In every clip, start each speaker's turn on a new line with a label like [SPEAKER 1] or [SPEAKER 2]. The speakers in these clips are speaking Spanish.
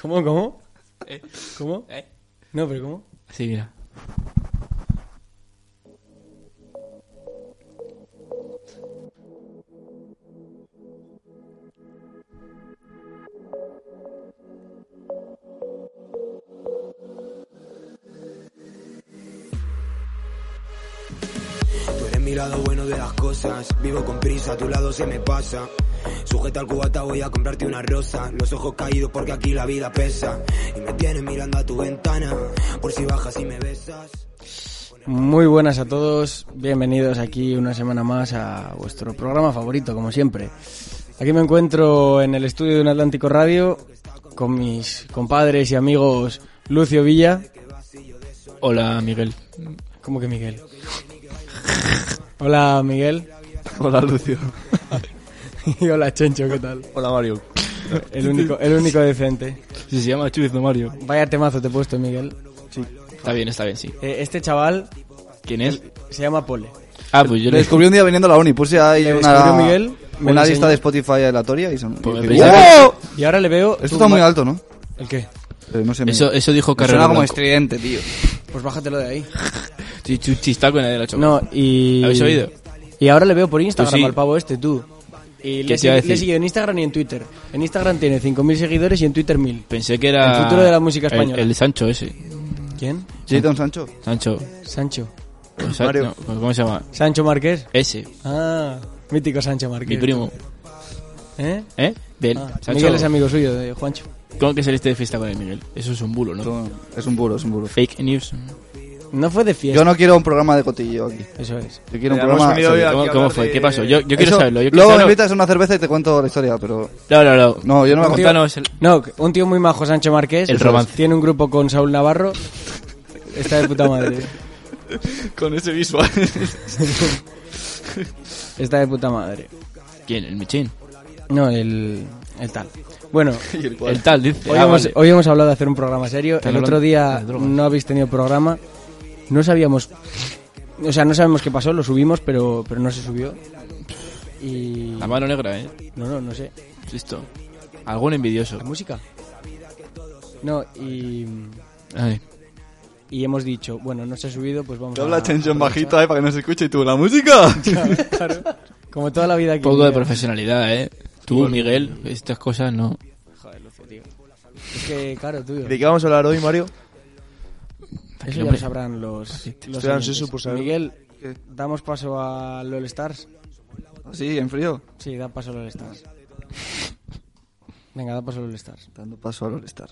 [SPEAKER 1] ¿Cómo, cómo?
[SPEAKER 2] ¿Eh?
[SPEAKER 1] ¿Cómo?
[SPEAKER 2] ¿Eh?
[SPEAKER 1] No, pero ¿cómo?
[SPEAKER 2] Sí, mira.
[SPEAKER 3] Tú eres mi lado bueno de las cosas. Vivo con prisa, a tu lado se me pasa. Sujeta al cubata, voy a comprarte una rosa. Los ojos caídos porque aquí la vida pesa. Y me tienes mirando a tu ventana. Por si bajas y me besas.
[SPEAKER 1] Muy buenas a todos, bienvenidos aquí una semana más a vuestro programa favorito, como siempre. Aquí me encuentro en el estudio de un Atlántico Radio con mis compadres y amigos Lucio Villa,
[SPEAKER 2] Hola, Miguel.
[SPEAKER 1] como que Miguel. Hola Miguel
[SPEAKER 2] Hola, Lucio.
[SPEAKER 1] y hola Chencho, ¿qué tal?
[SPEAKER 4] Hola Mario.
[SPEAKER 1] El único, el único decente.
[SPEAKER 2] Si se llama Churiz, no Mario.
[SPEAKER 1] Vaya temazo te he puesto, Miguel.
[SPEAKER 2] Está bien, está bien, sí.
[SPEAKER 1] Eh, Este chaval
[SPEAKER 2] ¿Quién es?
[SPEAKER 1] se llama Pole.
[SPEAKER 2] Ah, pues yo
[SPEAKER 4] Le
[SPEAKER 2] le
[SPEAKER 4] descubrí un día viniendo a la uni. Puse ahí
[SPEAKER 1] Le
[SPEAKER 4] una,
[SPEAKER 1] descubrió Miguel, me lo
[SPEAKER 4] una
[SPEAKER 1] enseñó.
[SPEAKER 4] lista de Spotify aleatoria y son.
[SPEAKER 2] Pues
[SPEAKER 4] y "Oh".
[SPEAKER 2] me
[SPEAKER 4] dije,
[SPEAKER 2] pensé
[SPEAKER 4] "Wow,
[SPEAKER 1] Y ahora le veo...
[SPEAKER 4] Esto
[SPEAKER 1] tú
[SPEAKER 4] está muy
[SPEAKER 1] ma-
[SPEAKER 4] alto, ¿no?
[SPEAKER 1] ¿El qué?
[SPEAKER 4] Eh, no sé.
[SPEAKER 2] Eso,
[SPEAKER 4] me-
[SPEAKER 2] eso dijo
[SPEAKER 4] me
[SPEAKER 2] Carrera
[SPEAKER 4] suena como
[SPEAKER 2] Blanco.
[SPEAKER 4] estridente, tío.
[SPEAKER 1] Pues bájatelo de ahí.
[SPEAKER 2] Chi- chi- Chistaco en el de la chocolate.
[SPEAKER 1] No, y...
[SPEAKER 2] ¿Habéis oído?
[SPEAKER 1] Y ahora le veo por Instagram
[SPEAKER 2] Tú sí.
[SPEAKER 1] al pavo este, tú. Y le,
[SPEAKER 2] te iba a
[SPEAKER 1] he-
[SPEAKER 2] decir?
[SPEAKER 1] le he seguido en Instagram y en Twitter. En Instagram tiene 5.000 seguidores y en Twitter 1.000.
[SPEAKER 2] Pensé que era...
[SPEAKER 1] El futuro de la música española.
[SPEAKER 2] El, el Sancho ese.
[SPEAKER 1] ¿Quién?
[SPEAKER 4] Jadon Sancho.
[SPEAKER 2] Sancho.
[SPEAKER 1] Sancho.
[SPEAKER 2] O sea,
[SPEAKER 4] Mario.
[SPEAKER 2] no, pues, ¿Cómo se llama?
[SPEAKER 1] Sancho Márquez.
[SPEAKER 2] Ese.
[SPEAKER 1] Ah, mítico Sancho Márquez.
[SPEAKER 2] Mi primo.
[SPEAKER 1] ¿Eh?
[SPEAKER 2] ¿Eh? De él.
[SPEAKER 1] Ah,
[SPEAKER 2] Sancho.
[SPEAKER 1] Miguel es amigo suyo, de Juancho.
[SPEAKER 2] ¿Cómo que saliste de fiesta con el Miguel? Eso es un bulo, ¿no?
[SPEAKER 4] Esto Es un burro, es un burro.
[SPEAKER 2] Fake news.
[SPEAKER 1] No fue de fiesta.
[SPEAKER 4] Yo no quiero un programa de cotilleo aquí.
[SPEAKER 1] Eso es.
[SPEAKER 4] Yo quiero un
[SPEAKER 5] Pero hemos
[SPEAKER 4] programa.
[SPEAKER 5] venido
[SPEAKER 4] serio.
[SPEAKER 5] hoy a-
[SPEAKER 2] ¿Cómo,
[SPEAKER 5] hablar
[SPEAKER 2] cómo fue?
[SPEAKER 5] de-
[SPEAKER 2] ¿Qué pasó? Yo, yo quiero
[SPEAKER 4] Eso-
[SPEAKER 2] saberlo. Yo quiero
[SPEAKER 4] Luego me
[SPEAKER 2] saberlo.
[SPEAKER 4] invitas a una cerveza y te cuento la historia, pero.
[SPEAKER 2] No, no, no.
[SPEAKER 4] No, yo no me
[SPEAKER 1] Tío,
[SPEAKER 2] Contanos el-
[SPEAKER 1] No, un tío muy majo, Sancho Márquez.
[SPEAKER 2] El romance.
[SPEAKER 1] Tiene un grupo con Saúl Navarro. Está de puta madre.
[SPEAKER 2] Con ese visual.
[SPEAKER 1] Está de puta madre.
[SPEAKER 2] ¿Quién? El Michin.
[SPEAKER 1] No, el, el tal. Bueno,
[SPEAKER 2] El tal, dice.
[SPEAKER 1] Hoy,
[SPEAKER 2] Ah,
[SPEAKER 1] hemos,
[SPEAKER 2] vale.
[SPEAKER 1] hoy hemos hablado de hacer un programa serio.
[SPEAKER 2] Están
[SPEAKER 1] El otro
[SPEAKER 2] hablando
[SPEAKER 1] día
[SPEAKER 2] de drogas.
[SPEAKER 1] no habéis tenido programa. No sabíamos. O sea, no sabemos qué pasó, lo subimos, pero, pero no se subió. Y.
[SPEAKER 2] La mano negra, ¿eh?
[SPEAKER 1] No, no, no sé.
[SPEAKER 2] Listo. Algún envidioso.
[SPEAKER 1] ¿La música? No, y.
[SPEAKER 2] Ay.
[SPEAKER 1] Y hemos dicho, bueno, no se ha subido, pues vamos
[SPEAKER 4] Te
[SPEAKER 1] a.
[SPEAKER 4] habla Chencho en bajito
[SPEAKER 1] aprovechar.
[SPEAKER 4] ahí para que no se escuche y tú, ¿la música?
[SPEAKER 1] Claro, claro. Como toda la vida aquí.
[SPEAKER 2] poco de
[SPEAKER 1] mira.
[SPEAKER 2] profesionalidad, ¿eh? Tú, Miguel, estas cosas no.
[SPEAKER 1] Joder, Lucio, tío. Es que, claro, tío.
[SPEAKER 5] ¿De qué vamos a hablar hoy, Mario?
[SPEAKER 1] Eso ya lo
[SPEAKER 2] hombre.
[SPEAKER 1] sabrán los. los
[SPEAKER 5] Estoy
[SPEAKER 1] oyentes.
[SPEAKER 5] ansioso por saber-
[SPEAKER 1] Miguel, damos paso a LOL Stars.
[SPEAKER 4] Sí, en frío.
[SPEAKER 1] Sí, da paso a los Stars. Venga, da paso a los Stars.
[SPEAKER 4] Dando paso al All-Star.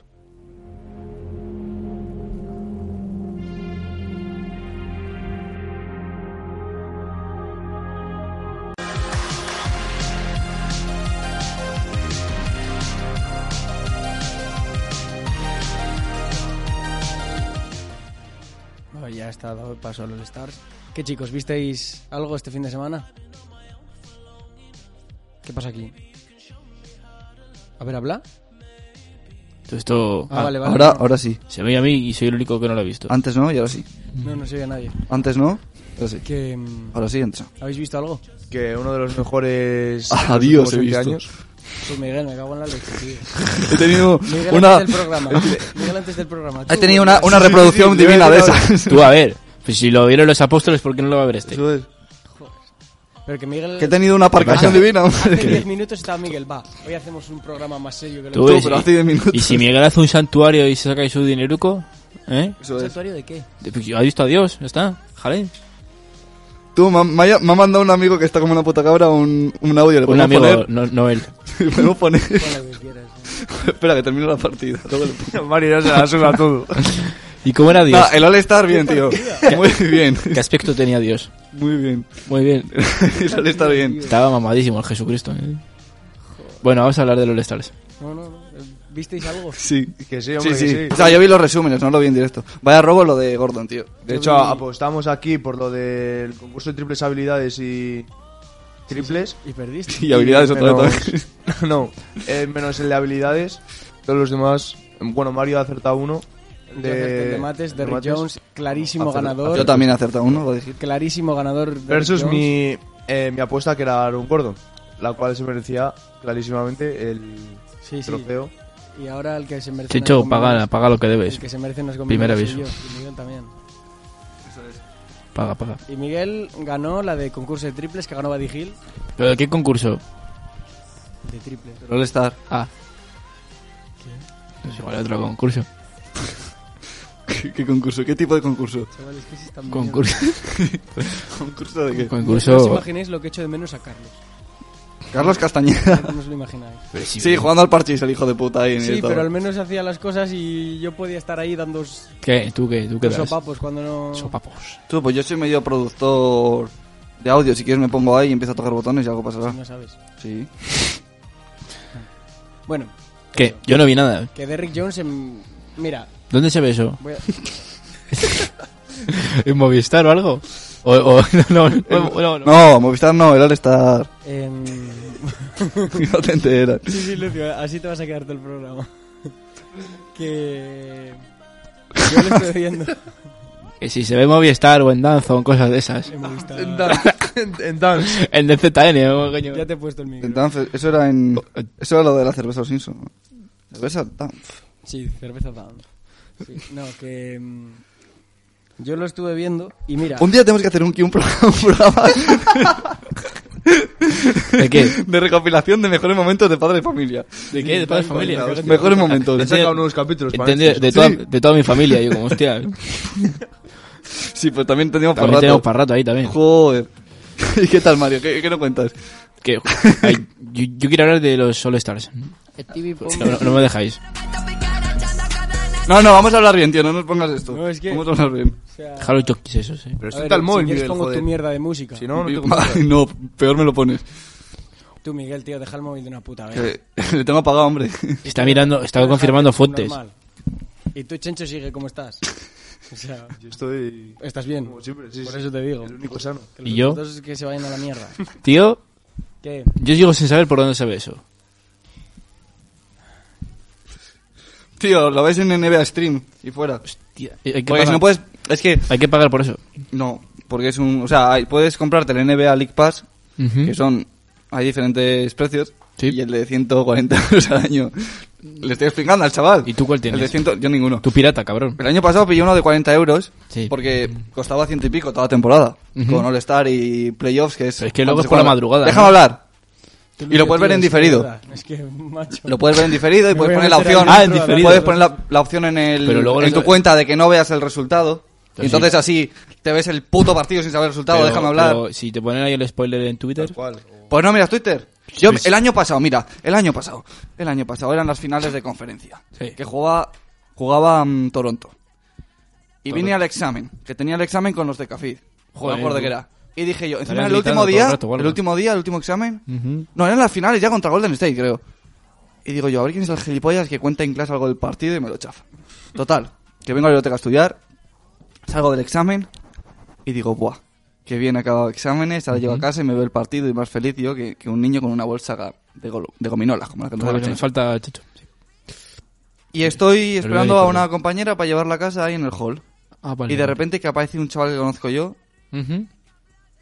[SPEAKER 1] Bueno, ya está, dado paso a los Stars. ¿Qué chicos, visteis algo este fin de semana? ¿Qué pasa aquí? A ver, habla.
[SPEAKER 2] Todo esto.
[SPEAKER 1] Ah, vale, vale.
[SPEAKER 4] Ahora, ahora sí.
[SPEAKER 2] Se ve a mí y soy el único que no lo ha visto.
[SPEAKER 4] Antes no y ahora sí.
[SPEAKER 1] No, no se oye a nadie.
[SPEAKER 4] Antes no, ahora sí.
[SPEAKER 1] Que, mm,
[SPEAKER 4] Ahora sí, entra.
[SPEAKER 1] ¿Habéis visto algo?
[SPEAKER 5] Que uno de los mejores.
[SPEAKER 4] Adiós,
[SPEAKER 5] de los últimos
[SPEAKER 4] he
[SPEAKER 5] 20
[SPEAKER 4] visto.
[SPEAKER 5] años.
[SPEAKER 1] Pues Miguel, me cago en la leche, tío.
[SPEAKER 4] He tenido
[SPEAKER 1] Miguel
[SPEAKER 4] una.
[SPEAKER 1] antes del programa. Miguel antes del programa.
[SPEAKER 4] He
[SPEAKER 1] Tú,
[SPEAKER 4] tenido
[SPEAKER 1] Miguel.
[SPEAKER 4] una, una reproducción
[SPEAKER 5] sí, sí,
[SPEAKER 4] divina
[SPEAKER 5] sí,
[SPEAKER 4] de
[SPEAKER 5] sí,
[SPEAKER 4] esas.
[SPEAKER 2] Tú, a ver. Pues si lo vieron los apóstoles, ¿por qué no lo va a ver este?
[SPEAKER 4] Eso es.
[SPEAKER 1] Pero que Miguel...
[SPEAKER 4] Que he tenido una aparcación divina.
[SPEAKER 1] Hace
[SPEAKER 4] hombre.
[SPEAKER 1] 10 minutos estaba Miguel, va, hoy hacemos un programa más serio que lo
[SPEAKER 2] Tú,
[SPEAKER 1] que-
[SPEAKER 4] Tú,
[SPEAKER 2] y-
[SPEAKER 4] pero hace 10 minutos.
[SPEAKER 2] Y si Miguel hace un santuario y se saca ahí su dineruco, ¿eh?
[SPEAKER 4] Eso es.
[SPEAKER 1] ¿Santuario de qué?
[SPEAKER 2] Pues Ha visto a Dios, ya está. Jale.
[SPEAKER 4] Tú, me, ha- me ha me ha mandado un amigo que está como una puta cabra un, un audio. Le
[SPEAKER 2] Un
[SPEAKER 4] podemos
[SPEAKER 2] amigo,
[SPEAKER 4] poner.
[SPEAKER 2] no- Noel.
[SPEAKER 4] Le podemos poner.
[SPEAKER 1] Pon lo que quieras.
[SPEAKER 4] Espera, que termino la partida. Luego le pongo.
[SPEAKER 5] Mario ya se la suba todo.
[SPEAKER 2] ¿Y cómo era Dios?
[SPEAKER 4] Nah, Ah, el All-Star, bien, tío. Muy bien.
[SPEAKER 2] ¿Qué aspecto tenía Dios?
[SPEAKER 4] eh. Muy bien.
[SPEAKER 2] Muy bien.
[SPEAKER 4] El All-Star, bien.
[SPEAKER 2] Estaba mamadísimo el Jesucristo. ¿eh? Bueno, vamos a hablar de los Stars.
[SPEAKER 1] No, no, no. ¿Visteis algo?
[SPEAKER 4] Sí.
[SPEAKER 5] Que sí, hombre, que sí.
[SPEAKER 4] O sea, yo vi los resúmenes, no lo vi en directo. Vaya robo lo de Gordon, tío.
[SPEAKER 5] De hecho, apostamos aquí por lo del concurso de triples habilidades y. Triples.
[SPEAKER 1] ¿Y perdiste?
[SPEAKER 4] Y habilidades otra vez. también.
[SPEAKER 5] no, eh, menos el de habilidades. Todos los demás. Bueno, Mario ha acertado uno.
[SPEAKER 1] De,
[SPEAKER 5] De,
[SPEAKER 1] mates,
[SPEAKER 5] de
[SPEAKER 1] Derrick
[SPEAKER 5] mates.
[SPEAKER 1] Jones, clarísimo
[SPEAKER 4] Acertado.
[SPEAKER 1] ganador.
[SPEAKER 4] Yo también he acertado uno, voy a decir.
[SPEAKER 1] Clarísimo ganador. Derrick
[SPEAKER 5] Versus
[SPEAKER 1] Jones.
[SPEAKER 5] mi, eh, mi apuesta que era Aaron Gordon. La cual se merecía clarísimamente el
[SPEAKER 1] Sí, sí.
[SPEAKER 5] trofeo.
[SPEAKER 1] Y ahora el que se merece.
[SPEAKER 2] Chicho,
[SPEAKER 1] unas
[SPEAKER 2] paga,
[SPEAKER 1] comidas-
[SPEAKER 2] paga lo que debes.
[SPEAKER 1] El que se merece unas comidas
[SPEAKER 2] Primer
[SPEAKER 1] soy
[SPEAKER 2] aviso.
[SPEAKER 1] yo, y Miguel también.
[SPEAKER 2] Paga, paga.
[SPEAKER 1] Y Miguel ganó la de concurso de triples que ganó Badigil.
[SPEAKER 2] ¿Pero de qué concurso?
[SPEAKER 1] De triples.
[SPEAKER 6] All Star.
[SPEAKER 2] Ah. Es igual otro concurso.
[SPEAKER 4] ¿Qué, qué concurso? ¿Qué tipo de concurso?
[SPEAKER 1] Chavales, que sí están bien.
[SPEAKER 2] Concurso.
[SPEAKER 4] ¿Concurso de qué?
[SPEAKER 1] No os
[SPEAKER 2] concurso.
[SPEAKER 1] imagináis lo que echo de menos a Carlos.
[SPEAKER 4] Carlos Castañeda.
[SPEAKER 1] No os lo imagináis.
[SPEAKER 4] Sí, jugando al parchís el hijo de puta ahí en el
[SPEAKER 1] Sí, pero
[SPEAKER 4] tablero.
[SPEAKER 1] al menos hacía las cosas y yo podía estar ahí dando s-
[SPEAKER 2] ¿Qué? ¿Tú qué? ¿Tú qué
[SPEAKER 1] dos
[SPEAKER 2] das?
[SPEAKER 1] sopapos cuando no.
[SPEAKER 2] Sopapos.
[SPEAKER 4] Tú, pues yo soy medio productor de audio. Si quieres me pongo ahí y empiezo a tocar botones y algo pasará.
[SPEAKER 1] No sabes.
[SPEAKER 4] Sí.
[SPEAKER 1] Bueno,
[SPEAKER 2] ¿Qué? Yo no vi nada.
[SPEAKER 1] que Derrick Jones. em- Mira,
[SPEAKER 2] ¿Dónde se ve eso?
[SPEAKER 1] voy a-
[SPEAKER 2] ¿En Movistar o algo? O, o- no, no, no, no.
[SPEAKER 4] No, Movistar no, el All-Star.
[SPEAKER 1] em,
[SPEAKER 4] No te enteras.
[SPEAKER 1] Sí, sí, Lucio, así te vas a quedar todo el programa. que. Yo lo estoy viendo.
[SPEAKER 2] Que si se ve en Movistar o en Danzo o en cosas de esas.
[SPEAKER 1] en Movistar.
[SPEAKER 5] En dance. en dance.
[SPEAKER 2] En DZN, o coño.
[SPEAKER 1] Ya te he puesto el micro.
[SPEAKER 4] Entonces, eso era en... Eso era lo de la cerveza Simpson. Cerveza... tan-
[SPEAKER 1] Sí, cerveza down. Sí, no, que. em, Yo lo estuve viendo y mira.
[SPEAKER 4] Un día tenemos que hacer un, un programa, un programa
[SPEAKER 2] ¿De qué?
[SPEAKER 4] de recopilación de mejores momentos de padre y familia.
[SPEAKER 2] ¿De qué? ¿De padre de familia?
[SPEAKER 4] Los mejores momentos.
[SPEAKER 5] He sacado nuevos capítulos para este.
[SPEAKER 2] Entendí-
[SPEAKER 5] esto.
[SPEAKER 2] de, toda, de toda mi familia, yo como hostia.
[SPEAKER 4] Sí, pues también teníamos para
[SPEAKER 2] También tenemos
[SPEAKER 4] rato.
[SPEAKER 2] para rato ahí también.
[SPEAKER 4] Joder. ¿Y qué tal, Mario? ¿Qué, qué no cuentas?
[SPEAKER 2] Que, ay, yo, yo quiero hablar de los All Stars.
[SPEAKER 1] eh, TV Pom-
[SPEAKER 2] No, no- no me dejáis.
[SPEAKER 4] No, no, vamos a hablar bien, tío. No nos pongas esto.
[SPEAKER 1] No, es que-
[SPEAKER 4] Vamos a hablar bien.
[SPEAKER 1] o sea, a
[SPEAKER 2] Jalo choquis esos, eh.
[SPEAKER 5] Pero
[SPEAKER 1] ver,
[SPEAKER 5] suelta el móvil,
[SPEAKER 1] si quieres
[SPEAKER 5] Miguel,
[SPEAKER 1] pongo
[SPEAKER 5] joder.
[SPEAKER 1] tu mierda de música.
[SPEAKER 5] Si no, no te compro.
[SPEAKER 4] Ay, no, peor me lo pones.
[SPEAKER 1] Tú, Miguel, tío, deja el móvil de una puta vez.
[SPEAKER 4] Que le tengo apagado, hombre.
[SPEAKER 2] Está mirando, está confirmando fuentes.
[SPEAKER 1] Normal. Y tú, Chencho, sigue como estás. O sea,
[SPEAKER 5] Yo estoy...
[SPEAKER 1] estás bien.
[SPEAKER 5] Como siempre, sí,
[SPEAKER 1] Por
[SPEAKER 5] sí.
[SPEAKER 1] eso te digo.
[SPEAKER 5] El único sano.
[SPEAKER 1] Que
[SPEAKER 2] ¿Y yo?
[SPEAKER 1] otros Dos que se vayan a la mierda.
[SPEAKER 2] Tío,
[SPEAKER 1] ¿Qué?
[SPEAKER 2] yo sigo sin saber por dónde se ve eso.
[SPEAKER 4] Tío, lo ves en NBA Stream y fuera.
[SPEAKER 2] Tía, hay, que
[SPEAKER 4] Porque si
[SPEAKER 2] pagar,
[SPEAKER 4] pues no puedes. Es que.
[SPEAKER 2] hay que pagar por eso.
[SPEAKER 4] No, porque es un. O sea, hay- puedes comprarte el NBA League Pass,
[SPEAKER 2] Ujú.
[SPEAKER 4] que son. Hay diferentes precios.
[SPEAKER 2] ¿Mm? Sí.
[SPEAKER 4] Y el de 140 euros al año. Le estoy explicando al chaval.
[SPEAKER 2] ¿Y tú cuál
[SPEAKER 4] El de
[SPEAKER 2] tienes?
[SPEAKER 4] 100, yo ninguno.
[SPEAKER 2] Tu pirata, cabrón.
[SPEAKER 4] El año pasado pillé uno de 40 euros.
[SPEAKER 2] Sí.
[SPEAKER 4] Porque costaba ciento y pico toda la temporada.
[SPEAKER 2] Ujú.
[SPEAKER 4] Con All-Star y Playoffs, que es.
[SPEAKER 2] Pero es que luego
[SPEAKER 4] cuando
[SPEAKER 2] es
[SPEAKER 4] se
[SPEAKER 2] por la
[SPEAKER 4] juega.
[SPEAKER 2] madrugada,
[SPEAKER 4] Déjame
[SPEAKER 2] ¿no?
[SPEAKER 4] hablar.
[SPEAKER 1] Tú,
[SPEAKER 4] Y lo puedes ver en
[SPEAKER 1] tío, es que
[SPEAKER 4] diferido.
[SPEAKER 1] de verdad, Es que, macho.
[SPEAKER 4] Lo puedes ver en diferido y
[SPEAKER 1] Me voy
[SPEAKER 4] puedes
[SPEAKER 1] a
[SPEAKER 4] poner la
[SPEAKER 1] meter
[SPEAKER 4] opción.
[SPEAKER 1] ahí
[SPEAKER 2] Ah, en
[SPEAKER 1] dentro,
[SPEAKER 2] diferido.
[SPEAKER 4] Puedes poner la, la opción en, el,
[SPEAKER 2] Pero luego
[SPEAKER 4] en
[SPEAKER 2] no-
[SPEAKER 4] tu cuenta de que no veas el resultado.
[SPEAKER 2] Pero
[SPEAKER 4] entonces
[SPEAKER 2] sí.
[SPEAKER 4] así te ves el puto partido sin saber el resultado.
[SPEAKER 2] Pero-
[SPEAKER 4] déjame hablar.
[SPEAKER 2] pero si te ponen ahí el spoiler en Twitter.
[SPEAKER 5] ¿Cuál?
[SPEAKER 4] Pues no miras Twitter. Yo,
[SPEAKER 2] Pues-
[SPEAKER 4] el año pasado, mira, el año pasado, el año pasado eran las finales de conferencia.
[SPEAKER 2] Sí.
[SPEAKER 4] Que jugaba, jugaba mm, Toronto. Y vine al examen, que tenía el examen con los de Cafid.
[SPEAKER 2] Joder,
[SPEAKER 4] no me acuerdo
[SPEAKER 2] tú.
[SPEAKER 4] qué era. Y dije yo, encima
[SPEAKER 2] Estarías
[SPEAKER 4] el
[SPEAKER 2] gritando
[SPEAKER 4] último
[SPEAKER 2] todo
[SPEAKER 4] día,
[SPEAKER 2] el rato o algo.
[SPEAKER 4] el último día, el último examen.
[SPEAKER 2] Ujú.
[SPEAKER 4] No, eran las finales ya contra Golden State, creo. Y digo yo, a ver quién es el gilipollas que cuenta en clase algo del partido y me lo chafa. Total, que vengo a la biblioteca a estudiar, salgo del examen y digo, buah, que bien he acabado exámenes, ahora llego a casa y me veo el partido y más feliz yo que, que un niño con una bolsa ga- de, golo- de gominolas, como la que nos
[SPEAKER 2] Como
[SPEAKER 4] da
[SPEAKER 2] que
[SPEAKER 4] la
[SPEAKER 2] nos
[SPEAKER 4] China.
[SPEAKER 2] falta Checho.
[SPEAKER 4] Y estoy esperando
[SPEAKER 2] digo,
[SPEAKER 4] a una
[SPEAKER 2] perdón.
[SPEAKER 4] compañera para llevarla a casa ahí en el hall.
[SPEAKER 2] Ah, vale.
[SPEAKER 4] Y de repente que aparece un chaval que conozco yo,
[SPEAKER 2] Ujú.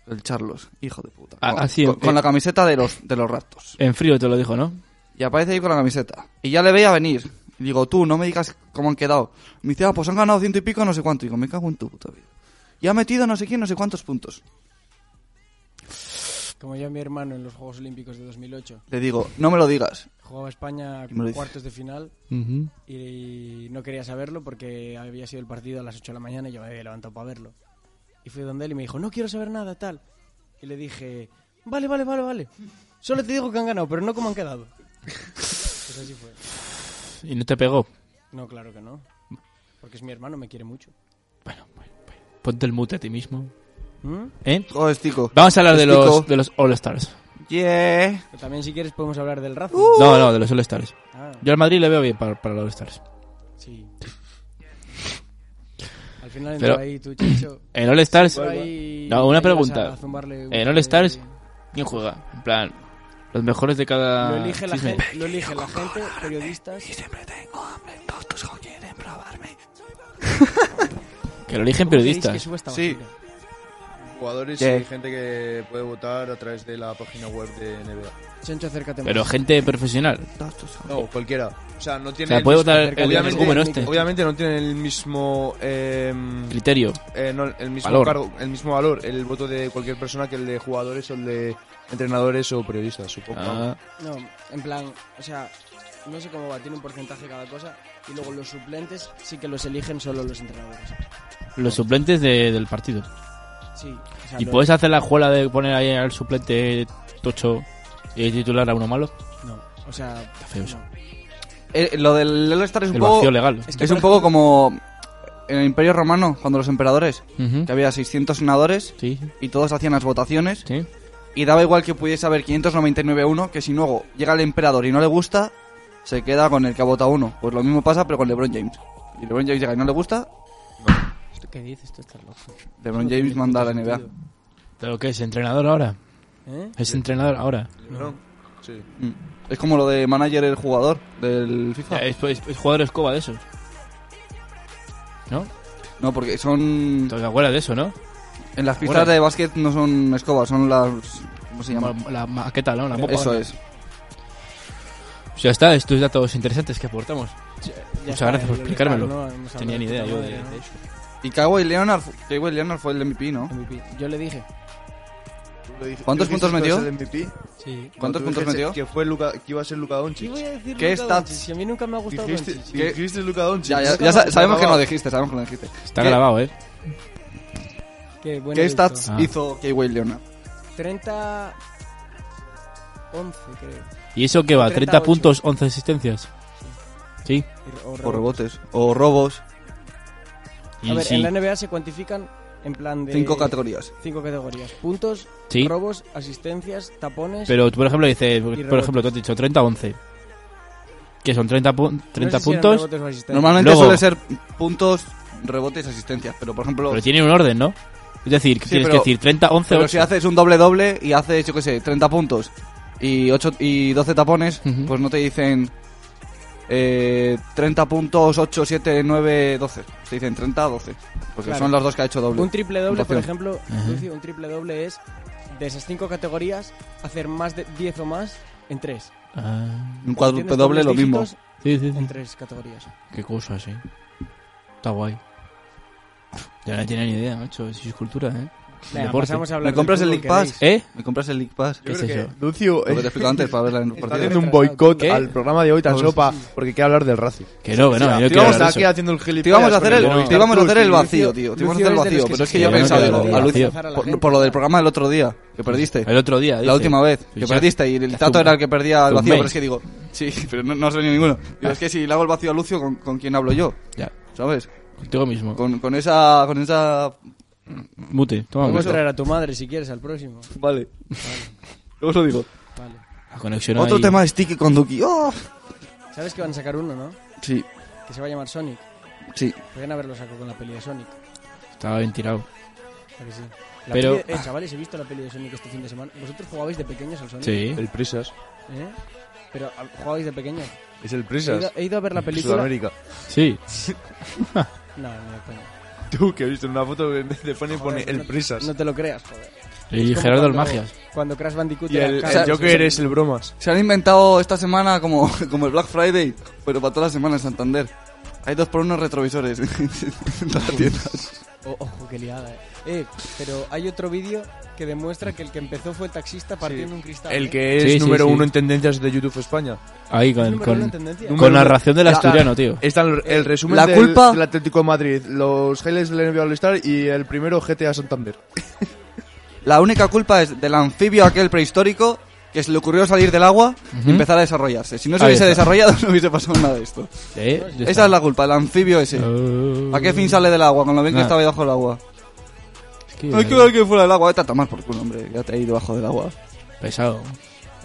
[SPEAKER 4] el Charlos, hijo de puta.
[SPEAKER 2] Ah,
[SPEAKER 4] con,
[SPEAKER 2] así,
[SPEAKER 4] con-
[SPEAKER 2] eh.
[SPEAKER 4] con la camiseta de los, de los raptos.
[SPEAKER 2] En frío te lo dijo, ¿no?
[SPEAKER 4] Y aparece ahí con la camiseta. Y ya le veía venir. Y digo, tú, no me digas cómo han quedado. Me dice, ah, pues han ganado ciento y pico, no sé cuánto. digo, me cago en tu puta vida. Y ha metido no sé quién, no sé cuántos puntos.
[SPEAKER 1] Como yo a mi hermano en los Juegos Olímpicos de 2008.
[SPEAKER 4] Le digo, no me lo digas.
[SPEAKER 1] Jugaba España
[SPEAKER 4] Y me lo dices.
[SPEAKER 1] cuartos de final y no quería saberlo porque había sido el partido a las 8 de la mañana y yo me había levantado para verlo. Y fui donde él y me dijo, no quiero saber nada, tal. Y le dije, vale, vale, vale, vale. Solo te digo que han ganado, pero no cómo han quedado. Pues así fue.
[SPEAKER 2] Y no te pegó.
[SPEAKER 1] No, claro que no. Porque es mi hermano, me quiere mucho.
[SPEAKER 2] Bueno, bueno, bueno. Ponte el mute a ti mismo.
[SPEAKER 1] ¿Mm?
[SPEAKER 2] ¿Eh?
[SPEAKER 4] Joder, tico.
[SPEAKER 2] Vamos a hablar de
[SPEAKER 4] Explico.
[SPEAKER 2] los, de los All Stars.
[SPEAKER 4] Yeah.
[SPEAKER 1] Pero también si quieres podemos hablar del Racing.
[SPEAKER 4] Uh.
[SPEAKER 2] No, no, de los All Stars.
[SPEAKER 1] Ah,
[SPEAKER 2] Yo al Madrid le veo bien para, para los All Stars.
[SPEAKER 1] sí. Al final entró
[SPEAKER 2] Pero-
[SPEAKER 1] ahí tu chicho.
[SPEAKER 2] En All Stars, No, una pregunta. Eh,
[SPEAKER 1] En
[SPEAKER 2] En All Stars, ¿quién juega? En plan, los mejores de cada.
[SPEAKER 1] Lo elige, la
[SPEAKER 2] chisme.
[SPEAKER 1] gente, lo elige la gente, periodistas.
[SPEAKER 2] Que lo eligen
[SPEAKER 1] ¿Cómo queréis
[SPEAKER 2] periodistas.
[SPEAKER 1] que suba esta
[SPEAKER 4] Sí.
[SPEAKER 1] basura?
[SPEAKER 5] jugadores
[SPEAKER 4] ¿Qué?
[SPEAKER 5] y gente que puede votar a través de la página web de NBA.
[SPEAKER 1] Chencho, acércate más.
[SPEAKER 2] Pero gente profesional.
[SPEAKER 5] No, cualquiera. O sea, no
[SPEAKER 2] O
[SPEAKER 5] tiene.
[SPEAKER 2] sea,
[SPEAKER 5] el
[SPEAKER 2] puede
[SPEAKER 5] mismo-
[SPEAKER 2] votar el- el
[SPEAKER 5] obviamente,
[SPEAKER 2] número este.
[SPEAKER 5] obviamente no tiene el mismo. em,
[SPEAKER 2] Criterio.
[SPEAKER 5] eh, no, el mismo
[SPEAKER 2] Valor.
[SPEAKER 5] cargo, el mismo valor, el voto de cualquier persona que el de jugadores o el de entrenadores o periodistas, supongo.
[SPEAKER 2] Ah,
[SPEAKER 1] No, en plan, o sea, no sé cómo va, tiene un porcentaje cada cosa. Y luego los suplentes sí que los eligen solo los entrenadores.
[SPEAKER 2] los suplentes de- del partido.
[SPEAKER 1] Sí. o sea,
[SPEAKER 2] ¿Y
[SPEAKER 1] lo-
[SPEAKER 2] puedes hacer la juela de poner ahí al suplente tocho y titular a uno malo?
[SPEAKER 1] No, o sea. Está
[SPEAKER 2] feo eso.
[SPEAKER 4] Eh, lo del All-Star es un
[SPEAKER 2] El
[SPEAKER 4] poco.
[SPEAKER 2] vacío legal.
[SPEAKER 1] Es que,
[SPEAKER 4] Es un
[SPEAKER 1] por
[SPEAKER 4] poco como en el Imperio Romano, cuando los emperadores,
[SPEAKER 2] Ujú.
[SPEAKER 4] que había 600 senadores
[SPEAKER 2] Sí,
[SPEAKER 4] y todos hacían las votaciones,
[SPEAKER 2] sí.
[SPEAKER 4] y daba igual que pudiese haber 599-1, que si luego llega el emperador y no le gusta, se queda con el que ha votado uno. Pues lo mismo pasa, pero con LeBron James. Y LeBron James llega y no le gusta,
[SPEAKER 1] ¿Qué dices? Tú estás loco.
[SPEAKER 4] LeBron James manda a la NBA.
[SPEAKER 2] ¿Pero qué es? ¿Entrenador ahora?
[SPEAKER 1] ¿Eh?
[SPEAKER 2] ¿Es entrenador ahora?
[SPEAKER 5] ¿No? Sí.
[SPEAKER 4] Mm. Es como lo de manager el jugador del FIFA.
[SPEAKER 2] Ya, es, es- es jugador escoba de esos. ¿No?
[SPEAKER 4] No, porque son.
[SPEAKER 2] ¿Te acuerdas de eso, no?
[SPEAKER 4] En las pistas
[SPEAKER 2] Bueno.
[SPEAKER 4] de básquet no son escobas, son las. ¿Cómo se llama?
[SPEAKER 2] La, la maqueta, ¿no? La mopa.
[SPEAKER 4] Eso es.
[SPEAKER 2] Pues ya está, estos datos interesantes que aportamos.
[SPEAKER 1] Ya
[SPEAKER 2] Muchas
[SPEAKER 1] está,
[SPEAKER 2] gracias por
[SPEAKER 1] el- el-
[SPEAKER 2] explicármelo.
[SPEAKER 1] no, hemos hablado
[SPEAKER 2] Tenía ni
[SPEAKER 1] de
[SPEAKER 2] idea
[SPEAKER 1] puta
[SPEAKER 2] yo de,
[SPEAKER 1] madre, ¿no?
[SPEAKER 2] de eso.
[SPEAKER 4] Y Kawhi Leonard, Kawhi Leonard fue el MVP, ¿no?
[SPEAKER 1] MVP. Yo le dije.
[SPEAKER 5] Tú lo dij-
[SPEAKER 4] ¿Cuántos
[SPEAKER 5] tú dijiste
[SPEAKER 4] puntos
[SPEAKER 5] que
[SPEAKER 4] metió?
[SPEAKER 5] iba a ser el MVP.
[SPEAKER 1] Sí.
[SPEAKER 4] ¿Cuántos
[SPEAKER 5] No, tú
[SPEAKER 4] puntos
[SPEAKER 5] dijiste
[SPEAKER 4] metió?
[SPEAKER 5] Que, fue Luka- que iba a ser Luka
[SPEAKER 1] ¿Qué
[SPEAKER 5] Doncic.
[SPEAKER 1] voy a decir?
[SPEAKER 4] ¿Qué
[SPEAKER 1] Luka
[SPEAKER 4] stats?
[SPEAKER 1] Doncic? Si a mí nunca me ha gustado
[SPEAKER 5] Dijiste,
[SPEAKER 1] Doncic.
[SPEAKER 4] ¿Qué?
[SPEAKER 5] dijiste Luka Doncic.
[SPEAKER 4] Ya, ya,
[SPEAKER 5] Luka
[SPEAKER 4] ya sa-
[SPEAKER 5] Doncic
[SPEAKER 4] sabemos que no
[SPEAKER 5] acababa.
[SPEAKER 4] lo dijiste, sabemos que no lo dijiste.
[SPEAKER 2] Está
[SPEAKER 4] ¿Qué-
[SPEAKER 2] grabado, ¿eh?
[SPEAKER 1] Qué buen
[SPEAKER 4] ¿Qué
[SPEAKER 1] adulto.
[SPEAKER 4] stats
[SPEAKER 2] Ah.
[SPEAKER 4] hizo Kawhi Leonard?
[SPEAKER 1] 30. 11, creo.
[SPEAKER 2] ¿Y eso qué va?
[SPEAKER 1] 38.
[SPEAKER 2] ¿30 puntos, 11 asistencias? Sí.
[SPEAKER 1] Y- o
[SPEAKER 4] O
[SPEAKER 1] rebote.
[SPEAKER 4] rebotes, o robos.
[SPEAKER 2] Y
[SPEAKER 1] A ver,
[SPEAKER 2] sí.
[SPEAKER 1] en la NBA se cuantifican en plan de.
[SPEAKER 4] Cinco categorías.
[SPEAKER 1] cinco categorías: puntos,
[SPEAKER 2] Sí.
[SPEAKER 1] robos, asistencias, tapones.
[SPEAKER 2] Pero tú, por ejemplo, dices, por
[SPEAKER 1] rebotes.
[SPEAKER 2] ejemplo, tú has dicho 30-11. Que son 30, pun- 30
[SPEAKER 1] No sé si eran
[SPEAKER 2] puntos,
[SPEAKER 1] rebotes o asistencias.
[SPEAKER 4] Normalmente
[SPEAKER 2] Luego-
[SPEAKER 4] suele ser puntos, rebotes, asistencias. Pero por ejemplo,
[SPEAKER 2] pero tiene un orden, ¿no? Es decir, que
[SPEAKER 4] Sí,
[SPEAKER 2] tienes
[SPEAKER 4] pero-
[SPEAKER 2] que decir 30, 11,
[SPEAKER 4] pero
[SPEAKER 2] 8.
[SPEAKER 4] si haces un doble-doble y haces, yo qué sé, 30 puntos y, ocho y 12 tapones,
[SPEAKER 2] Ujú.
[SPEAKER 4] pues no te dicen eh, 30 puntos, 8, 7, 9, 12. Te dicen 30, 12. Porque
[SPEAKER 1] Claro.
[SPEAKER 4] son las dos que ha hecho doble.
[SPEAKER 1] Un triple doble, por
[SPEAKER 4] Puntuación.
[SPEAKER 1] ejemplo,
[SPEAKER 2] Ajá.
[SPEAKER 1] Lucio, un triple doble es de esas cinco categorías hacer más de 10 o más en tres.
[SPEAKER 2] Ah,
[SPEAKER 4] Un cuádruple doble, lo mismo.
[SPEAKER 2] sí, sí, sí.
[SPEAKER 1] En tres categorías.
[SPEAKER 2] Qué cosas, eh. Está guay. Ya no tenía ni idea, macho. Es cultura, eh.
[SPEAKER 1] Venga,
[SPEAKER 2] Deporte.
[SPEAKER 1] pasamos a hablar
[SPEAKER 4] ¿Me compras
[SPEAKER 1] del
[SPEAKER 4] el
[SPEAKER 1] fútbol,
[SPEAKER 4] League Pass?
[SPEAKER 1] ¿queréis?
[SPEAKER 2] ¿Eh?
[SPEAKER 4] ¿Me compras el League Pass?
[SPEAKER 2] ¿Qué
[SPEAKER 5] Yo
[SPEAKER 2] es
[SPEAKER 5] creo
[SPEAKER 2] eso?
[SPEAKER 5] que Lucio
[SPEAKER 4] Lo que te
[SPEAKER 5] eh,
[SPEAKER 4] explico antes para verla en los
[SPEAKER 5] está
[SPEAKER 4] partidos.
[SPEAKER 5] haciendo un boicot
[SPEAKER 2] ¿Qué?
[SPEAKER 5] al programa de hoy tan
[SPEAKER 4] Por-
[SPEAKER 5] solo para- porque quiere hablar del Racing.
[SPEAKER 2] Que no, que no. yo
[SPEAKER 5] Te
[SPEAKER 2] quiero
[SPEAKER 5] íbamos
[SPEAKER 2] hablar de
[SPEAKER 5] aquí
[SPEAKER 2] eso.
[SPEAKER 5] haciendo el gilipollas.
[SPEAKER 4] Te íbamos a hacer
[SPEAKER 5] con
[SPEAKER 4] el,
[SPEAKER 5] Movistar
[SPEAKER 4] te íbamos a
[SPEAKER 5] Plus,
[SPEAKER 4] hacer el
[SPEAKER 5] y-
[SPEAKER 4] vacío, tío. Te íbamos a
[SPEAKER 1] Lucio es de los
[SPEAKER 4] hacer el vacío.
[SPEAKER 1] que
[SPEAKER 4] Pero es
[SPEAKER 1] se
[SPEAKER 4] que yo
[SPEAKER 2] quiere
[SPEAKER 4] pensaba,
[SPEAKER 2] lanzar
[SPEAKER 4] digo,
[SPEAKER 2] al
[SPEAKER 4] a Lucio,
[SPEAKER 1] vacío.
[SPEAKER 4] por, por lo del programa del otro día, que perdiste.
[SPEAKER 2] El otro día, dice. Pues
[SPEAKER 4] La última vez, que
[SPEAKER 2] Ya-
[SPEAKER 4] perdiste y el
[SPEAKER 2] ya
[SPEAKER 4] tato
[SPEAKER 2] hace un-
[SPEAKER 4] era el que perdía
[SPEAKER 2] hace
[SPEAKER 4] el
[SPEAKER 2] un
[SPEAKER 4] vacío,
[SPEAKER 2] mes.
[SPEAKER 4] pero es que digo, sí, pero no, no has venido ninguno. Digo, es que si le hago el vacío a Lucio, ¿con, con quién hablo yo?
[SPEAKER 2] Ya,
[SPEAKER 4] ¿Sabes?
[SPEAKER 2] contigo mismo.
[SPEAKER 4] Con, con esa... Con esa...
[SPEAKER 2] Mute, toma
[SPEAKER 1] Podemos
[SPEAKER 2] mute.
[SPEAKER 1] traer a tu madre si quieres al próximo.
[SPEAKER 4] Vale. Luego os lo digo.
[SPEAKER 1] Vale.
[SPEAKER 2] La Ah, conexión
[SPEAKER 4] Otro
[SPEAKER 2] ahí.
[SPEAKER 4] tema de Sticky con Duki. ¡Oh!
[SPEAKER 1] Sabes que van a sacar uno, ¿no?
[SPEAKER 4] Sí,
[SPEAKER 1] Que se va a llamar Sonic.
[SPEAKER 4] sí.
[SPEAKER 1] Podrían haberlo sacado con la peli de Sonic.
[SPEAKER 2] Estaba bien tirado.
[SPEAKER 1] ¿a que sí? La
[SPEAKER 2] Pero-
[SPEAKER 1] peli de- eh, chavales, he visto la peli de Sonic este fin de semana. ¿Vosotros jugabais de pequeños al Sonic?
[SPEAKER 2] Sí.
[SPEAKER 5] El Prisas.
[SPEAKER 1] ¿Eh? Pero ¿a- jugabais de pequeños.
[SPEAKER 5] Es el
[SPEAKER 1] He ido,
[SPEAKER 5] Prisas.
[SPEAKER 1] he ido a ver la película.
[SPEAKER 5] Sudamérica.
[SPEAKER 2] Sí.
[SPEAKER 1] No, no, no, coño.
[SPEAKER 5] Tú que he visto en una foto que te pone, pone
[SPEAKER 1] Joder,
[SPEAKER 5] el
[SPEAKER 1] no-
[SPEAKER 5] Prisas.
[SPEAKER 1] No te lo creas, joder.
[SPEAKER 2] Y
[SPEAKER 1] Como
[SPEAKER 2] Gerardo el
[SPEAKER 1] cuando-
[SPEAKER 2] Magias.
[SPEAKER 1] Cuando Crash Bandicoot
[SPEAKER 5] Y
[SPEAKER 1] era
[SPEAKER 5] el,
[SPEAKER 1] Crash,
[SPEAKER 5] el Joker
[SPEAKER 1] sí.
[SPEAKER 5] es el Bromas.
[SPEAKER 4] Se han inventado esta semana como, como el Black Friday, pero para toda la semana en Santander. Hay dos por unos retrovisores en todas las tiendas.
[SPEAKER 1] O- Oh, ojo, qué liada, eh. Eh, pero hay otro vídeo que demuestra que el que empezó fue taxista partiendo un cristal.
[SPEAKER 5] El
[SPEAKER 1] ¿eh?
[SPEAKER 5] que es
[SPEAKER 2] Sí, sí,
[SPEAKER 5] número
[SPEAKER 2] sí.
[SPEAKER 5] uno en tendencias de YouTube España.
[SPEAKER 2] Ahí
[SPEAKER 1] Es
[SPEAKER 2] con,
[SPEAKER 1] número uno en
[SPEAKER 2] con,
[SPEAKER 1] tendencia.
[SPEAKER 5] número
[SPEAKER 2] con
[SPEAKER 5] uno.
[SPEAKER 2] narración del
[SPEAKER 5] Ya.
[SPEAKER 2] asturiano, tío.
[SPEAKER 5] Está el, el resumen
[SPEAKER 4] La
[SPEAKER 5] del,
[SPEAKER 4] culpa-
[SPEAKER 5] del Atlético de Madrid, los highlights del NBA All-Star y el primero GTA Santander.
[SPEAKER 4] La única culpa es del anfibio aquel prehistórico que se le ocurrió salir del agua y empezar a desarrollarse. Si no se
[SPEAKER 2] Ahí
[SPEAKER 4] hubiese
[SPEAKER 2] está.
[SPEAKER 4] desarrollado, no hubiese pasado nada de esto.
[SPEAKER 2] Eh, ya
[SPEAKER 4] Esa
[SPEAKER 2] está.
[SPEAKER 4] es la culpa, el anfibio ese.
[SPEAKER 2] Oh.
[SPEAKER 4] ¿A qué fin sale del agua? Con lo bien que
[SPEAKER 2] Nada.
[SPEAKER 4] estaba ahí debajo del agua.
[SPEAKER 2] Es que-
[SPEAKER 4] Hay que ver que fuera del agua. Vete a tomar por culo, hombre. Ya te ahí debajo del agua.
[SPEAKER 2] Pesado.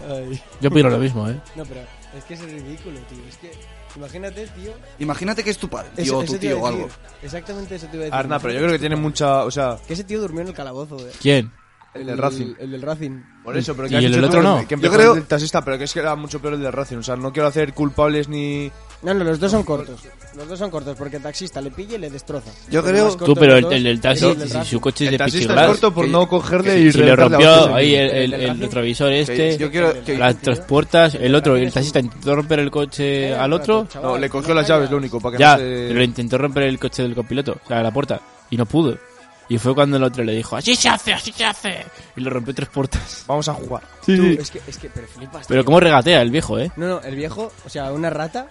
[SPEAKER 1] Ay.
[SPEAKER 2] Yo pido lo mismo, eh.
[SPEAKER 1] No, pero es que es ridículo, tío. Es que, imagínate, tío.
[SPEAKER 4] Imagínate que es tu padre,
[SPEAKER 1] Eso-
[SPEAKER 4] tío, o
[SPEAKER 1] eso
[SPEAKER 4] tu
[SPEAKER 1] te iba
[SPEAKER 4] tío o
[SPEAKER 1] a decir.
[SPEAKER 4] algo.
[SPEAKER 1] Exactamente eso te iba a decir.
[SPEAKER 5] Arna, pero yo creo que tiene mucha. O sea,
[SPEAKER 1] Que ese tío durmió en el calabozo, eh.
[SPEAKER 2] ¿Quién?
[SPEAKER 5] el del Racing.
[SPEAKER 1] El, del Racing.
[SPEAKER 5] Por eso, pero
[SPEAKER 2] ¿Y
[SPEAKER 5] has
[SPEAKER 2] el
[SPEAKER 5] dicho
[SPEAKER 2] del
[SPEAKER 5] tú
[SPEAKER 2] otro
[SPEAKER 5] que-
[SPEAKER 2] no?
[SPEAKER 5] Que
[SPEAKER 4] Yo
[SPEAKER 5] yo
[SPEAKER 4] creo-
[SPEAKER 5] creo. El taxista, pero que es que era mucho peor el del Racing. O sea, no quiero hacer culpables ni.
[SPEAKER 1] No, no, los dos son cortos. Los dos son cortos porque el taxista le pilla y le destroza.
[SPEAKER 4] Yo
[SPEAKER 1] Pero
[SPEAKER 4] creo-
[SPEAKER 1] más corto
[SPEAKER 2] Tú, pero
[SPEAKER 1] de
[SPEAKER 2] el,
[SPEAKER 1] los
[SPEAKER 2] el del
[SPEAKER 1] dos
[SPEAKER 2] taxi,
[SPEAKER 1] es el del
[SPEAKER 2] si su
[SPEAKER 1] Racing.
[SPEAKER 2] coche es de
[SPEAKER 5] El taxista
[SPEAKER 2] pichiglas,
[SPEAKER 5] es corto por
[SPEAKER 4] que-
[SPEAKER 5] no cogerle
[SPEAKER 4] que
[SPEAKER 5] y
[SPEAKER 4] si
[SPEAKER 2] si le
[SPEAKER 5] reventarle a
[SPEAKER 2] rompió
[SPEAKER 5] hostia.
[SPEAKER 2] ahí el, el-
[SPEAKER 1] del
[SPEAKER 2] el
[SPEAKER 1] Racing?
[SPEAKER 2] retrovisor
[SPEAKER 4] que
[SPEAKER 2] este,
[SPEAKER 4] yo quiero que-
[SPEAKER 2] las tres puertas, el otro, el taxista intentó romper el coche al otro,
[SPEAKER 1] Chaval,
[SPEAKER 5] No, le cogió
[SPEAKER 1] no
[SPEAKER 5] las llaves,
[SPEAKER 1] vayas.
[SPEAKER 5] lo único, para que
[SPEAKER 2] ya,
[SPEAKER 5] no se-
[SPEAKER 2] pero intentó romper el coche del copiloto, o sea, la puerta, y no pudo. Y fue cuando el otro le dijo, así se hace, así se hace, y le rompió tres puertas.
[SPEAKER 5] Vamos a jugar.
[SPEAKER 1] Tú, Es que, es que, pero flipas.
[SPEAKER 2] Pero
[SPEAKER 1] tío.
[SPEAKER 2] cómo regatea el viejo, eh.
[SPEAKER 1] No, no, el viejo, o sea, una rata.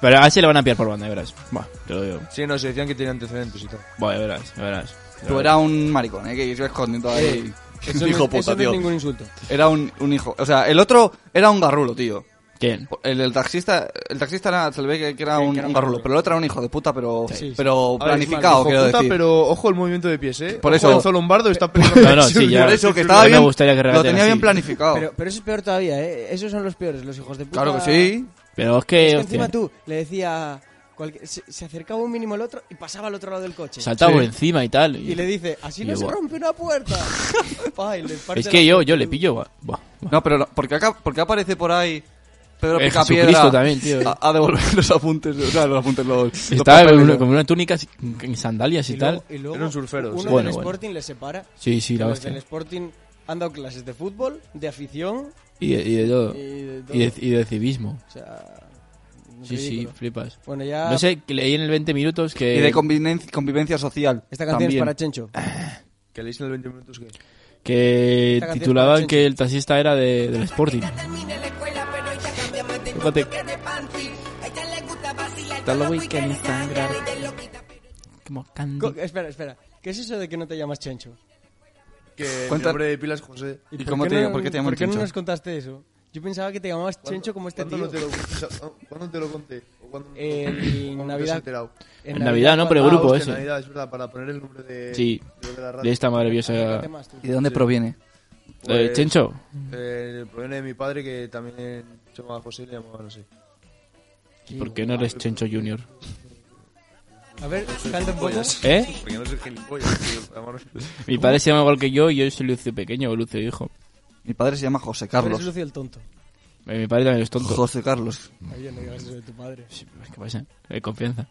[SPEAKER 2] Pero a ese le van a pillar por banda, ya verás. Buah, te lo digo.
[SPEAKER 5] Sí, no, se decían que tenía antecedentes y tal.
[SPEAKER 2] Buah, ya verás, ya verás. Ya
[SPEAKER 4] Tú
[SPEAKER 2] verás.
[SPEAKER 4] era un maricón, ¿eh? Que iba escondiendo ahí.
[SPEAKER 1] Eso no, es-
[SPEAKER 4] hijo
[SPEAKER 1] eso
[SPEAKER 4] puta,
[SPEAKER 1] no es
[SPEAKER 4] tío.
[SPEAKER 1] ningún insulto.
[SPEAKER 4] Era un, un hijo. O sea, el otro era un garrulo, tío.
[SPEAKER 2] ¿Quién?
[SPEAKER 4] El, el taxista, el taxista era, se le ve que, que era
[SPEAKER 1] Sí,
[SPEAKER 4] un,
[SPEAKER 1] que era
[SPEAKER 4] un
[SPEAKER 1] un
[SPEAKER 4] garrulo,
[SPEAKER 1] garrulo.
[SPEAKER 4] pero el otro era un hijo de puta, pero,
[SPEAKER 1] Sí, sí.
[SPEAKER 4] pero
[SPEAKER 5] A ver,
[SPEAKER 4] planificado,
[SPEAKER 5] hijo
[SPEAKER 4] quiero
[SPEAKER 5] puta,
[SPEAKER 4] decir.
[SPEAKER 5] Pero ojo el movimiento de pies, ¿eh?
[SPEAKER 4] Por
[SPEAKER 5] Ojo,
[SPEAKER 4] eso-
[SPEAKER 5] Gonzalo Lombardo está pegando
[SPEAKER 2] No, no,
[SPEAKER 5] presión.
[SPEAKER 2] sí, ya.
[SPEAKER 4] Por eso que
[SPEAKER 2] A mí
[SPEAKER 4] estaba
[SPEAKER 2] me
[SPEAKER 4] bien.
[SPEAKER 2] gustaría que
[SPEAKER 4] lo
[SPEAKER 2] regatearan
[SPEAKER 4] tenía bien
[SPEAKER 2] así.
[SPEAKER 4] planificado.
[SPEAKER 1] Pero, pero eso es peor todavía, ¿eh? Esos son los peores, los hijos de puta.
[SPEAKER 4] claro que sí.
[SPEAKER 2] Pero es que...
[SPEAKER 1] Es que encima
[SPEAKER 2] Eh, hostia,
[SPEAKER 1] tú le decía. cualquier- se, se acercaba un mínimo al otro y pasaba al otro lado del coche.
[SPEAKER 2] Saltaba por encima y tal.
[SPEAKER 1] Y le dice, así
[SPEAKER 2] y
[SPEAKER 1] no
[SPEAKER 2] yo,
[SPEAKER 1] se
[SPEAKER 2] "Buah".
[SPEAKER 1] rompe una puerta. Pa, y le parte
[SPEAKER 2] Es
[SPEAKER 1] la
[SPEAKER 2] que yo,
[SPEAKER 1] puerta.
[SPEAKER 2] yo le pillo. buah, buah, buah.
[SPEAKER 4] No, pero no, ¿por qué, acá, por qué aparece por ahí Pedro
[SPEAKER 2] Eh,
[SPEAKER 4] Picapiedra
[SPEAKER 2] Jesucristo también, tío.
[SPEAKER 4] A, a devolver los apuntes, o sea, los apuntes los, los
[SPEAKER 2] Estaba con
[SPEAKER 4] papeles,
[SPEAKER 2] una,
[SPEAKER 4] ¿no?
[SPEAKER 2] con una túnica, así, en sandalias y, tal.
[SPEAKER 1] luego- y luego
[SPEAKER 5] Eran surferos,
[SPEAKER 1] Uno
[SPEAKER 5] sí.
[SPEAKER 1] del
[SPEAKER 2] Bueno, bueno.
[SPEAKER 1] Sporting le separa.
[SPEAKER 2] Sí, sí, la
[SPEAKER 1] Los del
[SPEAKER 2] hostia.
[SPEAKER 1] Sporting han dado clases de fútbol, de afición
[SPEAKER 2] Y de, y de todo.
[SPEAKER 1] y de todo.
[SPEAKER 2] Y de, y de civismo.
[SPEAKER 1] O sea,
[SPEAKER 2] Sí, sí,
[SPEAKER 1] ridículo.
[SPEAKER 2] flipas.
[SPEAKER 1] Bueno, ya.
[SPEAKER 2] No sé, que leí en el 20 minutos que...
[SPEAKER 4] Y de convivencia, convivencia social.
[SPEAKER 1] Esta canción
[SPEAKER 4] también.
[SPEAKER 1] es para Chencho.
[SPEAKER 5] Que leís en el 20 minutos que...
[SPEAKER 2] que
[SPEAKER 1] Esta canción
[SPEAKER 2] titulaban
[SPEAKER 1] para
[SPEAKER 2] que el taxista era de, del Sporting. Fíjate. Como
[SPEAKER 1] Co-
[SPEAKER 2] candy.
[SPEAKER 1] espera, espera. ¿Qué es eso de que no te llamas Chencho?
[SPEAKER 5] Que el
[SPEAKER 4] Cuenta-
[SPEAKER 5] nombre de pilas José.
[SPEAKER 4] ¿Y cómo te- por qué te llaman
[SPEAKER 1] ¿Por qué no
[SPEAKER 4] Chencho?
[SPEAKER 1] nos contaste eso? Yo pensaba que te llamabas Chencho como este
[SPEAKER 5] ¿Cuándo
[SPEAKER 1] tío.
[SPEAKER 5] no te lo, conté? ¿Cuándo te lo conté? ¿O cuándo-
[SPEAKER 1] En
[SPEAKER 5] cuándo te has
[SPEAKER 1] Navidad.
[SPEAKER 5] enterado?
[SPEAKER 2] En Navidad, ¿no? Pero
[SPEAKER 5] Ah,
[SPEAKER 2] grupo
[SPEAKER 5] hostia,
[SPEAKER 2] ese.
[SPEAKER 5] Navidad, es verdad, para poner el nombre de...
[SPEAKER 2] Sí.
[SPEAKER 5] de la radio.
[SPEAKER 2] De esta maravillosa...
[SPEAKER 4] ¿Y de dónde proviene?
[SPEAKER 2] Eh,
[SPEAKER 5] Pues,
[SPEAKER 2] Chencho,
[SPEAKER 5] eh, proviene de mi padre que también se llamaba José y le llamaban así.
[SPEAKER 2] ¿por qué no eres Chencho Junior?
[SPEAKER 1] A ver, canta un poco.
[SPEAKER 2] ¿Eh?
[SPEAKER 5] Porque no soy gilipollas, tío. llamaros-
[SPEAKER 2] Mi padre se llama igual que yo y yo soy Lucio pequeño o Lucio hijo.
[SPEAKER 4] Mi padre se llama José
[SPEAKER 1] Carlos.
[SPEAKER 4] Carlos.
[SPEAKER 1] Lucio el tonto.
[SPEAKER 2] Eh, Mi padre también es tonto.
[SPEAKER 4] José Carlos.
[SPEAKER 1] Oye, no digas eso de tu padre.
[SPEAKER 2] Sí, ¿Qué pasa? Hay eh, confianza.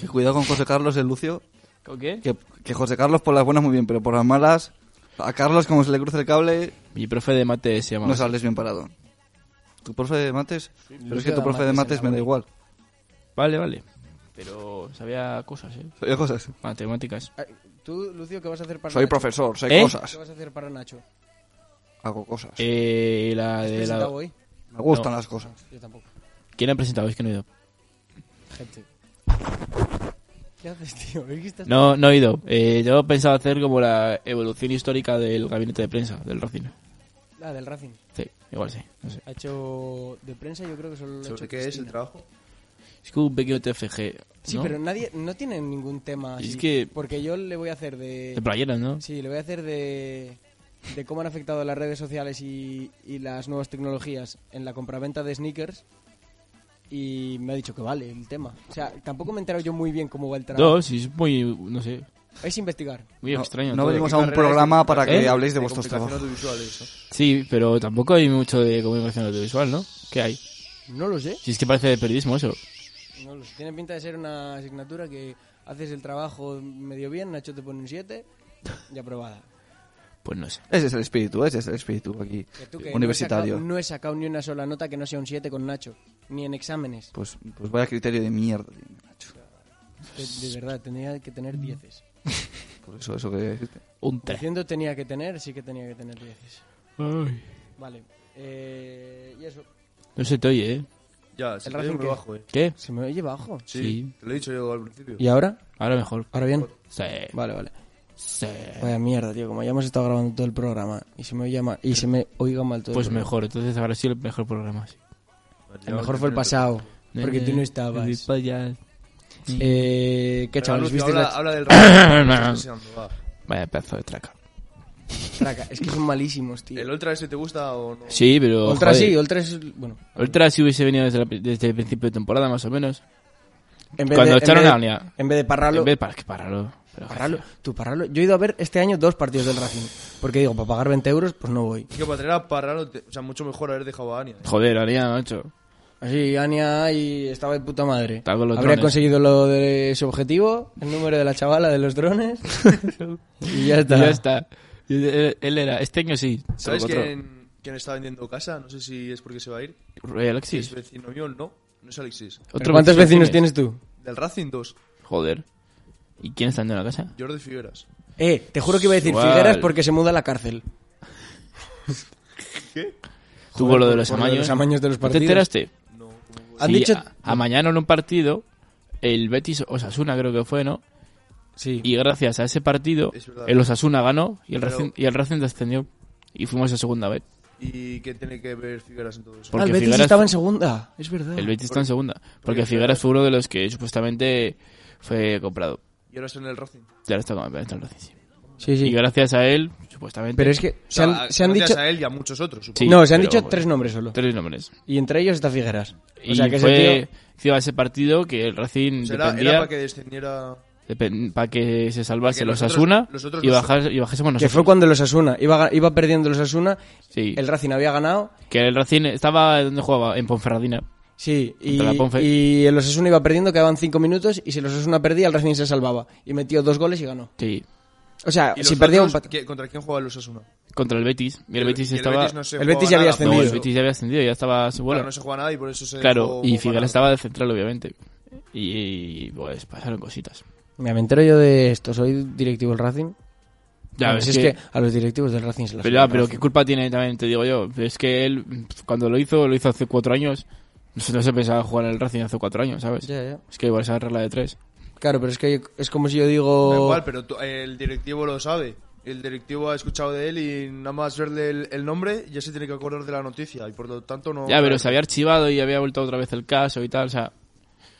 [SPEAKER 4] Que cuidado con José Carlos el Lucio.
[SPEAKER 2] ¿Con qué?
[SPEAKER 4] Que, que José Carlos por las buenas muy bien, pero por las malas, a Carlos como se le cruce el cable,
[SPEAKER 2] Mi profe de mate se llama.
[SPEAKER 4] no sales bien parado. ¿Tu profe de mates? Pero es que
[SPEAKER 1] Lucio
[SPEAKER 4] tu
[SPEAKER 1] da
[SPEAKER 4] profe de
[SPEAKER 1] mates
[SPEAKER 4] mates
[SPEAKER 1] en la
[SPEAKER 4] me da
[SPEAKER 1] uni.
[SPEAKER 4] igual.
[SPEAKER 2] Vale, vale. Pero sabía cosas, ¿eh?
[SPEAKER 4] Soy cosas.
[SPEAKER 2] Matemáticas.
[SPEAKER 1] Ah, Tú, Lucio, ¿qué vas a hacer para
[SPEAKER 4] Soy
[SPEAKER 1] Nacho?
[SPEAKER 4] profesor, soy
[SPEAKER 2] ¿Eh?
[SPEAKER 1] ¿Qué
[SPEAKER 4] cosas.
[SPEAKER 1] vas a hacer para Nacho?
[SPEAKER 4] Hago cosas.
[SPEAKER 2] Eh, la
[SPEAKER 1] ¿Has
[SPEAKER 2] de
[SPEAKER 1] presentado
[SPEAKER 2] la...
[SPEAKER 1] hoy?
[SPEAKER 4] Me gustan las cosas.
[SPEAKER 1] Yo tampoco.
[SPEAKER 2] ¿Quién ha presentado? Es que no he ido.
[SPEAKER 1] Gente. ¿Qué haces, tío? ¿Es que estás-
[SPEAKER 2] No, no he ido. Eh, yo pensaba hacer como la evolución histórica del gabinete de prensa del Racing.
[SPEAKER 1] Ah, del Racing.
[SPEAKER 2] Sí, igual sí. No sé.
[SPEAKER 1] Ha hecho de prensa, yo creo que solo lo ha hecho
[SPEAKER 5] ¿Sobre qué es el
[SPEAKER 1] Cristina.
[SPEAKER 5] trabajo?
[SPEAKER 2] Es como un pequeño TFG. ¿no?
[SPEAKER 1] Sí, pero nadie, no tiene ningún tema
[SPEAKER 2] Y
[SPEAKER 1] así.
[SPEAKER 2] es que-
[SPEAKER 1] Porque yo le voy a hacer de...
[SPEAKER 2] De playeras, ¿no?
[SPEAKER 1] Sí, le voy a hacer de... De cómo han afectado las redes sociales y, y las nuevas tecnologías en la compraventa de sneakers. Y me ha dicho que vale el tema. O sea, tampoco me he enterado yo muy bien cómo va el trabajo.
[SPEAKER 2] Dos, y es muy. No sé.
[SPEAKER 1] Es investigar.
[SPEAKER 2] Muy
[SPEAKER 4] No-
[SPEAKER 2] extraño.
[SPEAKER 4] no
[SPEAKER 2] todo.
[SPEAKER 4] venimos
[SPEAKER 5] ¿Qué
[SPEAKER 4] a un
[SPEAKER 5] carrera es?
[SPEAKER 4] programa para que
[SPEAKER 2] ¿Eh?
[SPEAKER 4] habléis de vuestros trabajos.
[SPEAKER 2] Sí, pero tampoco hay mucho de comunicación audiovisual, ¿no? ¿Qué hay?
[SPEAKER 1] No lo sé.
[SPEAKER 2] Si es que parece de periodismo eso.
[SPEAKER 1] No lo sé. Tiene pinta de ser una asignatura que haces el trabajo medio bien, Nacho te pone un 7 y aprobada.
[SPEAKER 2] Pues no sé.
[SPEAKER 4] Ese es el espíritu, ese es el espíritu aquí.
[SPEAKER 1] Que tú, que No he,
[SPEAKER 4] Universitario.
[SPEAKER 1] sacado, no he sacado ni una sola nota que no sea un 7 con Nacho, ni en exámenes.
[SPEAKER 4] Pues, pues vaya criterio de mierda tiene Nacho.
[SPEAKER 1] De, de verdad, tenía que tener 10.
[SPEAKER 4] Por eso, eso que existe.
[SPEAKER 2] Un 3.
[SPEAKER 1] Haciendo tenía que tener, sí que tenía que tener 10. Vale. eh, y eso.
[SPEAKER 2] No se te oye, ¿eh?
[SPEAKER 5] Ya, si
[SPEAKER 1] ¿El
[SPEAKER 5] te
[SPEAKER 1] Racing
[SPEAKER 5] digo me
[SPEAKER 1] qué?
[SPEAKER 5] bajo, eh.
[SPEAKER 2] ¿Qué?
[SPEAKER 1] Se me oye bajo.
[SPEAKER 2] Sí.
[SPEAKER 5] Te lo he dicho yo al principio.
[SPEAKER 1] ¿Y ahora?
[SPEAKER 2] Ahora mejor.
[SPEAKER 1] ¿Ahora bien?
[SPEAKER 2] Sí.
[SPEAKER 1] Vale, vale.
[SPEAKER 2] Sí.
[SPEAKER 1] Vaya mierda, tío. Como ya hemos estado grabando todo el programa y se me oye mal, y se me oiga mal todo. el
[SPEAKER 2] Pues
[SPEAKER 1] programa.
[SPEAKER 2] mejor. Entonces habrá sido el mejor programa. Sí.
[SPEAKER 1] El mejor fue el pasado. Porque tú no estabas. Eh, ¿Qué
[SPEAKER 5] Venga,
[SPEAKER 1] chavales?
[SPEAKER 5] Lucio,
[SPEAKER 1] ¿Visteis
[SPEAKER 5] habla,
[SPEAKER 1] la
[SPEAKER 5] habla del Racing.
[SPEAKER 2] No.
[SPEAKER 5] Estoy deseando, va.
[SPEAKER 2] Vaya pedazo de traca.
[SPEAKER 1] traca? Es que son malísimos, tío.
[SPEAKER 5] ¿El Ultra ese te gusta o no?
[SPEAKER 2] Sí, pero.
[SPEAKER 1] Ultra
[SPEAKER 2] joder,
[SPEAKER 1] sí, Ultra es... Bueno,
[SPEAKER 2] Ultra sí hubiese venido desde, la- desde el principio de temporada, más o menos.
[SPEAKER 1] en vez
[SPEAKER 2] Cuando
[SPEAKER 1] de,
[SPEAKER 2] echaron
[SPEAKER 1] en
[SPEAKER 2] a
[SPEAKER 1] vez,
[SPEAKER 2] Ania.
[SPEAKER 1] en vez de parralo...
[SPEAKER 2] En vez para que pararlo. Pero,
[SPEAKER 1] Parralo, tú parralo. Yo he ido a ver este año dos partidos del Racing. Porque digo, para pagar 20 euros, pues no voy.
[SPEAKER 5] Que para traer a Parralo, te- o sea, mucho mejor haber dejado a Ania. eh.
[SPEAKER 2] Joder, Ania, macho.
[SPEAKER 1] Así, Ania y estaba de puta madre.
[SPEAKER 2] Estaba con los
[SPEAKER 1] Habría
[SPEAKER 2] drones.
[SPEAKER 1] conseguido lo de su objetivo, el número de la chavala de los drones. y ya está.
[SPEAKER 2] Y ya está. Y Él, él era, este año sí. se lo
[SPEAKER 5] ¿Sabes
[SPEAKER 2] encontró.
[SPEAKER 5] quién, quién está vendiendo casa? No sé si es porque se va a ir.
[SPEAKER 2] Ray Alexis.
[SPEAKER 5] Es vecino mío, no. No es Alexis.
[SPEAKER 1] ¿Pero
[SPEAKER 2] Otro
[SPEAKER 1] ¿Cuántos
[SPEAKER 2] vecino
[SPEAKER 1] vecinos tienes tú?
[SPEAKER 5] Del Racing 2,
[SPEAKER 2] Joder. ¿Y quién está en la casa?
[SPEAKER 5] Jordi Figueras.
[SPEAKER 1] Eh, te juro que iba a decir
[SPEAKER 2] Igual.
[SPEAKER 1] Figueras porque se muda a la cárcel.
[SPEAKER 2] Tuvo lo de los
[SPEAKER 1] por lo de
[SPEAKER 2] amaños.
[SPEAKER 1] los amaños de los
[SPEAKER 2] ¿No ¿Te
[SPEAKER 1] partidos.
[SPEAKER 2] enteraste?
[SPEAKER 1] Han
[SPEAKER 2] Sí,
[SPEAKER 1] dicho...
[SPEAKER 2] a- amañaron un partido, el Betis Osasuna creo que fue, ¿no?
[SPEAKER 1] Sí. Ah,
[SPEAKER 2] Y gracias a ese partido,
[SPEAKER 5] Es verdad.
[SPEAKER 2] el Osasuna ganó y el,
[SPEAKER 5] Pero-
[SPEAKER 2] Racing, y el Racing descendió. Y fuimos a segunda vez.
[SPEAKER 5] ¿Y qué tiene que ver Figueras en todo eso?
[SPEAKER 2] Por-
[SPEAKER 1] Ah, el
[SPEAKER 2] porque
[SPEAKER 1] Betis
[SPEAKER 2] Figueras-
[SPEAKER 1] estaba en segunda. Es verdad.
[SPEAKER 2] El Betis está en segunda. Porque Figueras fue uno de los que supuestamente fue comprado.
[SPEAKER 5] Y ahora está en el Racing. O
[SPEAKER 2] Ya lo está comprado, está en el Racing, sí.
[SPEAKER 1] Sí, sí.
[SPEAKER 2] Y gracias a él, supuestamente.
[SPEAKER 1] Pero es que se
[SPEAKER 5] sea,
[SPEAKER 1] han, se han
[SPEAKER 5] gracias
[SPEAKER 1] dicho...
[SPEAKER 5] a él y a muchos otros, supongo.
[SPEAKER 2] Sí,
[SPEAKER 1] no, se han
[SPEAKER 2] pero
[SPEAKER 1] dicho
[SPEAKER 2] vamos,
[SPEAKER 1] tres nombres solo.
[SPEAKER 2] Tres nombres.
[SPEAKER 1] Y entre ellos está Figueras.
[SPEAKER 2] Y
[SPEAKER 1] o sea que ese
[SPEAKER 2] fue
[SPEAKER 1] tío-
[SPEAKER 2] tío, a ese partido que el Racing
[SPEAKER 5] O sea, era-
[SPEAKER 2] dependía
[SPEAKER 5] era para que descendiera...
[SPEAKER 1] Ah,
[SPEAKER 2] depen- pa' que se
[SPEAKER 5] Para
[SPEAKER 2] salvase
[SPEAKER 5] que
[SPEAKER 2] los
[SPEAKER 5] nosotros-
[SPEAKER 2] Asuna
[SPEAKER 5] los otros
[SPEAKER 2] y,
[SPEAKER 5] nos-
[SPEAKER 2] bajar, y bajásemos
[SPEAKER 1] Que
[SPEAKER 2] nosotros.
[SPEAKER 1] fue cuando los Asuna iba, ga- iba perdiendo los Asuna,
[SPEAKER 2] Sí,
[SPEAKER 1] el Racing había ganado,
[SPEAKER 2] que el Racing estaba donde jugaba, en Ponferradina.
[SPEAKER 1] sí, y,
[SPEAKER 2] Contra la Ponfe.
[SPEAKER 1] y el Osasuna iba perdiendo, quedaban cinco minutos, y si el Osasuna perdía, el Racing se salvaba. Y metió dos goles y ganó.
[SPEAKER 2] Sí,
[SPEAKER 1] O sea,
[SPEAKER 5] ¿Y los
[SPEAKER 1] si perdía un
[SPEAKER 5] otros,
[SPEAKER 1] pat...
[SPEAKER 5] ¿qué- ¿Contra quién jugaba el Osasuna?
[SPEAKER 2] contra el Betis. Y el Betis
[SPEAKER 5] y
[SPEAKER 2] estaba...
[SPEAKER 5] no se
[SPEAKER 1] el
[SPEAKER 5] jugaba
[SPEAKER 1] Betis ya había
[SPEAKER 5] nada, por
[SPEAKER 2] No, el
[SPEAKER 5] eso.
[SPEAKER 1] ascendido.
[SPEAKER 2] Betis ya había ascendido, ya estaba a su
[SPEAKER 5] Claro,
[SPEAKER 2] bola.
[SPEAKER 5] no se juega nada y por eso se
[SPEAKER 2] Claro,
[SPEAKER 5] dejó
[SPEAKER 2] y
[SPEAKER 5] jugar
[SPEAKER 2] Figueras
[SPEAKER 5] nada.
[SPEAKER 2] estaba de central, obviamente. Y, pues pasaron cositas.
[SPEAKER 1] Mira, me entero yo de esto, soy directivo del Racing.
[SPEAKER 2] Ya,
[SPEAKER 1] Bueno,
[SPEAKER 2] es
[SPEAKER 1] si
[SPEAKER 2] que-
[SPEAKER 1] es que a los directivos del Racing se las
[SPEAKER 2] Pero,
[SPEAKER 1] suda
[SPEAKER 2] ya,
[SPEAKER 1] el
[SPEAKER 2] pero
[SPEAKER 1] Racing.
[SPEAKER 2] qué culpa tiene también, te digo yo. Es que él, pf, cuando lo hizo, lo hizo hace cuatro años. No se, no se pensaba jugar al Racing hace cuatro años, ¿sabes?
[SPEAKER 1] Ya, ya.
[SPEAKER 2] Es que igual esa regla de tres.
[SPEAKER 1] Claro, pero es que es como si yo
[SPEAKER 5] Da
[SPEAKER 1] digo...
[SPEAKER 5] igual, pero tú- el directivo lo sabe. El directivo ha escuchado de él y nada más verle el, el nombre ya se tiene que acordar de la noticia y por lo tanto no...
[SPEAKER 2] ya, pero se había archivado y había vuelto otra vez el caso y tal, o sea...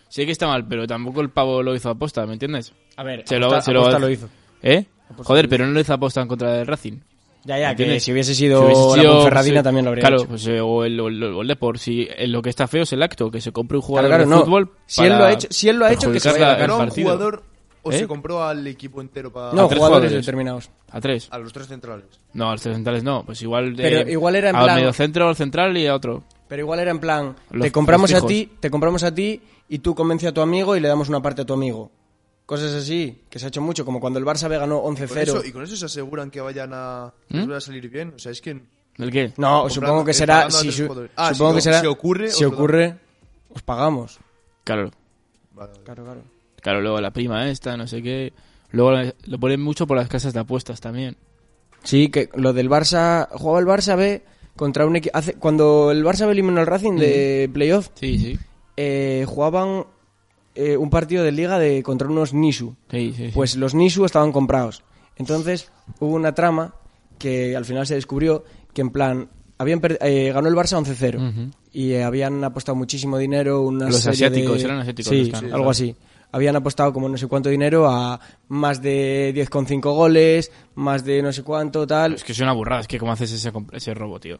[SPEAKER 2] Sé que está mal, pero tampoco el pavo lo hizo aposta, ¿me entiendes?
[SPEAKER 1] A ver,
[SPEAKER 2] Se lo-
[SPEAKER 1] aposta-
[SPEAKER 2] se lo-
[SPEAKER 1] aposta lo hizo.
[SPEAKER 2] ¿Eh?
[SPEAKER 1] Aposta
[SPEAKER 2] Joder,
[SPEAKER 1] lo
[SPEAKER 2] pero no lo hizo aposta en contra del Racing.
[SPEAKER 1] Ya, Ah, pues ya, que
[SPEAKER 2] ¿Entiendes?
[SPEAKER 1] si hubiese sido
[SPEAKER 2] Si hubiese
[SPEAKER 1] la
[SPEAKER 2] sido,
[SPEAKER 1] Ponferradina
[SPEAKER 2] pues,
[SPEAKER 1] también lo habría
[SPEAKER 2] Claro,
[SPEAKER 1] hecho.
[SPEAKER 2] pues, eh, o el, o el, o el Depor. Si eh, lo que está feo es el acto, que se compre un jugador
[SPEAKER 1] Claro,
[SPEAKER 2] de
[SPEAKER 1] claro, no.
[SPEAKER 2] fútbol
[SPEAKER 1] Si él
[SPEAKER 2] para
[SPEAKER 1] lo ha hecho- si él lo ha hecho, que se
[SPEAKER 2] perjudicar
[SPEAKER 1] vaya a la
[SPEAKER 2] la- el
[SPEAKER 5] ¿Era un
[SPEAKER 2] partido.
[SPEAKER 5] jugador o
[SPEAKER 2] ¿Eh?
[SPEAKER 5] se compró al equipo entero para...
[SPEAKER 1] No,
[SPEAKER 2] tres
[SPEAKER 1] jugadores,
[SPEAKER 2] jugadores.
[SPEAKER 1] determinados.
[SPEAKER 2] A tres.
[SPEAKER 5] A los tres centrales.
[SPEAKER 2] No, a los tres centrales no. Pues igual de...
[SPEAKER 1] Pero igual era en
[SPEAKER 2] Al
[SPEAKER 1] plan-
[SPEAKER 2] medio centro, al central y a otro.
[SPEAKER 1] Pero igual era en plan,
[SPEAKER 2] Los-
[SPEAKER 1] te compramos
[SPEAKER 2] los
[SPEAKER 1] a
[SPEAKER 2] fijos.
[SPEAKER 1] ti, te compramos a ti y tú convence a tu amigo y le damos una parte a tu amigo. Cosas así, que se ha hecho mucho, como cuando el Barça B ganó
[SPEAKER 5] Con eso-
[SPEAKER 1] 11-0.
[SPEAKER 5] y con eso se aseguran que vayan a...
[SPEAKER 2] ¿Mm?
[SPEAKER 5] les vaya a salir bien. O sea, es que...
[SPEAKER 2] ¿El qué?
[SPEAKER 1] No,
[SPEAKER 5] comprando-
[SPEAKER 1] supongo que
[SPEAKER 5] eh,
[SPEAKER 1] será
[SPEAKER 5] pagando a
[SPEAKER 1] si
[SPEAKER 5] tres
[SPEAKER 1] su-
[SPEAKER 5] jugadores. Ah, si
[SPEAKER 1] supongo
[SPEAKER 5] no-
[SPEAKER 1] que será
[SPEAKER 5] si ocurre, os
[SPEAKER 1] si
[SPEAKER 5] lo damos.
[SPEAKER 1] ocurre, os pagamos.
[SPEAKER 2] Claro.
[SPEAKER 5] Vale, vale.
[SPEAKER 1] Claro, claro.
[SPEAKER 2] Claro, luego la prima esta, no sé qué. Luego la- lo ponen mucho por las casas de apuestas también.
[SPEAKER 1] Sí, que lo del Barça, jugaba el Barça B contra un equipo hace cuando el Barça B eliminó al Racing de playoff,
[SPEAKER 2] Sí, sí.
[SPEAKER 1] eh, jugaban eh, un partido de liga de contra unos Nisu.
[SPEAKER 2] Sí, sí. sí.
[SPEAKER 1] Pues los Nisu estaban comprados. Entonces hubo una trama que al final se descubrió que en plan habían per- eh, ganó el Barça 11-0
[SPEAKER 2] Ujú.
[SPEAKER 1] y eh, habían apostado muchísimo dinero una
[SPEAKER 2] Los
[SPEAKER 1] serie de-
[SPEAKER 2] asiáticos, eran asiáticos
[SPEAKER 1] sí,
[SPEAKER 2] los
[SPEAKER 1] sí,
[SPEAKER 2] que han-
[SPEAKER 1] algo así. Habían apostado como no sé cuánto dinero a más de 10,5 goles, más de no sé cuánto tal.
[SPEAKER 2] Es que es una burrada. Es que cómo haces ese, comp- ese robo, tío.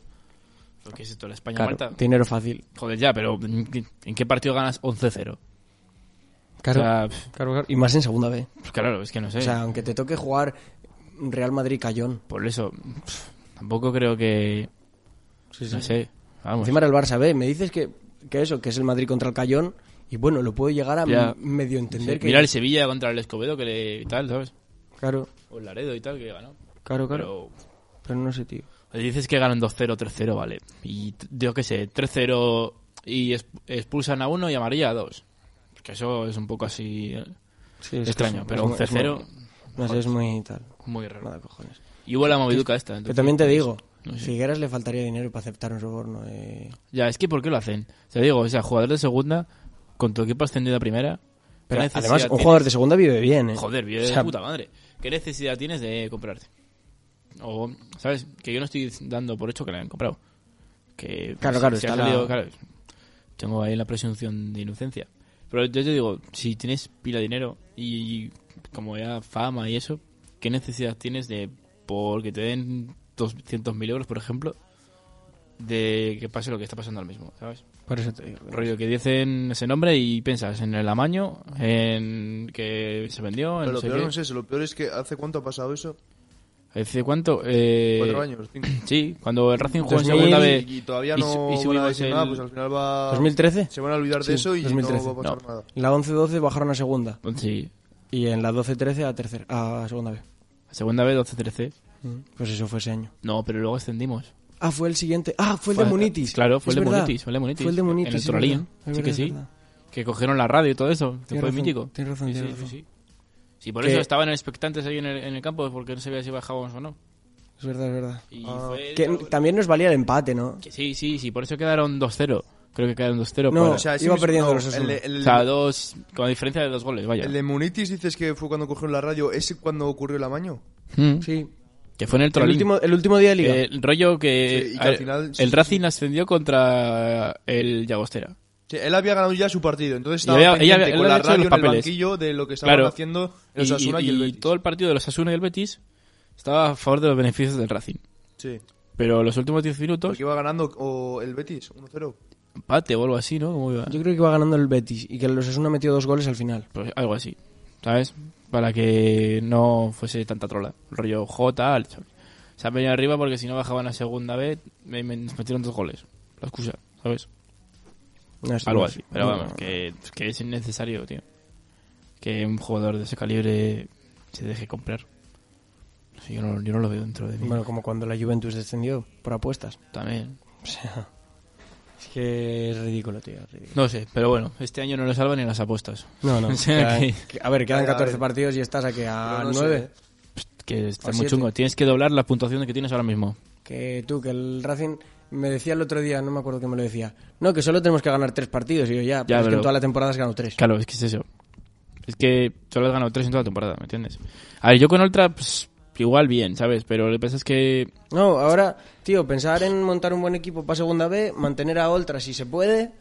[SPEAKER 2] Lo que es esto, la España
[SPEAKER 1] Claro,
[SPEAKER 2] Malta.
[SPEAKER 1] dinero fácil.
[SPEAKER 2] Joder, ya, pero ¿en qué- en qué partido ganas 11-0?
[SPEAKER 1] Claro,
[SPEAKER 2] O sea, pf,
[SPEAKER 1] claro, claro. Y más en segunda B.
[SPEAKER 2] pues claro, es que no sé.
[SPEAKER 1] O sea, aunque te toque jugar Real Madrid Cayón.
[SPEAKER 2] por eso, pf, tampoco creo que... no sé. Vamos.
[SPEAKER 1] Encima era el Barça B. Me dices que, que eso, que es el Madrid contra el Cayón. Y bueno, lo puedo llegar a
[SPEAKER 2] Ya.
[SPEAKER 1] m- medio entender.
[SPEAKER 2] Sí,
[SPEAKER 1] que...
[SPEAKER 2] Mira el Sevilla contra el Escobedo que le... y tal, ¿sabes?
[SPEAKER 1] Claro,
[SPEAKER 2] O el Laredo y tal, que ganó.
[SPEAKER 1] claro, claro.
[SPEAKER 2] Pero
[SPEAKER 1] Pero, no sé, tío.
[SPEAKER 2] oye, dices que ganan 2-0, 3-0, vale. Y t- yo qué sé, 3-0 y es- expulsan a uno y amarilla a dos. Que eso es un poco así eh,
[SPEAKER 1] Sí, es que
[SPEAKER 2] extraño,
[SPEAKER 1] es-
[SPEAKER 2] pero
[SPEAKER 1] es muy-
[SPEAKER 2] 11-0,
[SPEAKER 1] es muy- No sé, es muy tal.
[SPEAKER 2] muy raro.
[SPEAKER 1] Nada, cojones.
[SPEAKER 2] Y hubo la moviduca esta.
[SPEAKER 1] Que
[SPEAKER 2] entonces,
[SPEAKER 1] también te
[SPEAKER 2] pues,
[SPEAKER 1] digo,
[SPEAKER 2] no sé.
[SPEAKER 1] Figueras le faltaría dinero para aceptar un soborno. eh.
[SPEAKER 2] Ya, es que ¿por qué lo hacen? Te digo, o sea, jugador de segunda con tu equipo ascendido a primera. ¿qué
[SPEAKER 1] Pero
[SPEAKER 2] necesidad
[SPEAKER 1] además, un
[SPEAKER 2] tienes?
[SPEAKER 1] jugador de segunda vive bien, ¿eh?
[SPEAKER 2] Joder, bien
[SPEAKER 1] O
[SPEAKER 2] de
[SPEAKER 1] sea,
[SPEAKER 2] puta madre. ¿Qué necesidad tienes de comprarte? O, ¿sabes? Que yo no estoy dando por hecho que la han comprado. Que
[SPEAKER 1] Claro,
[SPEAKER 2] si-
[SPEAKER 1] claro,
[SPEAKER 2] si ha
[SPEAKER 1] está la-
[SPEAKER 2] salido, claro, Tengo ahí la presunción de inocencia. Pero yo te digo, si tienes pila de dinero y, y como ya fama y eso, ¿qué necesidad tienes de porque te den 200.000 euros, por ejemplo, de que pase lo que está pasando ahora mismo, ¿sabes?
[SPEAKER 1] Por eso te digo.
[SPEAKER 2] Pues Rollo que dicen ese nombre y piensas en el amaño, en que se vendió, en
[SPEAKER 5] Pero
[SPEAKER 2] no
[SPEAKER 5] lo
[SPEAKER 2] sé
[SPEAKER 5] peor
[SPEAKER 2] qué.
[SPEAKER 5] no es eso, lo peor es que ¿hace cuánto ha pasado eso?
[SPEAKER 2] ¿Hace cuánto? Eh,
[SPEAKER 5] Cuatro años, cinco.
[SPEAKER 2] Sí, cuando el Racing jugó en
[SPEAKER 1] 2000
[SPEAKER 2] segunda
[SPEAKER 1] vez.
[SPEAKER 5] Y, y todavía
[SPEAKER 2] y
[SPEAKER 5] no
[SPEAKER 2] su- y
[SPEAKER 5] van a
[SPEAKER 2] subimos
[SPEAKER 5] decir nada,
[SPEAKER 2] el-
[SPEAKER 5] pues al final va...
[SPEAKER 1] 2013.
[SPEAKER 5] Se van a olvidar de
[SPEAKER 1] Sí,
[SPEAKER 5] eso y
[SPEAKER 1] 2013.
[SPEAKER 5] no va a pasar
[SPEAKER 2] No.
[SPEAKER 5] nada.
[SPEAKER 1] En la 11-12 bajaron a segunda.
[SPEAKER 2] B, sí,
[SPEAKER 1] Y en la 12-13 a, tercera- a segunda B.
[SPEAKER 2] segunda vez 12-13.
[SPEAKER 1] Mm, Pues eso fue ese año.
[SPEAKER 2] No, pero luego ascendimos.
[SPEAKER 1] Ah, fue el siguiente. Ah, fue el de
[SPEAKER 2] Fue-
[SPEAKER 1] Munitis.
[SPEAKER 2] claro, fue
[SPEAKER 1] Es
[SPEAKER 2] el de
[SPEAKER 1] verdad.
[SPEAKER 2] Munitis, fue el de Munitis.
[SPEAKER 1] Fue el de
[SPEAKER 2] En el
[SPEAKER 1] Munitis. es
[SPEAKER 2] Toralín.
[SPEAKER 1] verdad, es
[SPEAKER 2] Sí que
[SPEAKER 1] verdad,
[SPEAKER 2] sí.
[SPEAKER 1] es verdad.
[SPEAKER 2] Que cogieron la radio y todo eso, que
[SPEAKER 1] Tienes
[SPEAKER 2] fue
[SPEAKER 1] razón,
[SPEAKER 2] mítico.
[SPEAKER 1] tienes razón,
[SPEAKER 2] Sí,
[SPEAKER 1] tienes
[SPEAKER 2] sí,
[SPEAKER 1] razón.
[SPEAKER 2] sí, sí. Sí, por
[SPEAKER 1] Que-
[SPEAKER 2] eso estaban expectantes ahí en el, en el campo, porque no sabía si bajábamos o no.
[SPEAKER 1] Es verdad, es verdad.
[SPEAKER 2] Y
[SPEAKER 5] Ah.
[SPEAKER 2] fue-
[SPEAKER 1] Que también nos valía el empate, ¿no?
[SPEAKER 2] que sí, sí, sí, por eso quedaron 2-0. Creo que quedaron 2-0.
[SPEAKER 1] No,
[SPEAKER 2] para-
[SPEAKER 1] o sea, iba
[SPEAKER 5] mismo-
[SPEAKER 1] perdiendo
[SPEAKER 5] no,
[SPEAKER 1] los Osasuna.
[SPEAKER 5] el, de- el-
[SPEAKER 2] o sea, dos, con diferencia de dos goles, vaya.
[SPEAKER 5] el de Munitis dices que fue cuando cogieron la radio. ¿Ese cuando ocurrió el amaño?
[SPEAKER 2] Mm.
[SPEAKER 1] Sí.
[SPEAKER 2] Que fue en el
[SPEAKER 1] El
[SPEAKER 2] Trolín.
[SPEAKER 1] último, el último día de liga.
[SPEAKER 2] Eh, el rollo que,
[SPEAKER 5] Sí, y que al final- sí,
[SPEAKER 2] el
[SPEAKER 5] sí,
[SPEAKER 2] Racing ascendió contra el Llagostera.
[SPEAKER 5] Sí, él había ganado ya su partido,
[SPEAKER 2] Y
[SPEAKER 5] entonces estaba
[SPEAKER 2] había-
[SPEAKER 5] pendiente
[SPEAKER 2] ella- él
[SPEAKER 5] con la
[SPEAKER 2] había hecho los
[SPEAKER 5] radio en el
[SPEAKER 2] papeles.
[SPEAKER 5] banquillo de lo que estaban
[SPEAKER 2] Claro.
[SPEAKER 5] haciendo el
[SPEAKER 2] Y,
[SPEAKER 5] Osasuna y,
[SPEAKER 2] y-
[SPEAKER 5] el
[SPEAKER 2] y
[SPEAKER 5] Betis.
[SPEAKER 2] todo el partido de los Asuna y el Betis estaba a favor de los beneficios del Racing.
[SPEAKER 5] Sí,
[SPEAKER 2] Pero los últimos 10 minutos,
[SPEAKER 5] porque iba ganando o el Betis 1-0.
[SPEAKER 2] empate o algo así, ¿no? ¿Cómo iba?
[SPEAKER 1] Yo creo que iba ganando el Betis y que los Osasuna metió dos goles al final.
[SPEAKER 2] Pues algo así, ¿sabes? Para que no fuese tanta trola. Rollo J, al- se han venido arriba porque si no bajaban a segunda vez, me, me- nos metieron dos goles. La excusa, ¿sabes?
[SPEAKER 1] No, esto
[SPEAKER 2] Algo
[SPEAKER 1] no es-
[SPEAKER 2] así. Pero
[SPEAKER 1] Pues no,
[SPEAKER 2] vamos,
[SPEAKER 1] no.
[SPEAKER 2] que, que es innecesario, tío. Que un jugador de ese calibre se deje comprar. No sé, yo, no, yo no lo veo dentro de mí.
[SPEAKER 1] Bueno, como cuando la Juventus descendió por apuestas.
[SPEAKER 2] También.
[SPEAKER 1] O sea, es que es ridículo, tío. es ridículo.
[SPEAKER 2] No sé, pero bueno, este año no lo salvan ni las apuestas.
[SPEAKER 1] No, no.
[SPEAKER 2] O sea,
[SPEAKER 1] quedan-
[SPEAKER 2] que-
[SPEAKER 1] que- a ver, quedan
[SPEAKER 5] A ver, a
[SPEAKER 1] 14
[SPEAKER 5] ver.
[SPEAKER 1] partidos y estás aquí a
[SPEAKER 5] Pero no sé,
[SPEAKER 1] 9.
[SPEAKER 5] ¿eh?
[SPEAKER 2] Que está
[SPEAKER 1] O
[SPEAKER 2] muy
[SPEAKER 1] siete.
[SPEAKER 2] chungo. Tienes que doblar la puntuación que tienes ahora mismo.
[SPEAKER 1] Que tú, que el Racing me decía el otro día, no me acuerdo quién me lo decía. No, que solo tenemos que ganar tres partidos. Y yo ya, pero es que
[SPEAKER 2] pero-
[SPEAKER 1] en toda la temporada has ganado tres.
[SPEAKER 2] Claro, es que es eso. Es que solo has ganado tres en toda la temporada, ¿me entiendes? A ver, yo con Oltra, pues igual bien, ¿sabes? Pero lo que pasa es que.
[SPEAKER 1] No, ahora, tío, pensar en montar un buen equipo para segunda B, mantener a Oltra si se puede,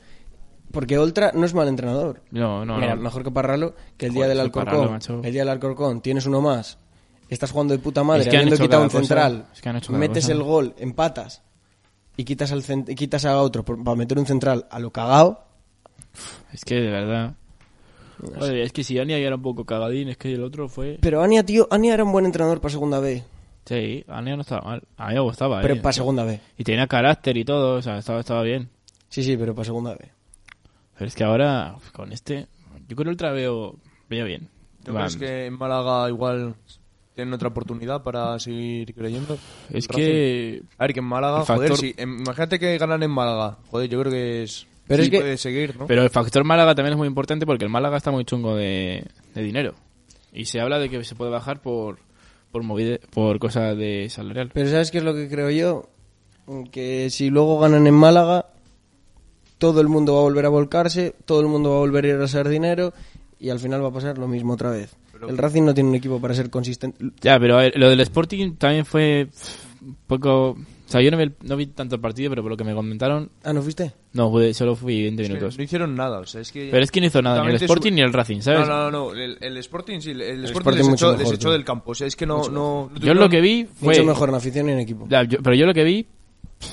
[SPEAKER 1] porque Oltra no es mal entrenador.
[SPEAKER 2] No, no,
[SPEAKER 1] Mira,
[SPEAKER 2] no.
[SPEAKER 1] mejor que Parralo, que el día
[SPEAKER 2] Joder,
[SPEAKER 1] del
[SPEAKER 2] sí, Parralo,
[SPEAKER 1] Alcorcón.
[SPEAKER 2] macho.
[SPEAKER 1] el día del Alcorcón, tienes uno más. Estás jugando de puta madre,
[SPEAKER 2] Es que han
[SPEAKER 1] habiendo
[SPEAKER 2] hecho
[SPEAKER 1] quitado
[SPEAKER 2] cada
[SPEAKER 1] un
[SPEAKER 2] cosa.
[SPEAKER 1] central.
[SPEAKER 2] Es que han hecho cada
[SPEAKER 1] metes
[SPEAKER 2] cosa.
[SPEAKER 1] el gol, empatas y quitas al cen- y quitas a otro por- para meter un central a lo cagao.
[SPEAKER 2] Es que de verdad. Joder, es que si Ania ya era un poco cagadín, es que el otro fue.
[SPEAKER 1] Pero Ania, tío, Ania era un buen entrenador para segunda B,
[SPEAKER 2] Sí, Ania no estaba mal. A mí me gustaba,
[SPEAKER 1] pero
[SPEAKER 2] eh.
[SPEAKER 1] para segunda B.
[SPEAKER 2] Y tenía carácter y todo, o sea, estaba, estaba bien.
[SPEAKER 1] Sí, sí, pero para segunda B.
[SPEAKER 2] Pero es que ahora, uf, con este. Yo con Oltra veo. Veo bien.
[SPEAKER 5] ¿No
[SPEAKER 2] Va,
[SPEAKER 5] crees que en Málaga igual tienen otra oportunidad para seguir creyendo?
[SPEAKER 2] Es
[SPEAKER 5] Racing.
[SPEAKER 2] que.
[SPEAKER 5] A ver, que en Málaga,
[SPEAKER 2] El factor-
[SPEAKER 5] joder, sí, em- imagínate que ganan en Málaga. Joder, yo creo que es...
[SPEAKER 1] Pero
[SPEAKER 5] sí
[SPEAKER 1] es que-
[SPEAKER 5] puede seguir, ¿no?
[SPEAKER 2] Pero el factor Málaga también es muy importante porque el Málaga está muy chungo de, de dinero. Y se habla de que se puede bajar por por movide- por cosa de salarial.
[SPEAKER 1] Pero ¿sabes qué es lo que creo yo? Que si luego ganan en Málaga, todo el mundo va a volver a volcarse, todo el mundo va a volver a ir a hacer dinero y al final va a pasar lo mismo otra vez. el Racing no tiene un equipo para ser consistente.
[SPEAKER 2] Ya, pero a ver, lo del Sporting también fue pff, un poco... O sea, yo no, me- no vi tanto el partido, pero por lo que me comentaron,
[SPEAKER 1] Ah, ¿no fuiste?
[SPEAKER 2] no, pude- solo fui 20
[SPEAKER 5] Es que
[SPEAKER 2] minutos.
[SPEAKER 5] no hicieron nada, o sea, es que...
[SPEAKER 2] Pero es que no hizo nada, ni el
[SPEAKER 5] Totalmente
[SPEAKER 2] Sporting
[SPEAKER 5] su-
[SPEAKER 2] ni el Racing, ¿sabes?
[SPEAKER 5] No, no, no, no, el, el Sporting sí, el, el Sporting,
[SPEAKER 1] Sporting
[SPEAKER 5] les,
[SPEAKER 1] mucho
[SPEAKER 5] echó,
[SPEAKER 1] mejor,
[SPEAKER 5] les echó
[SPEAKER 1] sí.
[SPEAKER 5] del campo, o sea, es que no... no, no
[SPEAKER 2] Yo
[SPEAKER 5] tuvieron-
[SPEAKER 2] lo que vi fue...
[SPEAKER 1] Mucho mejor en afición y en equipo.
[SPEAKER 2] Ya, yo- pero yo lo que vi, pff,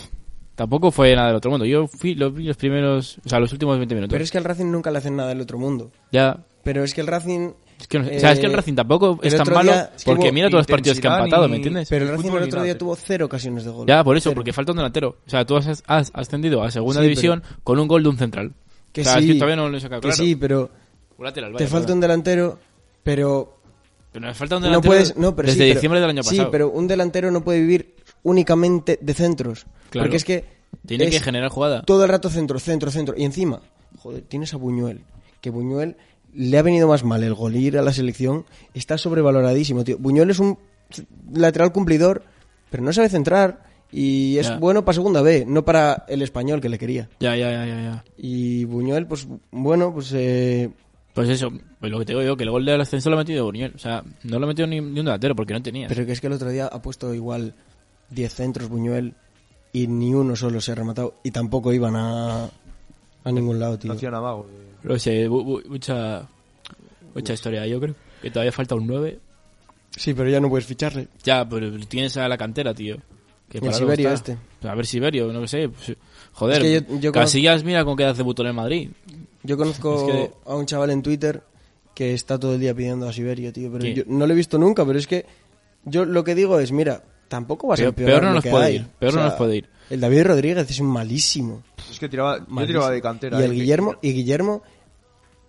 [SPEAKER 2] tampoco fue nada del otro mundo. Yo fui, lo vi los primeros, o sea, los últimos 20 minutos.
[SPEAKER 1] Pero es que al Racing nunca le hacen nada del otro mundo.
[SPEAKER 2] Ya,
[SPEAKER 1] Pero es que el Racing...
[SPEAKER 2] Es que, no sé, o sea, es que el
[SPEAKER 1] eh,
[SPEAKER 2] Racing tampoco
[SPEAKER 1] el
[SPEAKER 2] es tan
[SPEAKER 1] otro
[SPEAKER 2] malo
[SPEAKER 1] día- es que
[SPEAKER 2] porque
[SPEAKER 1] hubo
[SPEAKER 2] mira todos los partidos que han
[SPEAKER 5] intensidad
[SPEAKER 2] patado,
[SPEAKER 5] ni-
[SPEAKER 2] ¿me entiendes?
[SPEAKER 1] Pero el
[SPEAKER 5] el
[SPEAKER 1] Racing
[SPEAKER 5] fútbol
[SPEAKER 1] el
[SPEAKER 5] ni
[SPEAKER 1] otro
[SPEAKER 5] nada,
[SPEAKER 1] día
[SPEAKER 5] sí.
[SPEAKER 1] tuvo cero ocasiones de gol.
[SPEAKER 2] Ya, por eso,
[SPEAKER 1] Cero.
[SPEAKER 2] porque falta un delantero. O sea, tú has, has ascendido a segunda
[SPEAKER 1] Sí,
[SPEAKER 2] división con un gol de un central.
[SPEAKER 1] Que
[SPEAKER 2] o sea,
[SPEAKER 1] sí,
[SPEAKER 2] es que todavía no lo he sacado
[SPEAKER 1] que
[SPEAKER 2] claro.
[SPEAKER 1] sí, pero
[SPEAKER 2] Un lateral,
[SPEAKER 1] te
[SPEAKER 2] vaya,
[SPEAKER 1] falta
[SPEAKER 2] perdón.
[SPEAKER 1] un delantero, pero
[SPEAKER 2] Pero nos falta un
[SPEAKER 1] No
[SPEAKER 2] delantero
[SPEAKER 1] puedes, no, pero
[SPEAKER 2] desde
[SPEAKER 1] sí, pero-
[SPEAKER 2] diciembre del año pasado.
[SPEAKER 1] Sí, pero un delantero no puede vivir únicamente de centros.
[SPEAKER 2] Claro.
[SPEAKER 1] Porque es que.
[SPEAKER 2] Tiene
[SPEAKER 1] es
[SPEAKER 2] que generar jugada.
[SPEAKER 1] Todo el rato centro, centro, centro. Y encima, joder, tienes a Buñuel. Que Buñuel le ha venido más mal el gol ir a la selección. Está sobrevaloradísimo, tío. Buñuel es un lateral cumplidor, pero no sabe centrar. Y es
[SPEAKER 2] Ya.
[SPEAKER 1] bueno para segunda B, no para el español que le quería.
[SPEAKER 2] Ya, ya, ya, ya, ya.
[SPEAKER 1] Y Buñuel, pues bueno, pues. eh,
[SPEAKER 2] Pues eso, pues lo que te digo yo, que el gol del ascenso lo ha metido Buñuel. O sea, no lo ha metido ni, ni un delantero porque no tenía.
[SPEAKER 1] Pero que es que el otro día ha puesto igual 10 centros Buñuel y ni uno solo se ha rematado y tampoco iban a, a ningún lado, tío.
[SPEAKER 5] No hacían amago. eh.
[SPEAKER 2] No sé, bu- bu- mucha, mucha historia, yo creo. Que todavía falta un 9.
[SPEAKER 1] Sí, pero ya no puedes ficharle.
[SPEAKER 2] Ya, pero tienes a la cantera, tío. Que
[SPEAKER 1] El
[SPEAKER 2] para algo
[SPEAKER 1] Siberio
[SPEAKER 2] está.
[SPEAKER 1] este.
[SPEAKER 2] A ver, Siberio, no sé. pues, joder,
[SPEAKER 1] Es que yo- yo
[SPEAKER 2] Casillas mira con qué hace botón en Madrid.
[SPEAKER 1] Yo conozco
[SPEAKER 2] Es
[SPEAKER 1] a un chaval en Twitter que está todo el día pidiendo a Siberio, tío, pero
[SPEAKER 2] ¿Quién?
[SPEAKER 1] yo no lo he visto nunca, pero es que Yo lo que digo es, mira, tampoco vas a
[SPEAKER 2] Peor-
[SPEAKER 1] empeorar
[SPEAKER 2] peor no
[SPEAKER 1] lo
[SPEAKER 2] nos
[SPEAKER 1] que
[SPEAKER 2] puede
[SPEAKER 1] hay.
[SPEAKER 2] ir, peor no nos puede ir.
[SPEAKER 1] El David Rodríguez es malísimo.
[SPEAKER 5] Es que tiraba, yo
[SPEAKER 1] malísimo.
[SPEAKER 5] tiraba de cantera.
[SPEAKER 1] Y
[SPEAKER 5] eh,
[SPEAKER 1] el
[SPEAKER 5] que-
[SPEAKER 1] Guillermo, y Guillermo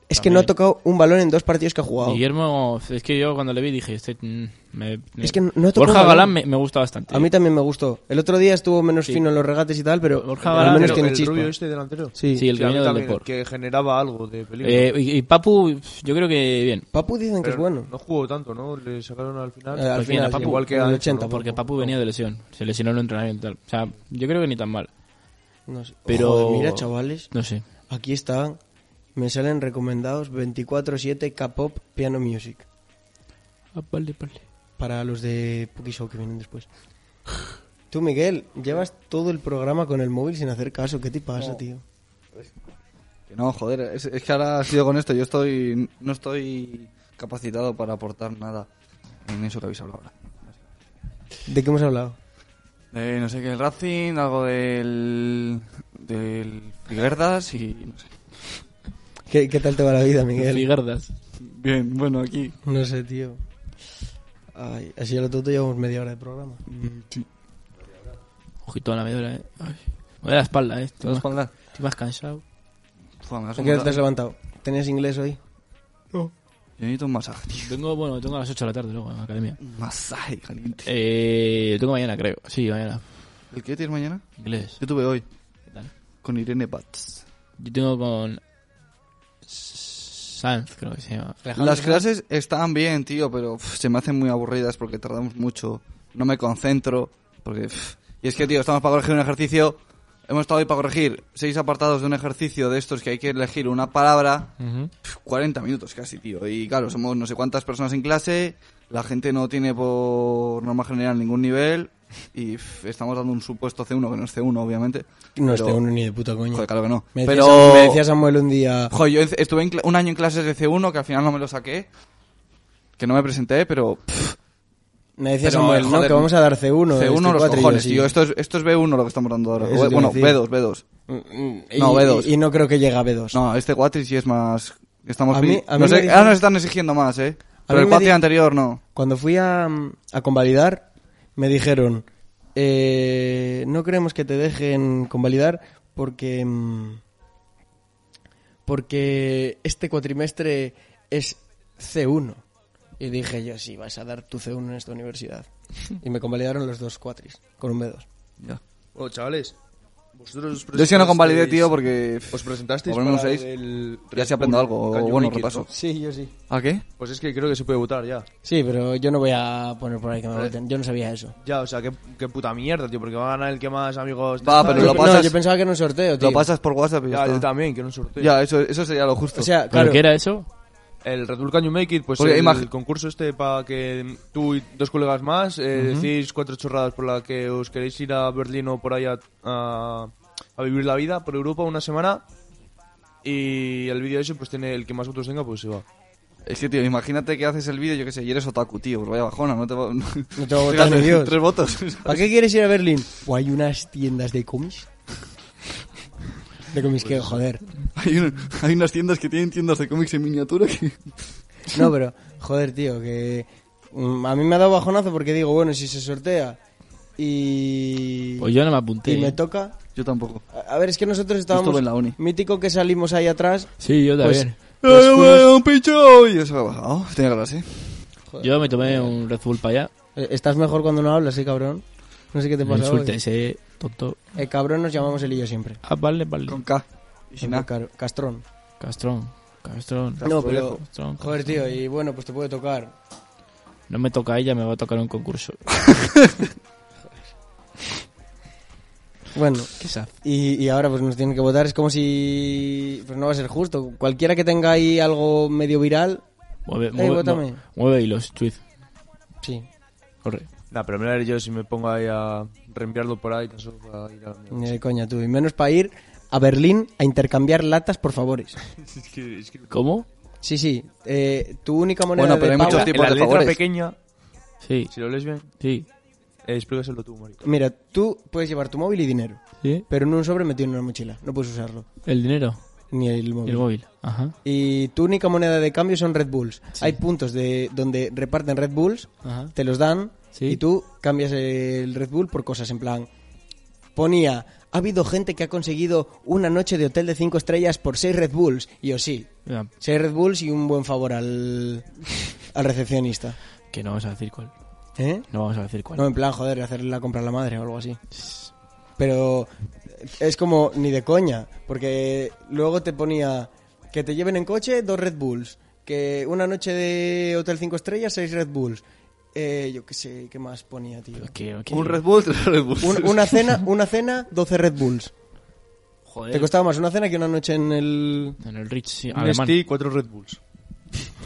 [SPEAKER 1] es que no ha
[SPEAKER 2] También.
[SPEAKER 1] tocado un balón en dos partidos que ha jugado.
[SPEAKER 2] Guillermo, es que yo cuando le vi dije, este, mm, me- me-
[SPEAKER 1] Es que no- no ha tocado
[SPEAKER 2] Borja
[SPEAKER 1] balón.
[SPEAKER 2] Galán me, me gusta bastante.
[SPEAKER 1] A mí también me gustó. El otro día estuvo menos
[SPEAKER 2] Sí.
[SPEAKER 1] fino en los regates y tal, pero
[SPEAKER 2] Borja
[SPEAKER 1] al
[SPEAKER 2] Galán,
[SPEAKER 1] menos
[SPEAKER 5] delantero,
[SPEAKER 1] tiene
[SPEAKER 5] Ah, el
[SPEAKER 1] chispa.
[SPEAKER 5] rubio este delantero.
[SPEAKER 1] Sí.
[SPEAKER 2] Sí, el
[SPEAKER 5] Sí,
[SPEAKER 2] que
[SPEAKER 5] a
[SPEAKER 2] viene
[SPEAKER 5] mí
[SPEAKER 2] del
[SPEAKER 5] también,
[SPEAKER 2] Depor.
[SPEAKER 5] que generaba algo de peligro.
[SPEAKER 2] Eh, y, y Papu, yo creo que bien.
[SPEAKER 1] Papu dicen que
[SPEAKER 5] Pero
[SPEAKER 1] este es bueno.
[SPEAKER 5] No jugó tanto, ¿no? Le sacaron al final.
[SPEAKER 1] Eh, al
[SPEAKER 2] ¿Por quién?
[SPEAKER 1] final,
[SPEAKER 2] ¿A Papu?
[SPEAKER 1] igual que
[SPEAKER 5] En el
[SPEAKER 1] al
[SPEAKER 5] 80,
[SPEAKER 1] Cholo.
[SPEAKER 2] Porque Papu venía de lesión. Se lesionó en el entrenamiento y tal. O sea, yo creo que ni tan mal.
[SPEAKER 1] No sé.
[SPEAKER 2] Pero-
[SPEAKER 1] Joder, mira, chavales,
[SPEAKER 2] No sé.
[SPEAKER 1] aquí están. Me salen recomendados 24-7 K-pop Piano Music.
[SPEAKER 2] Ah, vale, vale.
[SPEAKER 1] Para los de Pukishow que vienen después. Tú, Miguel, llevas todo el programa con el móvil sin hacer caso. ¿Qué te pasa, tío?
[SPEAKER 4] Que no, joder, es, es que ahora sigo con esto. Yo estoy no estoy capacitado para aportar nada en eso que habéis hablado ahora.
[SPEAKER 1] ¿De qué hemos hablado?
[SPEAKER 4] De, no sé qué, el Racing, algo del. del Figuerdas y. No sé.
[SPEAKER 1] ¿Qué, qué tal te va la vida, Miguel?
[SPEAKER 2] Figardas.
[SPEAKER 4] Bien, bueno, aquí.
[SPEAKER 1] No sé, tío. Ay, así a lo tonto llevamos media hora de programa.
[SPEAKER 2] Ojito a la medula, eh. Ay. Me da la espalda, eh.
[SPEAKER 4] ¿Te
[SPEAKER 2] Estoy
[SPEAKER 4] vas a
[SPEAKER 2] más,
[SPEAKER 4] espaldar?
[SPEAKER 2] estoy más cansado.
[SPEAKER 4] Fua, me
[SPEAKER 1] ¿A
[SPEAKER 4] das un
[SPEAKER 1] qué hora te
[SPEAKER 4] montón.
[SPEAKER 1] has levantado? ¿Tenías inglés hoy?
[SPEAKER 4] Yo necesito un masaje, tío.
[SPEAKER 2] Tengo, bueno, tengo a las 8 de la tarde luego en la academia.
[SPEAKER 4] Un masaje caliente.
[SPEAKER 2] Eh, tengo mañana, creo. Sí, mañana.
[SPEAKER 4] ¿El qué tienes mañana?
[SPEAKER 2] Inglés.
[SPEAKER 4] Yo tuve hoy.
[SPEAKER 2] ¿Qué tal?
[SPEAKER 4] Con Irene Batz.
[SPEAKER 2] Yo tengo con. Sanz, creo que se llama.
[SPEAKER 4] Las clases están bien, tío, pero uf, se me hacen muy aburridas porque tardamos mucho. No me concentro. Porque. uf, Y es que, tío, estamos para corregir un ejercicio. Hemos estado hoy para corregir seis apartados de un ejercicio de estos que hay que elegir una palabra.
[SPEAKER 2] Ujú.
[SPEAKER 4] 40 minutos casi, tío. Y claro, somos no sé cuántas personas en clase, la gente no tiene por norma general ningún nivel y pff, estamos dando un supuesto C1 que no es C1, obviamente.
[SPEAKER 1] No
[SPEAKER 4] Pero-
[SPEAKER 1] estoy uno ni de puta coña.
[SPEAKER 4] Joder, claro que no.
[SPEAKER 1] Me, decía
[SPEAKER 4] Pero
[SPEAKER 1] Sam- me decía Samuel un día...
[SPEAKER 4] joder, yo estuve en cla- un año en clases de C1 que al final no me lo saqué, que no me presenté, pero pff,
[SPEAKER 1] Me decía
[SPEAKER 4] Pero,
[SPEAKER 1] Samuel, no,
[SPEAKER 4] joder,
[SPEAKER 1] que vamos a dar C1.
[SPEAKER 4] C1
[SPEAKER 1] este
[SPEAKER 4] los
[SPEAKER 1] cuatro, y yo,
[SPEAKER 4] cojones,
[SPEAKER 1] sí.
[SPEAKER 4] tío. Esto es, esto es B1 lo que estamos dando ahora.
[SPEAKER 1] Eso te
[SPEAKER 4] O-
[SPEAKER 1] iba a
[SPEAKER 4] Bueno,
[SPEAKER 1] decir.
[SPEAKER 4] B2, B2.
[SPEAKER 1] Mm, mm, Y,
[SPEAKER 4] No, B2.
[SPEAKER 1] Y, y no creo que llegue a B2.
[SPEAKER 4] No, este cuatri sí es más... Estamos
[SPEAKER 1] A mí-
[SPEAKER 4] pi-
[SPEAKER 1] a mí
[SPEAKER 4] no sé,
[SPEAKER 1] me dicen-
[SPEAKER 4] Ahora nos están exigiendo más, ¿eh? Pero
[SPEAKER 1] mí
[SPEAKER 4] el
[SPEAKER 1] me
[SPEAKER 4] cuatri
[SPEAKER 1] di-
[SPEAKER 4] anterior no.
[SPEAKER 1] Cuando fui a, a convalidar, me dijeron, eh, no queremos que te dejen convalidar porque, mm, porque este cuatrimestre es C1. Y dije yo, sí, vas a dar tu C1 en esta universidad. Y me convalidaron los dos cuatris, con un B2.
[SPEAKER 5] Bueno, Oh, chavales, vosotros os
[SPEAKER 4] Yo sí no convalidé,
[SPEAKER 5] presentasteis-
[SPEAKER 4] tío, porque... pff,
[SPEAKER 5] Os presentasteis
[SPEAKER 4] por lo menos
[SPEAKER 5] para
[SPEAKER 4] seis.
[SPEAKER 5] el...
[SPEAKER 4] Ya se aprende algo,
[SPEAKER 5] Caño
[SPEAKER 4] o bueno,
[SPEAKER 5] X,
[SPEAKER 4] repaso.
[SPEAKER 5] ¿no?
[SPEAKER 1] Sí, yo sí.
[SPEAKER 4] ¿A qué?
[SPEAKER 5] Pues es que creo que se puede votar ya.
[SPEAKER 1] Sí, pero yo no voy a poner por ahí que me voten. Yo no sabía eso.
[SPEAKER 5] Ya, o sea, qué, qué puta mierda, tío, porque va a ganar el que más amigos...
[SPEAKER 4] Va, pero
[SPEAKER 1] Yo-
[SPEAKER 4] lo
[SPEAKER 1] no,
[SPEAKER 4] pasas-
[SPEAKER 1] yo pensaba que era un sorteo, tío.
[SPEAKER 4] Lo pasas por WhatsApp y ya,
[SPEAKER 5] Ya, yo
[SPEAKER 4] está.
[SPEAKER 5] también, que no sorteo.
[SPEAKER 4] Ya, eso, eso sería lo justo.
[SPEAKER 1] O sea,
[SPEAKER 2] ¿Pero
[SPEAKER 1] claro.
[SPEAKER 2] qué era eso?
[SPEAKER 5] El Red Bull Can You Make It, pues
[SPEAKER 4] Porque
[SPEAKER 5] el
[SPEAKER 4] imag-
[SPEAKER 5] concurso este para que tú y dos colegas más eh, decís cuatro chorradas por la que os queréis ir a Berlín o por ahí a, a- a vivir la vida por Europa una semana y el vídeo ese pues tiene el que más votos tenga pues se va.
[SPEAKER 4] Es que, tío, imagínate que haces el vídeo, yo qué sé, y eres otaku, tío. Pues vaya bajona, no te va... No
[SPEAKER 1] No te va a votar ni Dios.
[SPEAKER 4] Tres votos.
[SPEAKER 1] ¿Para qué quieres ir a Berlín? O hay unas tiendas de cómics. De cómics que, joder.
[SPEAKER 4] hay, un- hay unas tiendas que tienen tiendas de cómics en miniatura que...
[SPEAKER 1] No, pero, joder, tío, que. mm, A mí me ha dado bajonazo porque digo, bueno, si se sortea y.
[SPEAKER 2] Pues yo no me apunté.
[SPEAKER 1] y me
[SPEAKER 2] eh.
[SPEAKER 1] toca.
[SPEAKER 4] Yo tampoco.
[SPEAKER 1] A a ver, es que nosotros estábamos.
[SPEAKER 4] estuve en la uni.
[SPEAKER 1] Mítico que salimos ahí atrás.
[SPEAKER 2] Sí, yo
[SPEAKER 1] Pues-
[SPEAKER 2] también.
[SPEAKER 1] Pues
[SPEAKER 4] ¡Eh, eh.
[SPEAKER 1] tú-
[SPEAKER 4] güey, un pincho! Y eso me ha bajado. Tenía clase.
[SPEAKER 2] Yo me tomé un Red Bull para allá.
[SPEAKER 1] Eh, Estás mejor cuando no hablas, sí, cabrón. No sé qué te
[SPEAKER 2] No
[SPEAKER 1] pasa. hoy.
[SPEAKER 2] insultes, eh, tonto.
[SPEAKER 1] Eh, cabrón nos llamamos el y yo siempre.
[SPEAKER 2] Ah, vale, vale.
[SPEAKER 4] Con K. Y sin nada.
[SPEAKER 1] Car- Castrón.
[SPEAKER 2] Castrón, castrón.
[SPEAKER 1] No, pero-
[SPEAKER 2] Castrón,
[SPEAKER 1] Joder, tío, y bueno, pues te puede tocar.
[SPEAKER 2] No me toca a ella, me va a tocar un concurso.
[SPEAKER 1] Bueno,
[SPEAKER 2] ¿Qué se hace?
[SPEAKER 1] Y, y ahora pues nos tienen que votar, es como si... Pues no va a ser justo. Cualquiera que tenga ahí algo medio viral,
[SPEAKER 2] Mueve,
[SPEAKER 1] eh,
[SPEAKER 2] mueve,
[SPEAKER 1] vótame.
[SPEAKER 2] no, mueve hilos, tweet.
[SPEAKER 1] Sí.
[SPEAKER 2] Corre.
[SPEAKER 5] Nah, pero mira yo si me pongo ahí a reenviarlo por ahí tan solo para ir a la mierda.
[SPEAKER 1] Ni de coña tú. Y menos para ir a Berlín a intercambiar latas por favores.
[SPEAKER 5] Es que- es que-
[SPEAKER 2] ¿Cómo?
[SPEAKER 1] Sí, sí. Eh, tu única moneda
[SPEAKER 4] Bueno, pero
[SPEAKER 1] de
[SPEAKER 4] hay
[SPEAKER 1] pago-
[SPEAKER 4] muchos
[SPEAKER 5] en
[SPEAKER 4] tipos
[SPEAKER 5] la
[SPEAKER 4] de
[SPEAKER 5] letra
[SPEAKER 4] favores.
[SPEAKER 5] pequeña,
[SPEAKER 2] Sí,
[SPEAKER 5] si lo lees bien,
[SPEAKER 2] sí,
[SPEAKER 5] eh, explícaselo tú, marica.
[SPEAKER 1] Mira, tú puedes llevar tu móvil y dinero,
[SPEAKER 2] sí.
[SPEAKER 1] pero en un sobre metido en una mochila. No puedes usarlo.
[SPEAKER 2] El dinero,
[SPEAKER 1] Ni el móvil.
[SPEAKER 2] el móvil. Ajá,
[SPEAKER 1] y tu única moneda de cambio son Red Bulls. Hay puntos de donde reparten Red Bulls,
[SPEAKER 2] ajá.
[SPEAKER 1] te los dan
[SPEAKER 2] Sí.
[SPEAKER 1] Y tú cambias el Red Bull por cosas en plan. Ponía, ha habido gente que ha conseguido una noche de hotel de 5 estrellas por 6 Red Bulls. Y yo sí,
[SPEAKER 2] Ya,
[SPEAKER 1] 6 Red Bulls y un buen favor al, al recepcionista.
[SPEAKER 2] Que no vamos a decir cuál.
[SPEAKER 1] ¿Eh?
[SPEAKER 2] No vamos a decir cuál.
[SPEAKER 1] No, en plan, joder, hacerle la compra a la madre o algo así. Pero es como ni de coña, porque luego te ponía que te lleven en coche dos Red Bulls, que una noche de Hotel 5 Estrellas, seis Red Bulls. Eh, yo qué sé, ¿qué más ponía, tío?
[SPEAKER 2] Que- que-
[SPEAKER 4] Un Red Bull, tres Red Bulls.
[SPEAKER 1] Un- una cena, una cena, 12 Red Bulls.
[SPEAKER 2] Joder.
[SPEAKER 4] Eh.
[SPEAKER 1] Te costaba más una cena que una noche en el...
[SPEAKER 2] En el Rich, sí,
[SPEAKER 5] Un
[SPEAKER 2] alemán.
[SPEAKER 5] Esti y cuatro Red Bulls.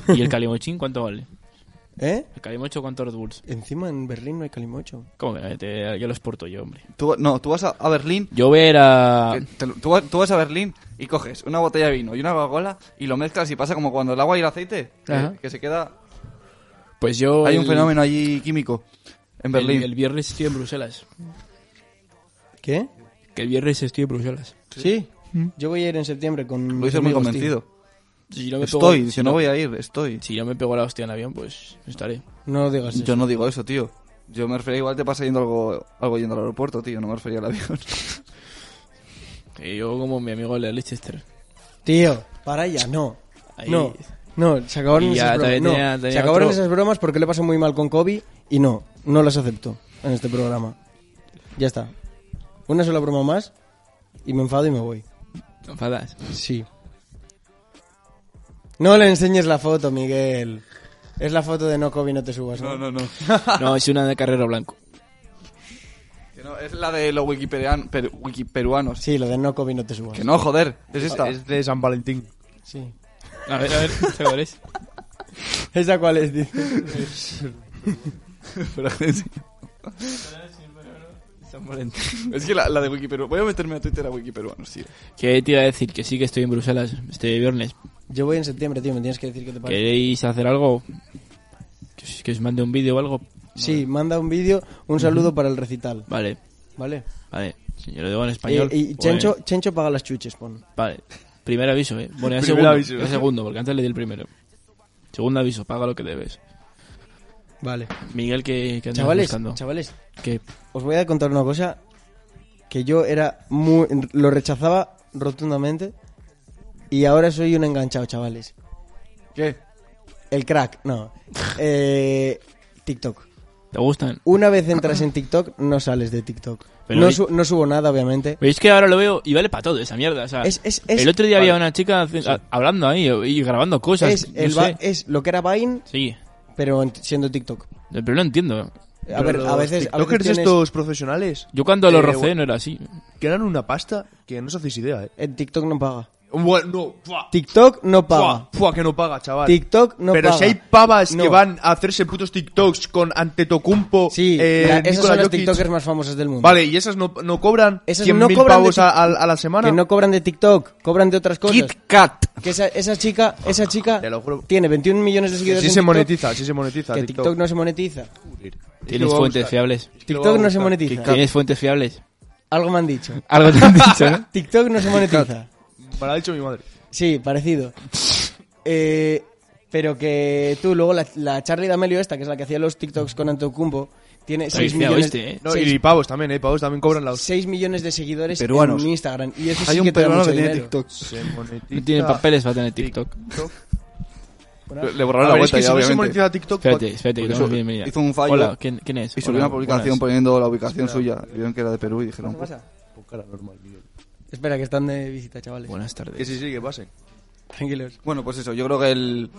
[SPEAKER 2] ¿Y el Calimochín cuánto vale?
[SPEAKER 1] ¿Eh?
[SPEAKER 2] ¿El Calimocho cuánto Red Bulls?
[SPEAKER 1] Encima en Berlín no hay calimocho.
[SPEAKER 2] ¿Cómo que no? Te- yo los porto yo, hombre.
[SPEAKER 4] Tú- no, tú vas a, a Berlín.
[SPEAKER 2] Yo voy a ir a...
[SPEAKER 4] que te lo- tú, vas- tú vas a Berlín y coges una botella de vino y una Coca-Cola y lo mezclas y pasa como cuando el agua y el aceite. eh,
[SPEAKER 2] Ajá.
[SPEAKER 4] Que, que se queda.
[SPEAKER 2] Pues yo...
[SPEAKER 4] Hay un
[SPEAKER 2] el-
[SPEAKER 4] fenómeno allí químico en
[SPEAKER 2] el-
[SPEAKER 4] Berlín.
[SPEAKER 2] El, viernes estoy en Bruselas.
[SPEAKER 1] ¿Qué?
[SPEAKER 2] Que el viernes estoy en Bruselas.
[SPEAKER 1] ¿Sí?
[SPEAKER 4] ¿Mm?
[SPEAKER 1] Yo voy a ir en septiembre con...
[SPEAKER 4] lo
[SPEAKER 1] mis
[SPEAKER 4] dices muy
[SPEAKER 1] amigos,
[SPEAKER 4] convencido.
[SPEAKER 2] Si no me pego-
[SPEAKER 4] Estoy, si no voy a ir, estoy.
[SPEAKER 2] Si yo me pego la hostia en el avión, pues estaré.
[SPEAKER 1] tío. No digas eso.
[SPEAKER 4] Yo no digo eso, tío. Yo me refería igual te pasa yendo algo, algo yendo al aeropuerto, tío. No me refería al avión.
[SPEAKER 2] Que yo como mi amigo el de Leicester.
[SPEAKER 1] Tío, para ya, no.
[SPEAKER 2] Ahí-
[SPEAKER 1] No, no, se acabaron
[SPEAKER 2] Y ya,
[SPEAKER 1] esas bromas.
[SPEAKER 2] también
[SPEAKER 1] no,
[SPEAKER 2] tenía- tenía
[SPEAKER 1] se acabaron
[SPEAKER 2] otro-
[SPEAKER 1] esas bromas porque le pasó muy mal con Kobe y no, no las acepto en este programa. Ya está. Una sola broma más y me enfado y me voy.
[SPEAKER 2] ¿Te enfadas?
[SPEAKER 1] Sí. No le enseñes la foto, Miguel. Es la foto de no Kobe, no te subas. No,
[SPEAKER 4] no.
[SPEAKER 2] No, es una de Carrero Blanco.
[SPEAKER 4] Que no, es la de los wikiperian- per- wikiperuanos.
[SPEAKER 1] Sí, lo de no Kobe, no te subas.
[SPEAKER 4] Que no, joder. Es esta.
[SPEAKER 5] Es de San Valentín.
[SPEAKER 1] Sí.
[SPEAKER 2] A ver, a ver, ¿esta cuál es?
[SPEAKER 1] ¿Esa cuál es, tío?
[SPEAKER 4] es que la, la de wikiperuanos. Voy a meterme a Twitter a wikiperuanos, tío.
[SPEAKER 2] Que te iba a decir que sí que estoy en Bruselas este viernes.
[SPEAKER 1] Yo voy en septiembre, tío, me tienes que decir qué te parece.
[SPEAKER 2] ¿Queréis hacer algo? Que os, que os mande un vídeo o algo.
[SPEAKER 1] Sí, manda un vídeo, un saludo para el recital,
[SPEAKER 2] Vale,
[SPEAKER 1] ¿vale?
[SPEAKER 2] vale. Si yo lo digo en español.
[SPEAKER 1] Eh, y
[SPEAKER 2] pues-
[SPEAKER 1] Chencho, Chencho paga las chuches, pon.
[SPEAKER 2] Vale. Primer aviso, eh. Bueno, ya
[SPEAKER 5] Primer
[SPEAKER 2] segundo.
[SPEAKER 5] aviso.
[SPEAKER 2] ya segundo, porque antes le di el primero. Segundo aviso, paga lo que debes.
[SPEAKER 1] Vale.
[SPEAKER 2] Miguel, que, que andas
[SPEAKER 1] Chavales,
[SPEAKER 2] buscando?
[SPEAKER 1] chavales,
[SPEAKER 2] Que-
[SPEAKER 1] os voy a contar una cosa que yo era muy lo rechazaba rotundamente y ahora soy un enganchado, chavales.
[SPEAKER 4] ¿Qué?
[SPEAKER 1] El crack, no. Eh, TikTok.
[SPEAKER 2] ¿Te gustan?
[SPEAKER 1] Una vez entras en TikTok, no sales de TikTok.
[SPEAKER 2] Pero
[SPEAKER 1] No,
[SPEAKER 2] hay-
[SPEAKER 1] su- no subo nada, obviamente.
[SPEAKER 2] Veis que ahora lo veo y vale para todo esa mierda. O sea,
[SPEAKER 1] Es- es- es-
[SPEAKER 2] el otro día había una chica hace- a- hablando ahí y grabando cosas.
[SPEAKER 1] Es,
[SPEAKER 2] yo
[SPEAKER 1] el va-
[SPEAKER 2] sé.
[SPEAKER 1] es lo que era Vine,
[SPEAKER 2] Sí,
[SPEAKER 1] pero en- siendo TikTok.
[SPEAKER 2] pero lo entiendo.
[SPEAKER 1] A ver, a veces... A
[SPEAKER 5] Los
[SPEAKER 1] veces
[SPEAKER 5] TikTokers
[SPEAKER 1] tienes-
[SPEAKER 5] estos profesionales
[SPEAKER 2] Yo cuando lo
[SPEAKER 5] Eh,
[SPEAKER 2] rocé
[SPEAKER 5] bueno.
[SPEAKER 2] no era así.
[SPEAKER 5] que eran una pasta que no os hacéis idea, eh.
[SPEAKER 1] En TikTok no paga.
[SPEAKER 5] Bueno, no, buah,
[SPEAKER 1] TikTok no paga.
[SPEAKER 5] buah, buah, que no paga, chaval.
[SPEAKER 1] TikTok no
[SPEAKER 5] Pero
[SPEAKER 1] paga.
[SPEAKER 5] si hay pavas que
[SPEAKER 1] No.
[SPEAKER 5] van a hacerse putos TikToks con Antetokounmpo,
[SPEAKER 1] Sí,
[SPEAKER 5] eh,
[SPEAKER 1] la- esas
[SPEAKER 5] Nikola
[SPEAKER 1] son las
[SPEAKER 5] Jokic.
[SPEAKER 1] TikTokers más famosas del mundo.
[SPEAKER 5] Vale, y esas no, no cobran
[SPEAKER 1] Esas
[SPEAKER 5] 100.000
[SPEAKER 1] no cobran de
[SPEAKER 5] pavos a,
[SPEAKER 1] Tik-
[SPEAKER 5] al- a la semana.
[SPEAKER 1] Que no cobran de TikTok, cobran de otras cosas.
[SPEAKER 4] Kit Kat.
[SPEAKER 1] Que esa, esa chica, esa chica
[SPEAKER 5] Ah, Te lo juro.
[SPEAKER 1] tiene 21 millones de seguidores.
[SPEAKER 5] sí
[SPEAKER 1] en
[SPEAKER 5] se
[SPEAKER 1] TikTok,
[SPEAKER 5] monetiza, sí se monetiza.
[SPEAKER 1] Que TikTok. no se monetiza.
[SPEAKER 2] Tienes fuentes fiables.
[SPEAKER 1] TikTok no se monetiza.
[SPEAKER 2] Tienes fuentes fiables.
[SPEAKER 1] Algo me han dicho.
[SPEAKER 2] Algo te han dicho, ¿no?
[SPEAKER 1] TikTok no se monetiza.
[SPEAKER 5] Me lo ha dicho mi madre.
[SPEAKER 1] Sí, parecido. Eh, pero que tú, luego la, la Charlie D'Amelio esta, que es la que hacía los TikToks con Antocumbo, tiene
[SPEAKER 2] Está
[SPEAKER 1] 6
[SPEAKER 2] viciado
[SPEAKER 1] millones,
[SPEAKER 2] este, ¿eh?
[SPEAKER 5] No,
[SPEAKER 1] seis-
[SPEAKER 5] y pavos también, eh, pavos también cobran la
[SPEAKER 1] seis millones de seguidores
[SPEAKER 4] Peruanos.
[SPEAKER 1] en Instagram. Y eso
[SPEAKER 4] Hay
[SPEAKER 1] sí
[SPEAKER 4] un
[SPEAKER 1] que te da
[SPEAKER 4] peruano
[SPEAKER 1] mucho
[SPEAKER 4] que tiene
[SPEAKER 1] dinero.
[SPEAKER 4] TikTok.
[SPEAKER 5] Se monetiza.
[SPEAKER 2] No tiene
[SPEAKER 4] Ah.
[SPEAKER 2] papeles para tener TikTok.
[SPEAKER 4] Le, le
[SPEAKER 5] A
[SPEAKER 4] borraron la
[SPEAKER 5] ver, es
[SPEAKER 4] vuelta ya,
[SPEAKER 5] que si no se
[SPEAKER 4] obviamente.
[SPEAKER 5] monetiza TikTok, pues-
[SPEAKER 2] Espérate, espérate, que
[SPEAKER 4] Porque
[SPEAKER 2] tengo
[SPEAKER 4] hizo-
[SPEAKER 2] bienvenida.
[SPEAKER 4] hizo un fallo
[SPEAKER 2] Hola, ¿quién, quién es?
[SPEAKER 4] Y subió
[SPEAKER 2] Hola,
[SPEAKER 4] una publicación
[SPEAKER 2] buenas.
[SPEAKER 4] poniendo la ubicación suya. Vieron que era de Perú y dijeron. "Pues,
[SPEAKER 1] ¿Qué pasa?
[SPEAKER 5] Con cara normal, Miguel.
[SPEAKER 1] Espera, que están de visita, chavales.
[SPEAKER 2] Buenas
[SPEAKER 5] Que
[SPEAKER 2] tardes.
[SPEAKER 5] sí, sí, que pasen.
[SPEAKER 1] Tranquilos.
[SPEAKER 4] Bueno, pues eso, yo creo que el,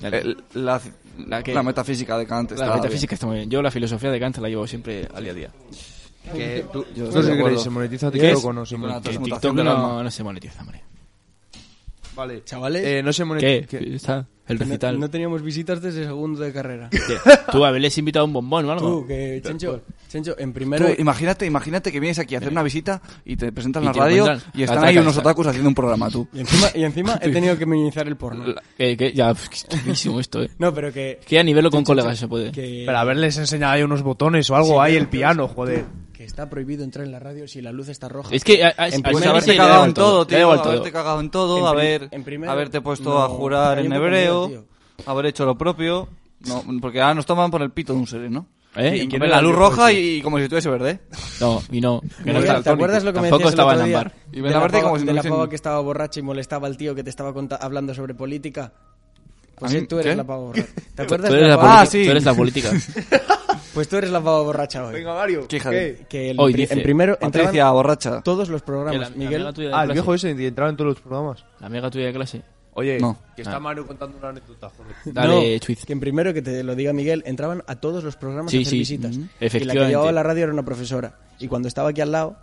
[SPEAKER 2] Dale.
[SPEAKER 4] el- la,
[SPEAKER 2] La que-
[SPEAKER 4] la metafísica de Kant
[SPEAKER 2] la
[SPEAKER 4] está
[SPEAKER 2] metafísica está muy bien. Yo la filosofía de Kant la llevo siempre al día a día.
[SPEAKER 5] Que tú,
[SPEAKER 4] yo
[SPEAKER 5] no
[SPEAKER 4] estoy
[SPEAKER 5] sé
[SPEAKER 4] de
[SPEAKER 5] qué
[SPEAKER 4] acuerdo.
[SPEAKER 5] creéis, ¿se monetiza
[SPEAKER 1] ¿Qué es?
[SPEAKER 5] TikTok o no se
[SPEAKER 4] Con la
[SPEAKER 5] monetiza?
[SPEAKER 2] Que
[SPEAKER 4] transmutación
[SPEAKER 2] TikTok
[SPEAKER 4] del
[SPEAKER 2] no,
[SPEAKER 4] alma.
[SPEAKER 2] no se monetiza, hombre.
[SPEAKER 5] Vale.
[SPEAKER 1] Chavales.
[SPEAKER 5] Eh, no se monetiza.
[SPEAKER 2] ¿Qué? Está el recital.
[SPEAKER 1] No, no teníamos visitas desde segundo de carrera.
[SPEAKER 2] ¿Qué? Tú habéis invitado un bombón o algo.
[SPEAKER 1] Tú, que Chencho, Chencho, en
[SPEAKER 4] Oh, Tú,
[SPEAKER 1] primero...
[SPEAKER 4] imagínate, imagínate que vienes aquí a hacer una visita y te presentan
[SPEAKER 2] Y
[SPEAKER 4] la
[SPEAKER 2] te
[SPEAKER 4] radio
[SPEAKER 2] encuentran.
[SPEAKER 4] y están
[SPEAKER 2] Atraca
[SPEAKER 4] ahí unos
[SPEAKER 2] esta.
[SPEAKER 4] otakus haciendo un programa, tú.
[SPEAKER 1] Y encima, y encima he tenido que minimizar el porno.
[SPEAKER 2] La- que- que- ya, pf, que es chulísimo esto, eh.
[SPEAKER 1] No, pero que...
[SPEAKER 2] Que a nivel con colegas se puede.
[SPEAKER 1] que-
[SPEAKER 5] Pero haberles enseñado ahí unos botones o algo ahí, el piano, joder.
[SPEAKER 1] Que está prohibido entrar en la radio si la luz está roja.
[SPEAKER 2] Es que a- a-
[SPEAKER 1] En
[SPEAKER 2] a-
[SPEAKER 4] Pues
[SPEAKER 1] primer
[SPEAKER 2] a-
[SPEAKER 1] haberte
[SPEAKER 2] sí, le da
[SPEAKER 1] cagado
[SPEAKER 2] igual
[SPEAKER 4] todo,
[SPEAKER 2] le da igual
[SPEAKER 4] haberte
[SPEAKER 2] todo.
[SPEAKER 4] cagado en todo,
[SPEAKER 1] En prim-
[SPEAKER 4] haber,
[SPEAKER 1] en primero-
[SPEAKER 4] haberte puesto
[SPEAKER 1] no,
[SPEAKER 4] a jurar
[SPEAKER 1] hay un
[SPEAKER 4] en
[SPEAKER 1] poco de
[SPEAKER 4] hebreo,
[SPEAKER 1] miedo,
[SPEAKER 4] haber hecho lo propio. No, porque ahora nos toman por el pito de un sereno. ¿no?
[SPEAKER 2] ¿Eh?
[SPEAKER 4] Y ponen la luz roja y, y como si estuviese verde.
[SPEAKER 2] No, y no. que no
[SPEAKER 1] Mira,
[SPEAKER 2] está
[SPEAKER 1] ¿Te acuerdas lo que me
[SPEAKER 2] Tampoco
[SPEAKER 1] decías el
[SPEAKER 2] estaba
[SPEAKER 1] otro
[SPEAKER 2] en
[SPEAKER 1] día?
[SPEAKER 2] ámbar.
[SPEAKER 4] Y
[SPEAKER 1] de
[SPEAKER 4] ven aparte
[SPEAKER 1] la, pava,
[SPEAKER 4] como si
[SPEAKER 1] de
[SPEAKER 4] no
[SPEAKER 1] la
[SPEAKER 4] hubiesen-
[SPEAKER 1] pava que estaba borracha y molestaba al tío que te estaba conta- hablando sobre política. Pues
[SPEAKER 4] ¿A
[SPEAKER 1] sí,
[SPEAKER 4] mí?
[SPEAKER 1] tú eres
[SPEAKER 4] ¿Qué?
[SPEAKER 1] la pava borracha. ¿Te
[SPEAKER 2] Tú
[SPEAKER 1] acuerdas? de
[SPEAKER 2] eres
[SPEAKER 1] la
[SPEAKER 2] la,
[SPEAKER 1] pava-
[SPEAKER 4] Ah,
[SPEAKER 2] política-
[SPEAKER 4] sí.
[SPEAKER 2] tú eres la política.
[SPEAKER 1] Pues tú eres la pava borracha hoy.
[SPEAKER 5] Venga, Mario.
[SPEAKER 4] Qué hija
[SPEAKER 5] ¿qué?
[SPEAKER 1] Que el
[SPEAKER 2] Hoy
[SPEAKER 1] pri-
[SPEAKER 2] dice,
[SPEAKER 1] en primero eh, entraban
[SPEAKER 4] Patricia, borracha.
[SPEAKER 1] todos los
[SPEAKER 2] Que
[SPEAKER 1] programas.
[SPEAKER 2] la-
[SPEAKER 1] Miguel,
[SPEAKER 2] La amiga tuya de
[SPEAKER 5] Ah, el
[SPEAKER 2] clase.
[SPEAKER 5] viejo ese que entraba en todos los programas.
[SPEAKER 2] La amiga tuya de clase.
[SPEAKER 5] Oye,
[SPEAKER 4] No.
[SPEAKER 5] que está Mario contando una anécdota, joder.
[SPEAKER 2] Dale,
[SPEAKER 1] no,
[SPEAKER 2] Chuiz.
[SPEAKER 1] que en primero que te lo diga Miguel, entraban a todos los programas
[SPEAKER 2] Sí,
[SPEAKER 1] a hacer
[SPEAKER 2] sí.
[SPEAKER 1] visitas.
[SPEAKER 2] Mhm.
[SPEAKER 1] Y la que
[SPEAKER 2] Efectivamente.
[SPEAKER 1] llevaba la radio era una profesora. Y cuando estaba aquí al lado,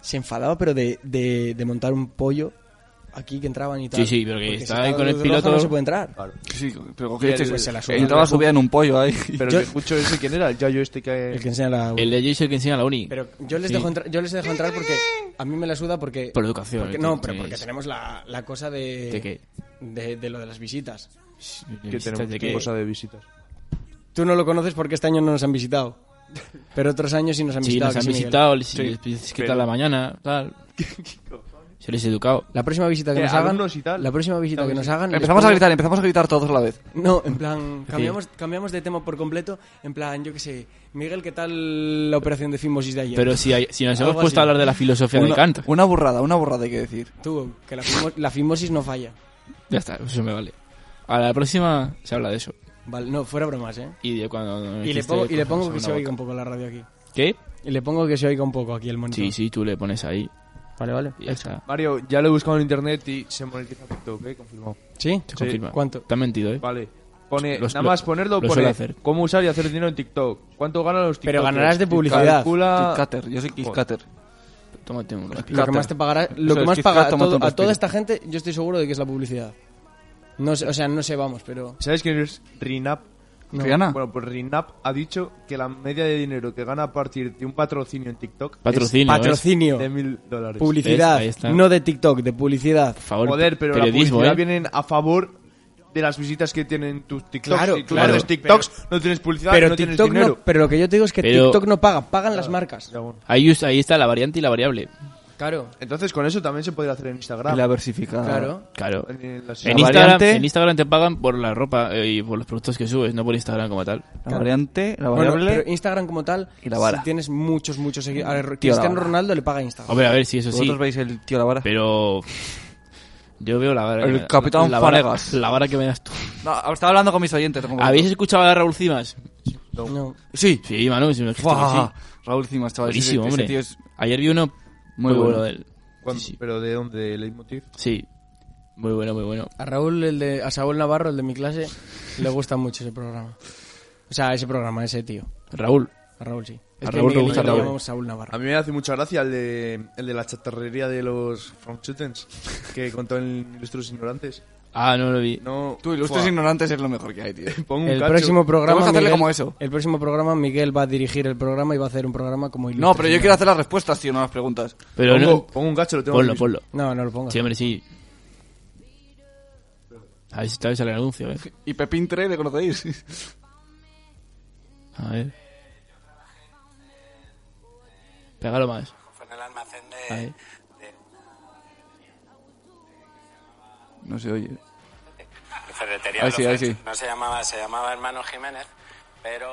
[SPEAKER 1] se enfadaba, pero de, de- de montar un pollo aquí que entraban y tal.
[SPEAKER 2] Sí, sí, pero que
[SPEAKER 1] Porque si
[SPEAKER 2] estaba ahí
[SPEAKER 1] la
[SPEAKER 2] con el
[SPEAKER 1] luz roja
[SPEAKER 2] piloto-
[SPEAKER 1] No se puede entrar.
[SPEAKER 5] Claro.
[SPEAKER 4] Sí, pero
[SPEAKER 5] Y
[SPEAKER 4] cogí
[SPEAKER 5] el-
[SPEAKER 4] este.
[SPEAKER 5] pues se la
[SPEAKER 1] suda.
[SPEAKER 4] Entraba subida en un pollo ahí.
[SPEAKER 5] Pero
[SPEAKER 1] Yo-
[SPEAKER 5] que escucho ese, ¿quién era? El Yayo este que...
[SPEAKER 1] El que enseña la.
[SPEAKER 2] El de Jason que enseña la uni.
[SPEAKER 1] Pero yo les
[SPEAKER 2] Sí.
[SPEAKER 1] dejo entrar, yo les dejo entrar porque a mí me la suda porque
[SPEAKER 2] Por educación,
[SPEAKER 1] porque-
[SPEAKER 2] eh,
[SPEAKER 1] no,
[SPEAKER 2] tú
[SPEAKER 1] pero porque
[SPEAKER 2] tienes-
[SPEAKER 1] tenemos la, la cosa de
[SPEAKER 2] ¿De qué?
[SPEAKER 1] De, de lo de las visitas.
[SPEAKER 5] Que tenemos
[SPEAKER 2] de
[SPEAKER 5] qué
[SPEAKER 2] que-
[SPEAKER 5] cosa de visitas.
[SPEAKER 1] Tú no lo conoces porque este año no nos han visitado. Pero otros años sí nos han
[SPEAKER 2] Sí,
[SPEAKER 1] visitado.
[SPEAKER 2] nos
[SPEAKER 1] que
[SPEAKER 2] han
[SPEAKER 1] sí, Miguel.
[SPEAKER 2] visitado, les
[SPEAKER 5] Sí,
[SPEAKER 2] les dices qué
[SPEAKER 5] pero-
[SPEAKER 2] tal la mañana, tal. Se les ha educado.
[SPEAKER 1] La próxima visita que
[SPEAKER 5] Eh,
[SPEAKER 1] nos hagan,
[SPEAKER 5] alumnos y tal.
[SPEAKER 1] la próxima visita que nos hagan,
[SPEAKER 4] Empezamos
[SPEAKER 1] les
[SPEAKER 4] a
[SPEAKER 1] pongo-
[SPEAKER 4] gritar, empezamos a gritar todos a la vez.
[SPEAKER 1] No, en plan cambiamos cambiamos de tema por completo, en plan yo qué sé, Miguel, ¿qué tal la operación de fimosis de ayer?
[SPEAKER 2] Pero si, hay- si nos
[SPEAKER 1] Algo
[SPEAKER 2] hemos puesto a
[SPEAKER 1] así.
[SPEAKER 2] hablar de la filosofía de
[SPEAKER 4] Una-
[SPEAKER 2] Kant,
[SPEAKER 4] Una burrada, una burrada hay que decir.
[SPEAKER 1] tú que la, fimo- la fimosis no falla.
[SPEAKER 2] ya está, eso me vale. A la próxima se habla de eso.
[SPEAKER 1] Vale, no, fuera bromas, ¿eh?
[SPEAKER 2] Y de cuando.
[SPEAKER 1] Y le
[SPEAKER 2] dijiste
[SPEAKER 1] pongo, y le
[SPEAKER 2] cosas
[SPEAKER 1] pongo
[SPEAKER 2] en
[SPEAKER 1] que
[SPEAKER 2] una
[SPEAKER 1] se oiga
[SPEAKER 2] boca.
[SPEAKER 1] un poco la radio aquí.
[SPEAKER 2] ¿Qué?
[SPEAKER 1] Y le pongo que se oiga un poco aquí el monitor.
[SPEAKER 2] Sí, sí, tú le pones ahí.
[SPEAKER 1] Vale, vale.
[SPEAKER 2] Y ya está.
[SPEAKER 5] Mario, ya lo he buscado en internet y se monetiza TikTok, ¿eh? Confirmado.
[SPEAKER 1] ¿Sí?
[SPEAKER 2] Se confirma.
[SPEAKER 1] ¿Cuánto?
[SPEAKER 2] Te han mentido, ¿eh?
[SPEAKER 5] Vale. Pone,
[SPEAKER 2] Los-
[SPEAKER 5] nada
[SPEAKER 2] lo-
[SPEAKER 5] más ponerlo,
[SPEAKER 2] lo
[SPEAKER 5] pone
[SPEAKER 2] suele hacer.
[SPEAKER 5] cómo usar y hacer dinero en TikTok. ¿Cuánto ganan los TikTok?
[SPEAKER 1] Pero ganarás de publicidad.
[SPEAKER 5] Calcula...
[SPEAKER 4] Kitkatter, yo soy Kitkatter.
[SPEAKER 2] Tómate un respiro.
[SPEAKER 1] Lo que más te pagará, lo
[SPEAKER 4] Eso
[SPEAKER 1] que
[SPEAKER 4] es,
[SPEAKER 1] más
[SPEAKER 4] Kit
[SPEAKER 1] paga
[SPEAKER 4] Kat,
[SPEAKER 1] a,
[SPEAKER 4] tómate
[SPEAKER 1] todo-
[SPEAKER 4] un
[SPEAKER 1] a toda
[SPEAKER 4] respiro.
[SPEAKER 1] esta gente, yo estoy seguro de que es la publicidad. No sé, o sea, no sé, vamos, pero
[SPEAKER 5] ¿Sabes quién es Rinap?
[SPEAKER 1] No.
[SPEAKER 4] Rihanna.
[SPEAKER 5] Bueno, pues Rinap ha dicho que la media de dinero que gana a partir de un patrocinio en TikTok
[SPEAKER 2] Patrocinio. ¿ves?
[SPEAKER 1] patrocinio,
[SPEAKER 5] es de mil dólares.
[SPEAKER 1] publicidad,
[SPEAKER 2] ¿Ves? Ahí está.
[SPEAKER 1] no de TikTok, de publicidad.
[SPEAKER 2] Por favor,
[SPEAKER 5] Joder, pero
[SPEAKER 2] periodismo,
[SPEAKER 5] la publicidad
[SPEAKER 2] ¿eh?
[SPEAKER 5] vienen a favor de las visitas que tienen tus TikToks.
[SPEAKER 1] Claro,
[SPEAKER 5] si tú
[SPEAKER 1] claro.
[SPEAKER 5] no haces TikToks, no tienes publicidad,
[SPEAKER 1] Pero
[SPEAKER 5] no tienes
[SPEAKER 1] TikTok
[SPEAKER 5] dinero.
[SPEAKER 1] no, pero lo que yo te digo es que
[SPEAKER 2] Pero-
[SPEAKER 1] TikTok no paga, pagan las marcas.
[SPEAKER 5] Ya, bueno.
[SPEAKER 2] Ahí, us- ahí está la variante y la variable.
[SPEAKER 1] Claro,
[SPEAKER 5] Entonces con eso también se podría hacer en Instagram.
[SPEAKER 4] Y la versificada.
[SPEAKER 1] claro.
[SPEAKER 2] Claro.
[SPEAKER 5] En las-
[SPEAKER 2] En
[SPEAKER 4] La
[SPEAKER 2] Instagram,
[SPEAKER 4] variante-
[SPEAKER 2] en Instagram te pagan por la ropa eh, y por los productos que subes, no por Instagram como tal.
[SPEAKER 4] La variante, la
[SPEAKER 1] Bueno,
[SPEAKER 4] variable.
[SPEAKER 1] pero Instagram como tal,
[SPEAKER 4] Y la vara.
[SPEAKER 1] si tienes muchos muchos seguidores, a
[SPEAKER 4] Tío, la
[SPEAKER 1] Cristiano
[SPEAKER 4] vara.
[SPEAKER 1] Ronaldo le paga Instagram.
[SPEAKER 2] Hombre, a ver si eso sí.
[SPEAKER 4] Vosotros veis el tío la vara.
[SPEAKER 2] Pero. Yo veo la vara.
[SPEAKER 4] El capitán
[SPEAKER 2] la vara-
[SPEAKER 4] Fanegas.
[SPEAKER 2] La vara que me das tú.
[SPEAKER 4] No, estaba hablando con mis oyentes. como-
[SPEAKER 2] ¿Habéis escuchado a Raúl Cimas?
[SPEAKER 1] No.
[SPEAKER 4] Sí.
[SPEAKER 2] Sí, Manu, si me dijiste que
[SPEAKER 4] Buah,
[SPEAKER 2] sí.
[SPEAKER 4] Raúl Cimas, chaval. ese-
[SPEAKER 2] Buenísimo,
[SPEAKER 4] ese
[SPEAKER 2] hombre.
[SPEAKER 4] tío es-
[SPEAKER 2] Ayer vi uno muy,
[SPEAKER 4] Muy
[SPEAKER 2] bueno.
[SPEAKER 4] bueno.
[SPEAKER 2] de él.
[SPEAKER 5] ¿Cuándo?
[SPEAKER 2] Sí, sí.
[SPEAKER 5] ¿Pero de dónde? ¿De Leitmotiv?
[SPEAKER 2] Sí. Muy bueno, muy bueno.
[SPEAKER 1] A Raúl, el de, a Saúl Navarro, el de mi clase, le gusta mucho ese programa. O sea, ese programa, ese tío.
[SPEAKER 2] Raúl.
[SPEAKER 1] A Raúl sí.
[SPEAKER 2] A Raúl le
[SPEAKER 1] Miguel y
[SPEAKER 2] gusta
[SPEAKER 1] yo le
[SPEAKER 2] Raúl.
[SPEAKER 1] llamamos Saúl
[SPEAKER 5] A
[SPEAKER 1] Navarro.
[SPEAKER 5] mí me hace mucha gracia el de, el de la chatarrería de los From Shootens que contó en Ilustros Ignorantes.
[SPEAKER 2] Ah, no lo vi.
[SPEAKER 5] No,
[SPEAKER 4] Tú, ilustres
[SPEAKER 5] Buah,
[SPEAKER 4] ignorantes es lo mejor que hay, tío.
[SPEAKER 5] Pongo un
[SPEAKER 1] El
[SPEAKER 5] cacho.
[SPEAKER 1] próximo programa.
[SPEAKER 4] Vamos a hacerle
[SPEAKER 1] Miguel-
[SPEAKER 4] como eso.
[SPEAKER 1] El próximo programa, Miguel va a dirigir el programa y va a hacer un programa como
[SPEAKER 4] No,
[SPEAKER 1] ilustre
[SPEAKER 4] pero yo quiero hacer las respuestas, tío, no las preguntas.
[SPEAKER 2] Pero
[SPEAKER 5] pongo,
[SPEAKER 2] no.
[SPEAKER 5] pongo un cacho, lo tengo
[SPEAKER 2] Ponlo,
[SPEAKER 5] aquí.
[SPEAKER 2] ponlo.
[SPEAKER 1] No, no lo pongas.
[SPEAKER 2] Sí, hombre, sí. A ver si tal vez sale el anuncio, ¿eh?
[SPEAKER 4] Y Pepín 3, ¿le conocéis?
[SPEAKER 2] A ver. Pégalo más.
[SPEAKER 6] Fue en el almacén de,
[SPEAKER 2] Ahí.
[SPEAKER 6] de una
[SPEAKER 4] No se oye.
[SPEAKER 6] ferretería.
[SPEAKER 4] Ahí sí, ahí sí.
[SPEAKER 6] No se llamaba, se llamaba Hermano Jiménez, pero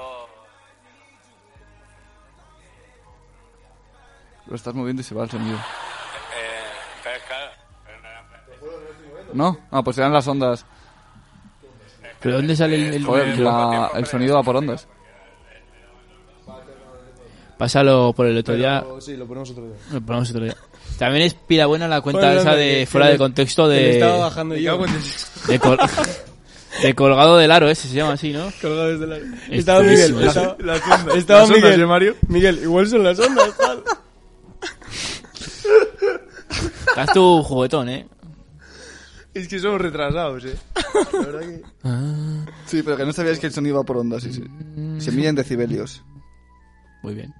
[SPEAKER 4] Lo estás moviendo y se va el sonido.
[SPEAKER 6] eh, pero es claro, pero no era-
[SPEAKER 4] ¿No? Ah, pues serán las ondas.
[SPEAKER 2] ¿Pero dónde sale el, el-
[SPEAKER 4] Joder,
[SPEAKER 2] el-
[SPEAKER 4] la- el sonido va por ondas.
[SPEAKER 2] Pásalo por el otro día.
[SPEAKER 5] Pero sí, lo ponemos otro día.
[SPEAKER 2] Lo ponemos otro día. También es pila buena la cuenta
[SPEAKER 1] Ponlo,
[SPEAKER 2] esa
[SPEAKER 1] hombre,
[SPEAKER 2] de
[SPEAKER 1] que-
[SPEAKER 2] fuera
[SPEAKER 1] que
[SPEAKER 2] de
[SPEAKER 1] lo-
[SPEAKER 2] contexto
[SPEAKER 1] que lo estaba
[SPEAKER 2] de,
[SPEAKER 1] bajando
[SPEAKER 5] Me
[SPEAKER 1] yo.
[SPEAKER 5] cago en Dios.
[SPEAKER 2] de, col- de colgado del aro, ese se llama así, ¿no?
[SPEAKER 5] Colgado desde la...
[SPEAKER 1] Estaba Miguel.
[SPEAKER 2] buenísimo,
[SPEAKER 1] estaba-
[SPEAKER 5] Las ondas.
[SPEAKER 1] Estaba
[SPEAKER 5] Las ondas,
[SPEAKER 1] Miguel.
[SPEAKER 5] ¿eh, Mario?
[SPEAKER 1] Miguel, igual son las ondas, tal.
[SPEAKER 2] Estás tu juguetón, ¿eh?
[SPEAKER 5] Es que somos retrasados, eh. La verdad que...
[SPEAKER 4] Sí, pero que no sabías que el sonido va por ondas. Sí, sí.
[SPEAKER 2] Mm.
[SPEAKER 4] Se mide en decibelios.
[SPEAKER 2] Muy bien.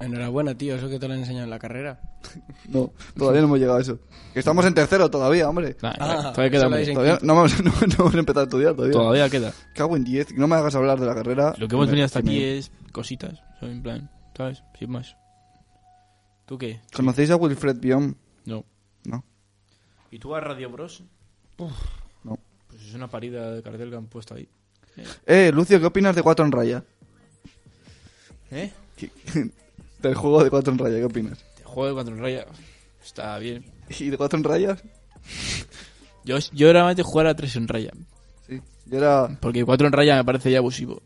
[SPEAKER 1] Enhorabuena, tío, eso que te lo han enseñado en la carrera.
[SPEAKER 4] No, todavía no hemos llegado a eso. Que estamos en tercero todavía, hombre.
[SPEAKER 2] Nah,
[SPEAKER 1] Ah,
[SPEAKER 2] todavía
[SPEAKER 1] eso
[SPEAKER 2] queda,
[SPEAKER 1] lo
[SPEAKER 2] hombre.
[SPEAKER 1] dicen.
[SPEAKER 4] Todavía no hemos, no, no hemos empezado a estudiar todavía.
[SPEAKER 2] Todavía queda.
[SPEAKER 4] Cago en 10. No me hagas hablar de la carrera.
[SPEAKER 2] Lo que hemos
[SPEAKER 4] Me-
[SPEAKER 2] venido hasta
[SPEAKER 4] que
[SPEAKER 2] aquí
[SPEAKER 4] me-
[SPEAKER 2] es cositas. Son en plan, ¿sabes? Sin más. ¿Tú qué?
[SPEAKER 4] ¿Conocéis a Wilfred Bion?
[SPEAKER 2] No.
[SPEAKER 4] No.
[SPEAKER 2] ¿Y tú a Radio Bros?
[SPEAKER 4] no.
[SPEAKER 2] Pues es una parida de cartel que han puesto ahí.
[SPEAKER 4] Eh, Lucio, ¿qué opinas de Cuatro en Raya?
[SPEAKER 2] ¿Eh?
[SPEAKER 4] ¿Qué- Del juego de Cuatro en Raya, ¿qué opinas?
[SPEAKER 2] El juego de cuatro en raya está bien.
[SPEAKER 4] ¿Y de Cuatro en Raya?
[SPEAKER 2] Yo, yo era más de jugar a tres en raya.
[SPEAKER 4] Sí. Yo era...
[SPEAKER 2] Porque cuatro en raya me parece ya abusivo.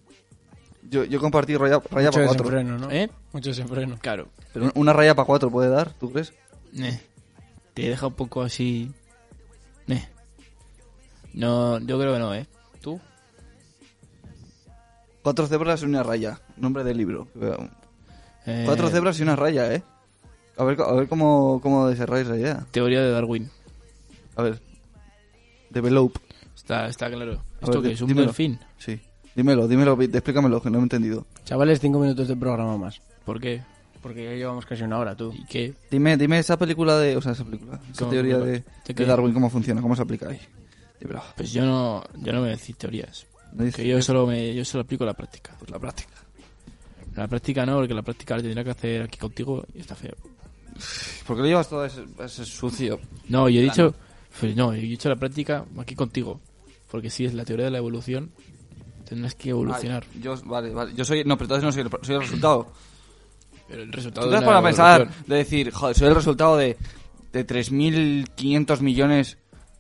[SPEAKER 4] Yo, yo compartí raya, raya
[SPEAKER 1] Mucho
[SPEAKER 4] para cuatro.
[SPEAKER 1] desenfreno, ¿no?
[SPEAKER 2] ¿Eh?
[SPEAKER 1] Mucho desenfreno.
[SPEAKER 2] Claro.
[SPEAKER 4] Pero un- una raya para cuatro puede dar, ¿tú crees?
[SPEAKER 2] Eh, Te deja un poco así. Eh. No, yo creo que no, ¿eh? ¿Tú?
[SPEAKER 4] Cuatro cebras y una raya. Nombre del libro.
[SPEAKER 2] Eh,
[SPEAKER 4] Cuatro cebras y una raya, ¿eh? A ver, co- a ver cómo, cómo desarrolláis la idea.
[SPEAKER 2] Teoría de Darwin.
[SPEAKER 4] A ver. Develop.
[SPEAKER 2] Está, está claro.
[SPEAKER 4] A
[SPEAKER 2] ¿Esto
[SPEAKER 4] ver,
[SPEAKER 2] que es? ¿Un
[SPEAKER 4] dímelo.
[SPEAKER 2] delfín?
[SPEAKER 4] Sí. Dímelo, dímelo, Pete, explícamelo, que no lo he entendido.
[SPEAKER 1] Chavales, cinco minutos de programa más.
[SPEAKER 2] ¿Por qué?
[SPEAKER 1] Porque ya llevamos casi una hora, tú.
[SPEAKER 2] ¿Y qué?
[SPEAKER 4] Dime, dime esa película de... O sea, esa película. Esa
[SPEAKER 2] ¿Cómo?
[SPEAKER 4] teoría de,
[SPEAKER 2] ¿De qué?
[SPEAKER 4] de Darwin, cómo funciona, cómo se aplica ahí. Dímelo.
[SPEAKER 2] Pues yo no, yo no me decís teorías.
[SPEAKER 4] No dice-
[SPEAKER 2] Que yo solo, me, yo solo aplico la práctica.
[SPEAKER 4] Pues la práctica.
[SPEAKER 2] La práctica no, porque la práctica la tendría que hacer aquí contigo y está feo.
[SPEAKER 4] ¿Por qué lo llevas todo ese, ese sucio?
[SPEAKER 2] No, yo he dicho. pues no, yo he dicho la práctica aquí contigo. Porque si es la teoría de la evolución, tendrás que evolucionar.
[SPEAKER 4] Ay, yo, vale, vale. Yo soy... No, pero entonces no soy el, pro- soy el resultado.
[SPEAKER 2] Pero el resultado.
[SPEAKER 4] ¿Tú
[SPEAKER 2] de
[SPEAKER 4] te das
[SPEAKER 2] la
[SPEAKER 4] para pensar
[SPEAKER 2] evolución-
[SPEAKER 4] de decir, joder, soy el resultado de, de 3.500 millones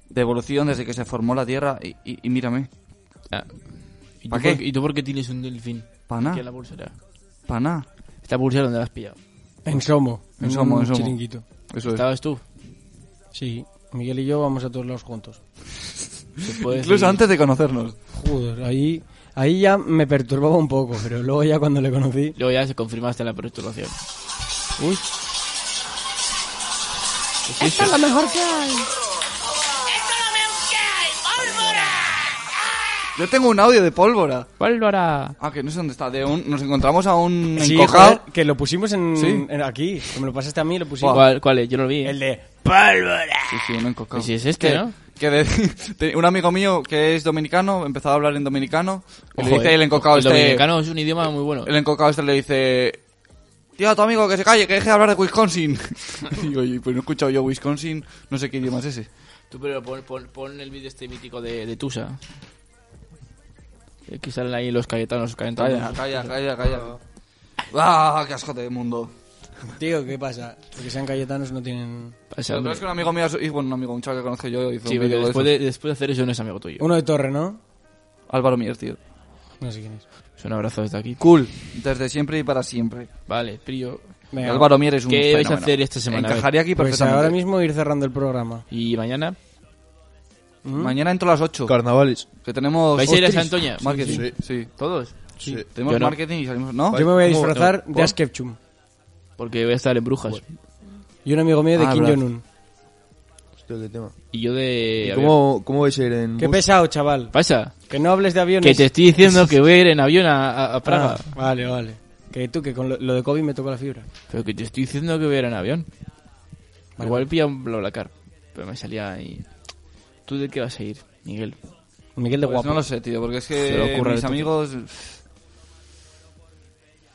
[SPEAKER 4] de evolución desde que se formó la Tierra y, y- y mírame?
[SPEAKER 2] Ah. ¿Y, tú
[SPEAKER 4] ¿Para
[SPEAKER 2] por-
[SPEAKER 4] qué? Ah.
[SPEAKER 2] ¿Y tú por qué tienes un delfín?
[SPEAKER 4] Pa'
[SPEAKER 2] Aquí en
[SPEAKER 4] nada,
[SPEAKER 2] la pulsera.
[SPEAKER 4] pa' nada.
[SPEAKER 2] Esta pulsera donde la has pillado.
[SPEAKER 1] En Somo.
[SPEAKER 4] En Somo,
[SPEAKER 1] un
[SPEAKER 4] en Somo.
[SPEAKER 1] chiringuito.
[SPEAKER 4] Eso es.
[SPEAKER 2] ¿Estabas tú?
[SPEAKER 1] Sí, Miguel y yo vamos a todos lados juntos.
[SPEAKER 2] Se puede
[SPEAKER 4] Incluso
[SPEAKER 2] decir-
[SPEAKER 4] antes de conocernos.
[SPEAKER 1] Joder, ahí, ahí ya me perturbaba un poco, pero luego ya cuando le conocí...
[SPEAKER 2] Luego ya se confirmaste la perturbación.
[SPEAKER 1] Uy,
[SPEAKER 2] ¡Esta es la mejor que hay!
[SPEAKER 4] Yo tengo un audio de pólvora.
[SPEAKER 2] ¿Cuál lo hará?
[SPEAKER 4] Ah, que no sé dónde está. De un, nos encontramos a un
[SPEAKER 1] sí,
[SPEAKER 4] encojado.
[SPEAKER 1] joder, que lo pusimos en,
[SPEAKER 4] Sí.
[SPEAKER 1] en aquí. Que me lo pasaste a mí, lo pusimos.
[SPEAKER 2] ¿Cuál, ¿Cuál es? Yo no lo vi.
[SPEAKER 1] El de...
[SPEAKER 4] Sí, sí, un encocado.
[SPEAKER 2] Y si es este,
[SPEAKER 4] que,
[SPEAKER 2] ¿no?
[SPEAKER 4] que de- te- un amigo mío que es dominicano empezó a hablar en dominicano. Y le
[SPEAKER 2] Ojo,
[SPEAKER 4] dice
[SPEAKER 2] eh.
[SPEAKER 4] el encocado
[SPEAKER 2] El
[SPEAKER 4] este.
[SPEAKER 2] dominicano es un idioma muy bueno.
[SPEAKER 4] El encocado este le dice... Tío, a tu amigo que se calle, que deje de hablar de Wisconsin. y digo, oye, pues no he escuchado yo Wisconsin, no sé qué idioma es ese.
[SPEAKER 2] Tú, pero pon, pon- pon el vídeo este mítico de, de Tusa. Eh, Que salen ahí los cayetanos calentando.
[SPEAKER 4] Calla, calla, calla, calla. ¡Ah, qué asco de mundo!
[SPEAKER 1] Tío, ¿qué pasa? Porque sean cayetanos no tienen...
[SPEAKER 2] Pasa,
[SPEAKER 4] Lo que
[SPEAKER 2] hombre.
[SPEAKER 4] pasa es que un amigo mío, hizo- bueno, un amigo, un chaval que conozco yo, hizo
[SPEAKER 2] Sí,
[SPEAKER 4] un
[SPEAKER 2] pero
[SPEAKER 4] vídeo de
[SPEAKER 2] después de,
[SPEAKER 4] esos.
[SPEAKER 2] después de hacer eso no es amigo tuyo.
[SPEAKER 1] Uno de torre, ¿no?
[SPEAKER 4] Álvaro Mier, tío.
[SPEAKER 1] No sé quién es.
[SPEAKER 2] Es un abrazo desde aquí.
[SPEAKER 4] Cool, desde siempre y para siempre.
[SPEAKER 2] Vale, Prillo.
[SPEAKER 1] Venga,
[SPEAKER 4] Álvaro Mier es un
[SPEAKER 2] ¿Qué vais a
[SPEAKER 4] fenómeno.
[SPEAKER 2] hacer esta semana?
[SPEAKER 4] Encajaría aquí
[SPEAKER 1] pues
[SPEAKER 4] perfectamente.
[SPEAKER 1] ahora mismo ir cerrando el programa.
[SPEAKER 2] ¿Y mañana?
[SPEAKER 1] ¿Mm?
[SPEAKER 4] Mañana entro a las 8.
[SPEAKER 5] Carnavales.
[SPEAKER 4] Que tenemos...
[SPEAKER 2] ¿Vais a ir a
[SPEAKER 4] Ostras,
[SPEAKER 2] Santoña?
[SPEAKER 4] Marketing, sí.
[SPEAKER 5] Sí.
[SPEAKER 2] ¿Todos?
[SPEAKER 5] Sí.
[SPEAKER 4] Tenemos
[SPEAKER 2] Yo no.
[SPEAKER 4] marketing y salimos... ¿No?
[SPEAKER 1] Yo me voy a disfrazar
[SPEAKER 2] ¿Cómo?
[SPEAKER 1] de Askepchum
[SPEAKER 2] Porque voy a estar en Brujas.
[SPEAKER 1] y un amigo mío de
[SPEAKER 4] Ah,
[SPEAKER 1] Kim
[SPEAKER 4] verdad.
[SPEAKER 1] Jong-un.
[SPEAKER 5] Hostia, qué tema.
[SPEAKER 2] Y yo
[SPEAKER 5] ¿Y
[SPEAKER 2] de...
[SPEAKER 5] cómo, cómo vais a ir en
[SPEAKER 1] Qué
[SPEAKER 5] bus?
[SPEAKER 1] pesado, chaval.
[SPEAKER 2] ¿Pasa?
[SPEAKER 1] Que no hables de aviones.
[SPEAKER 2] Que te estoy diciendo que voy a ir en avión a, a- a Praga.
[SPEAKER 1] Ah, vale, vale. Que tú, que con lo, lo de COVID me tocó la fibra.
[SPEAKER 2] Pero que te estoy diciendo que voy a ir en avión.
[SPEAKER 1] Vale.
[SPEAKER 2] Igual pilla un BlaBlaCar. Pero me salía ahí... ¿Tú de qué vas a ir, Miguel?
[SPEAKER 1] Miguel de
[SPEAKER 4] Pues
[SPEAKER 1] Guapo.
[SPEAKER 4] no lo sé, tío, porque es
[SPEAKER 2] Se le
[SPEAKER 4] que
[SPEAKER 2] ocurre
[SPEAKER 4] mis
[SPEAKER 2] de todo.
[SPEAKER 4] amigos...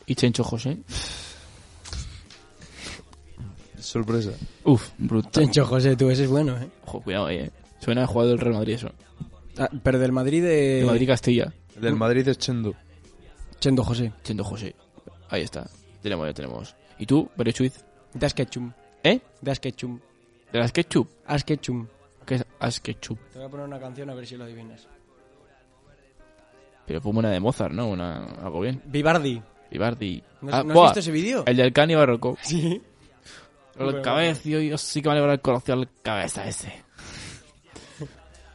[SPEAKER 2] ¿Y Chencho José?
[SPEAKER 5] Sorpresa.
[SPEAKER 2] Uf, brutal.
[SPEAKER 1] Chencho José, tú, ese es bueno, ¿eh?
[SPEAKER 2] Ojo, cuidado ahí, eh. Suena a jugador del Real Madrid eso.
[SPEAKER 1] Ah, pero del Madrid de...
[SPEAKER 2] De Madrid-Castilla.
[SPEAKER 5] El del Madrid es Chendo.
[SPEAKER 1] Chendo José.
[SPEAKER 2] Chencho José. Ahí está. Tenemos, ya tenemos. ¿Y tú, Berechuiz?
[SPEAKER 1] De Askechum.
[SPEAKER 2] ¿Eh?
[SPEAKER 1] De Askechum.
[SPEAKER 2] ¿De las Ketchup?
[SPEAKER 1] Askechum.
[SPEAKER 2] ¿Qué es As Ketchup?
[SPEAKER 1] Te voy a poner una canción a ver si lo adivinas.
[SPEAKER 2] Pero pongo una de Mozart, ¿no? Una, algo bien.
[SPEAKER 1] Vivardi.
[SPEAKER 2] Vivardi.
[SPEAKER 1] ¿No,
[SPEAKER 2] Ah,
[SPEAKER 1] no
[SPEAKER 2] buah,
[SPEAKER 1] has visto ese vídeo?
[SPEAKER 2] El del Cani Barroco.
[SPEAKER 1] Sí.
[SPEAKER 2] El cabezio, yo sí que me alegra el corazón al cabeza ese.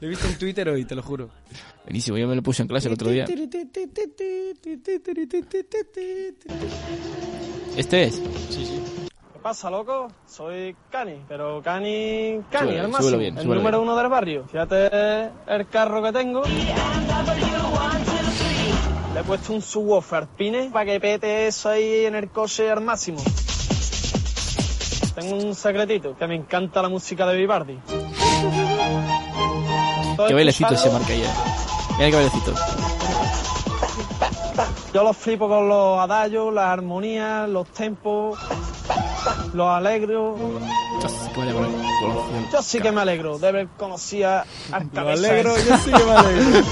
[SPEAKER 1] Lo he visto en Twitter hoy, te lo juro.
[SPEAKER 2] Buenísimo, yo me lo puse en clase el otro día. ¿Este es?
[SPEAKER 7] ¿Qué pasa, loco? Soy Cani, pero Cani, Cani,
[SPEAKER 2] Súbelo, súbelo
[SPEAKER 7] al máximo,
[SPEAKER 2] bien,
[SPEAKER 7] el
[SPEAKER 2] súbelo
[SPEAKER 7] número
[SPEAKER 2] bien.
[SPEAKER 7] uno del barrio. Fíjate el carro que tengo. Le he puesto un subwoofer alpine para que pete eso ahí en el coche al máximo. Tengo un secretito, que me encanta la música de Vivardi.
[SPEAKER 2] Qué bailecito se
[SPEAKER 7] ese
[SPEAKER 2] marca ayer. Mira qué bailecito.
[SPEAKER 7] Yo los flipo con los adallos, las armonías, los tempos, los alegros.
[SPEAKER 2] Yo sí que me alegro el corazón.
[SPEAKER 7] Yo sí que me alegro de haber conocido a Arcabeza.
[SPEAKER 1] yo sí que me alegro.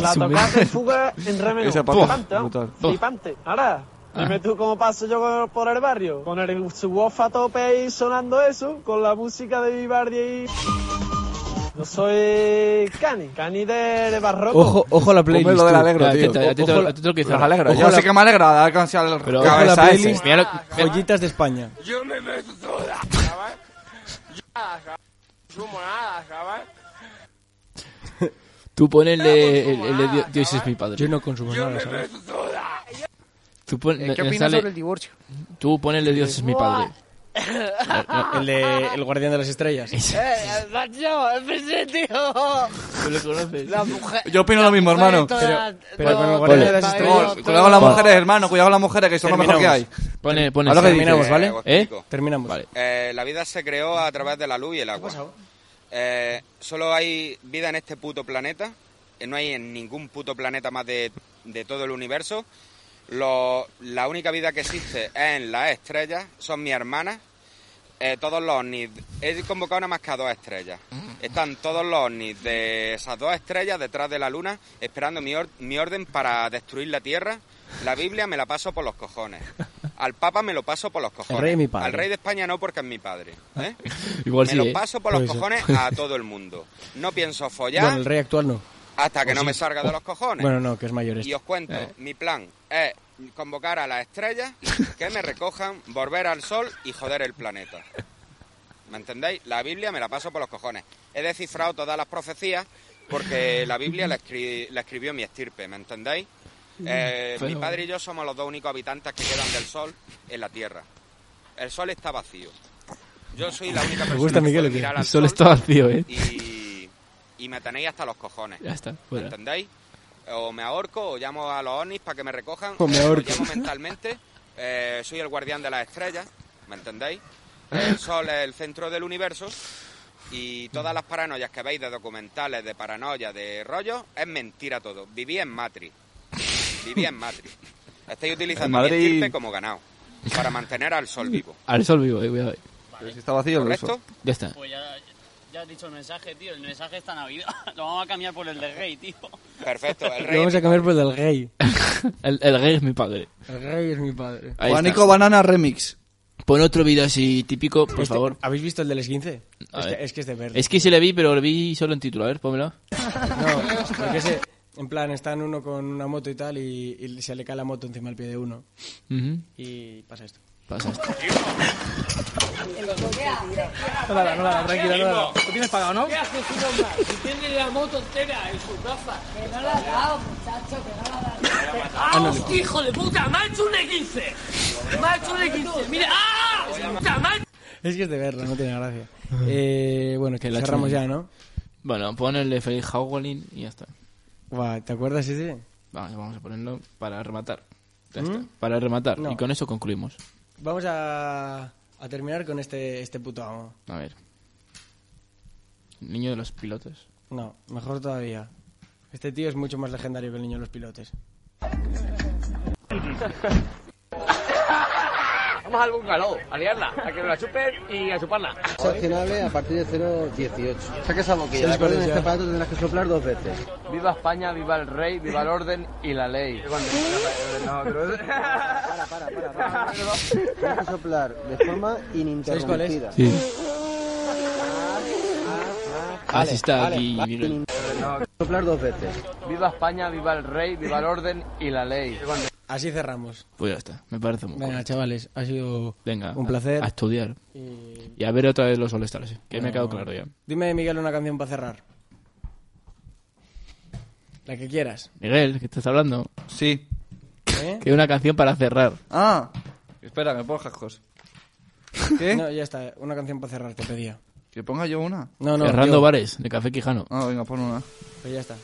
[SPEAKER 7] La tocada de fuga en remedio.
[SPEAKER 4] Esa parte
[SPEAKER 7] Flipante,
[SPEAKER 4] es
[SPEAKER 7] vamos.
[SPEAKER 4] brutal.
[SPEAKER 7] Flipante. Ahora, dime tú cómo paso yo por el barrio. Con el subwoofer a tope ahí sonando eso, con la música de Vivardi ahí. Yo soy Cani, Cani del barroco.
[SPEAKER 2] Oh,
[SPEAKER 1] Ojo, ojo a la
[SPEAKER 4] Ponme
[SPEAKER 1] playlist.
[SPEAKER 4] lo del
[SPEAKER 1] tú.
[SPEAKER 4] alegro,
[SPEAKER 2] Ya,
[SPEAKER 4] tío.
[SPEAKER 2] te- a ti te-
[SPEAKER 1] Ojo la-
[SPEAKER 2] a ti te lo que
[SPEAKER 4] Los
[SPEAKER 2] dices.
[SPEAKER 4] alegro.
[SPEAKER 1] Ojo
[SPEAKER 4] Yo
[SPEAKER 1] la-
[SPEAKER 4] sé que me alegra dar canción al
[SPEAKER 2] Pero-
[SPEAKER 1] Ojo la
[SPEAKER 4] cabeza ese.
[SPEAKER 1] playlist.
[SPEAKER 2] Mira lo- mira-
[SPEAKER 1] Joyitas de España.
[SPEAKER 6] Yo me meto toda, chaval. Yo nada, chaval. Sumo nada, chaval.
[SPEAKER 2] Tú pon el de, el, el de Dios, Dios es mi padre.
[SPEAKER 1] Yo no consumo nada, ¿sabes?
[SPEAKER 2] Tú pon,
[SPEAKER 8] Eh, ¿Qué
[SPEAKER 2] le- le
[SPEAKER 8] opinas
[SPEAKER 2] sale-
[SPEAKER 8] sobre el divorcio?
[SPEAKER 2] tú pon el de Dios es mi padre.
[SPEAKER 1] El de El Guardián de las Estrellas.
[SPEAKER 8] Eh, macho, ese tío.
[SPEAKER 2] ¿Tú lo conoces?
[SPEAKER 8] La mujer.
[SPEAKER 4] Yo opino lo mismo, hermano.
[SPEAKER 8] Pero,
[SPEAKER 1] pero con el guardián
[SPEAKER 2] de
[SPEAKER 1] las
[SPEAKER 4] Cuidado cuidado con las mujeres, hermano. Cuidado con las mujeres, que son lo mejor que hay.
[SPEAKER 1] Terminamos.
[SPEAKER 2] Pone, pone
[SPEAKER 4] Ahora
[SPEAKER 2] ese.
[SPEAKER 4] que
[SPEAKER 1] Terminamos, ¿vale?
[SPEAKER 2] ¿Eh?
[SPEAKER 1] Terminamos.
[SPEAKER 2] Vale.
[SPEAKER 9] Eh, la vida se creó a través de la luz y el agua. Eh, solo hay vida en este puto planeta. eh, No hay en ningún puto planeta más de, de todo el universo. Lo- la única vida que existe es en las estrellas. Son mis hermanas. eh, todos los ovnis. He convocado nada más que a dos estrellas. Están todos los ovnis de esas dos estrellas detrás de la luna esperando mi, or- mi orden para destruir la Tierra. La Biblia me la paso por los cojones. Al Papa me lo paso por los cojones.
[SPEAKER 1] rey es mi padre.
[SPEAKER 9] Al rey de España no, porque es mi padre. ¿eh?
[SPEAKER 2] Igual
[SPEAKER 9] me
[SPEAKER 2] sí,
[SPEAKER 9] lo
[SPEAKER 2] ¿eh?
[SPEAKER 9] paso por
[SPEAKER 1] Puede
[SPEAKER 9] los
[SPEAKER 1] ser.
[SPEAKER 9] cojones a todo el mundo. No pienso
[SPEAKER 1] Bueno,
[SPEAKER 9] follar
[SPEAKER 1] el rey actual no.
[SPEAKER 9] hasta
[SPEAKER 2] pues
[SPEAKER 9] que no me salga de los cojones.
[SPEAKER 1] Bueno, no, que es mayor
[SPEAKER 9] Y
[SPEAKER 1] este.
[SPEAKER 9] os cuento, mi plan es convocar a las estrellas que me recojan, volver al sol y joder el planeta. ¿Me entendéis? La Biblia me la paso por los cojones. He descifrado todas las profecías porque la Biblia la, escri- la escribió mi estirpe, ¿me entendéis? Eh, mi
[SPEAKER 2] Pero-
[SPEAKER 9] padre y yo somos los dos únicos habitantes que quedan del sol en la Tierra. El sol está vacío. Yo soy la única persona
[SPEAKER 1] gusta,
[SPEAKER 9] que
[SPEAKER 1] Miguel,
[SPEAKER 9] puede
[SPEAKER 1] ¿o qué?
[SPEAKER 9] mirar al
[SPEAKER 2] El sol está vacío, ¿eh?
[SPEAKER 9] y, y me tenéis hasta los cojones.
[SPEAKER 2] Ya está,
[SPEAKER 9] ¿Me
[SPEAKER 2] fuera.
[SPEAKER 9] entendéis? O me ahorco, o llamo a los ovnis para que me recojan,
[SPEAKER 1] O me
[SPEAKER 9] eh,
[SPEAKER 1] ahorco.
[SPEAKER 9] llamo mentalmente, eh, soy el guardián de las estrellas, ¿me entendéis? El sol es el centro del universo y todas las paranoias que veis de documentales, de paranoia, de rollo, es mentira todo. Viví en Matrix. Viví en Matrix. Estáis utilizando mi
[SPEAKER 4] Madrid-
[SPEAKER 9] estirpe como ganado para mantener al sol vivo.
[SPEAKER 2] Al sol vivo, eh, cuidado. eh.
[SPEAKER 4] Pero si está vacío, el
[SPEAKER 9] ¿Correcto?
[SPEAKER 4] uso.
[SPEAKER 2] Ya está.
[SPEAKER 10] Pues ya, ya has dicho el mensaje, tío. El mensaje está Navidad. Lo vamos a cambiar por el de Rey, tío.
[SPEAKER 9] Perfecto. ¿eh? El
[SPEAKER 1] Lo
[SPEAKER 9] rey
[SPEAKER 1] vamos a cambiar por el del rey.
[SPEAKER 2] El, el gay es mi padre.
[SPEAKER 1] El rey es mi padre.
[SPEAKER 2] Ahí está.
[SPEAKER 4] Juanico Banana Remix.
[SPEAKER 2] Pon otro vídeo así típico, por
[SPEAKER 1] Este-
[SPEAKER 2] favor.
[SPEAKER 1] ¿Habéis visto el del esguince?
[SPEAKER 2] A
[SPEAKER 1] Es
[SPEAKER 2] ver.
[SPEAKER 1] que, es que es de verde.
[SPEAKER 2] Es que se le vi, pero lo vi solo en título. A ver, pónmelo.
[SPEAKER 1] No, porque ese, en plan, están uno con una moto y tal y, y se le cae la moto encima al pie de uno.
[SPEAKER 2] Ujú.
[SPEAKER 1] Y pasa esto.
[SPEAKER 2] Pasa esto.
[SPEAKER 7] No la hagas, no la hagas, tranquila, no la hagas. Lo tienes pagado, ¿no?
[SPEAKER 10] ¡Hijo de puta! ¡Me ha hecho un E15! ¡Me ha hecho un E15! ¡Mira! ¡Ah! ¡Puta madre!
[SPEAKER 1] Es que es de verde, no tiene gracia. Eh, bueno, que
[SPEAKER 2] la
[SPEAKER 1] cerramos
[SPEAKER 2] chumen.
[SPEAKER 1] ya, ¿no?
[SPEAKER 2] Bueno, pon el de Feliz Howling y ya está.
[SPEAKER 1] Buah, ¿Te acuerdas ese?
[SPEAKER 2] Vamos, vamos a ponerlo para rematar. Ya está. Para rematar.
[SPEAKER 1] ¿Mm? No.
[SPEAKER 2] Y con eso concluimos.
[SPEAKER 1] Vamos a, a terminar con este, este puto amo.
[SPEAKER 2] A ver. Niño de los pilotos.
[SPEAKER 1] No, mejor todavía. Este tío es mucho más legendario que el niño de los pilotes.
[SPEAKER 10] Vamos al bungalow, a liarla, a que me la chupen y a chuparla.
[SPEAKER 11] accionable a partir de 0,18. Saca esa boquilla. De acuerdo, en este aparato tendrás que soplar dos veces.
[SPEAKER 10] Viva España, viva el rey, viva el orden y la ley.
[SPEAKER 11] Tienes que soplar de forma
[SPEAKER 1] ¿Sabéis cuál es?
[SPEAKER 11] ininterrumpida.
[SPEAKER 2] Sí. Ah, sí está aquí. Miguel.
[SPEAKER 11] Soplar dos veces.
[SPEAKER 10] Viva España, viva el rey, viva el orden y la ley.
[SPEAKER 1] Así cerramos.
[SPEAKER 2] Pues ya está. Me parece muy
[SPEAKER 1] Venga,
[SPEAKER 2] correcto.
[SPEAKER 1] chavales, ha sido
[SPEAKER 2] Venga.
[SPEAKER 1] un
[SPEAKER 2] a-
[SPEAKER 1] placer.
[SPEAKER 2] A, estudiar.
[SPEAKER 1] Y- Ah.
[SPEAKER 2] Y a ver otra vez los solestares. Que me ha quedado claro ya.
[SPEAKER 1] Dime, Miguel, una canción para cerrar. La que quieras.
[SPEAKER 2] Miguel, ¿qué estás hablando?
[SPEAKER 4] Sí.
[SPEAKER 1] ¿eh?
[SPEAKER 2] Que una canción para cerrar.
[SPEAKER 4] Ah. Espera, me pongo cascos. ¿Qué?
[SPEAKER 1] No, ya está. Una canción para cerrar, te pedía.
[SPEAKER 4] Que ponga yo una.
[SPEAKER 1] No, no.
[SPEAKER 2] Cerrando
[SPEAKER 1] yo.
[SPEAKER 2] bares de Café Quijano.
[SPEAKER 4] Ah, venga, pon una.
[SPEAKER 1] Pues ya está.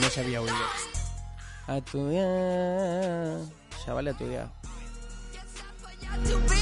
[SPEAKER 1] No se había oído. A tu día. Chaval, a tu día.
[SPEAKER 10] To be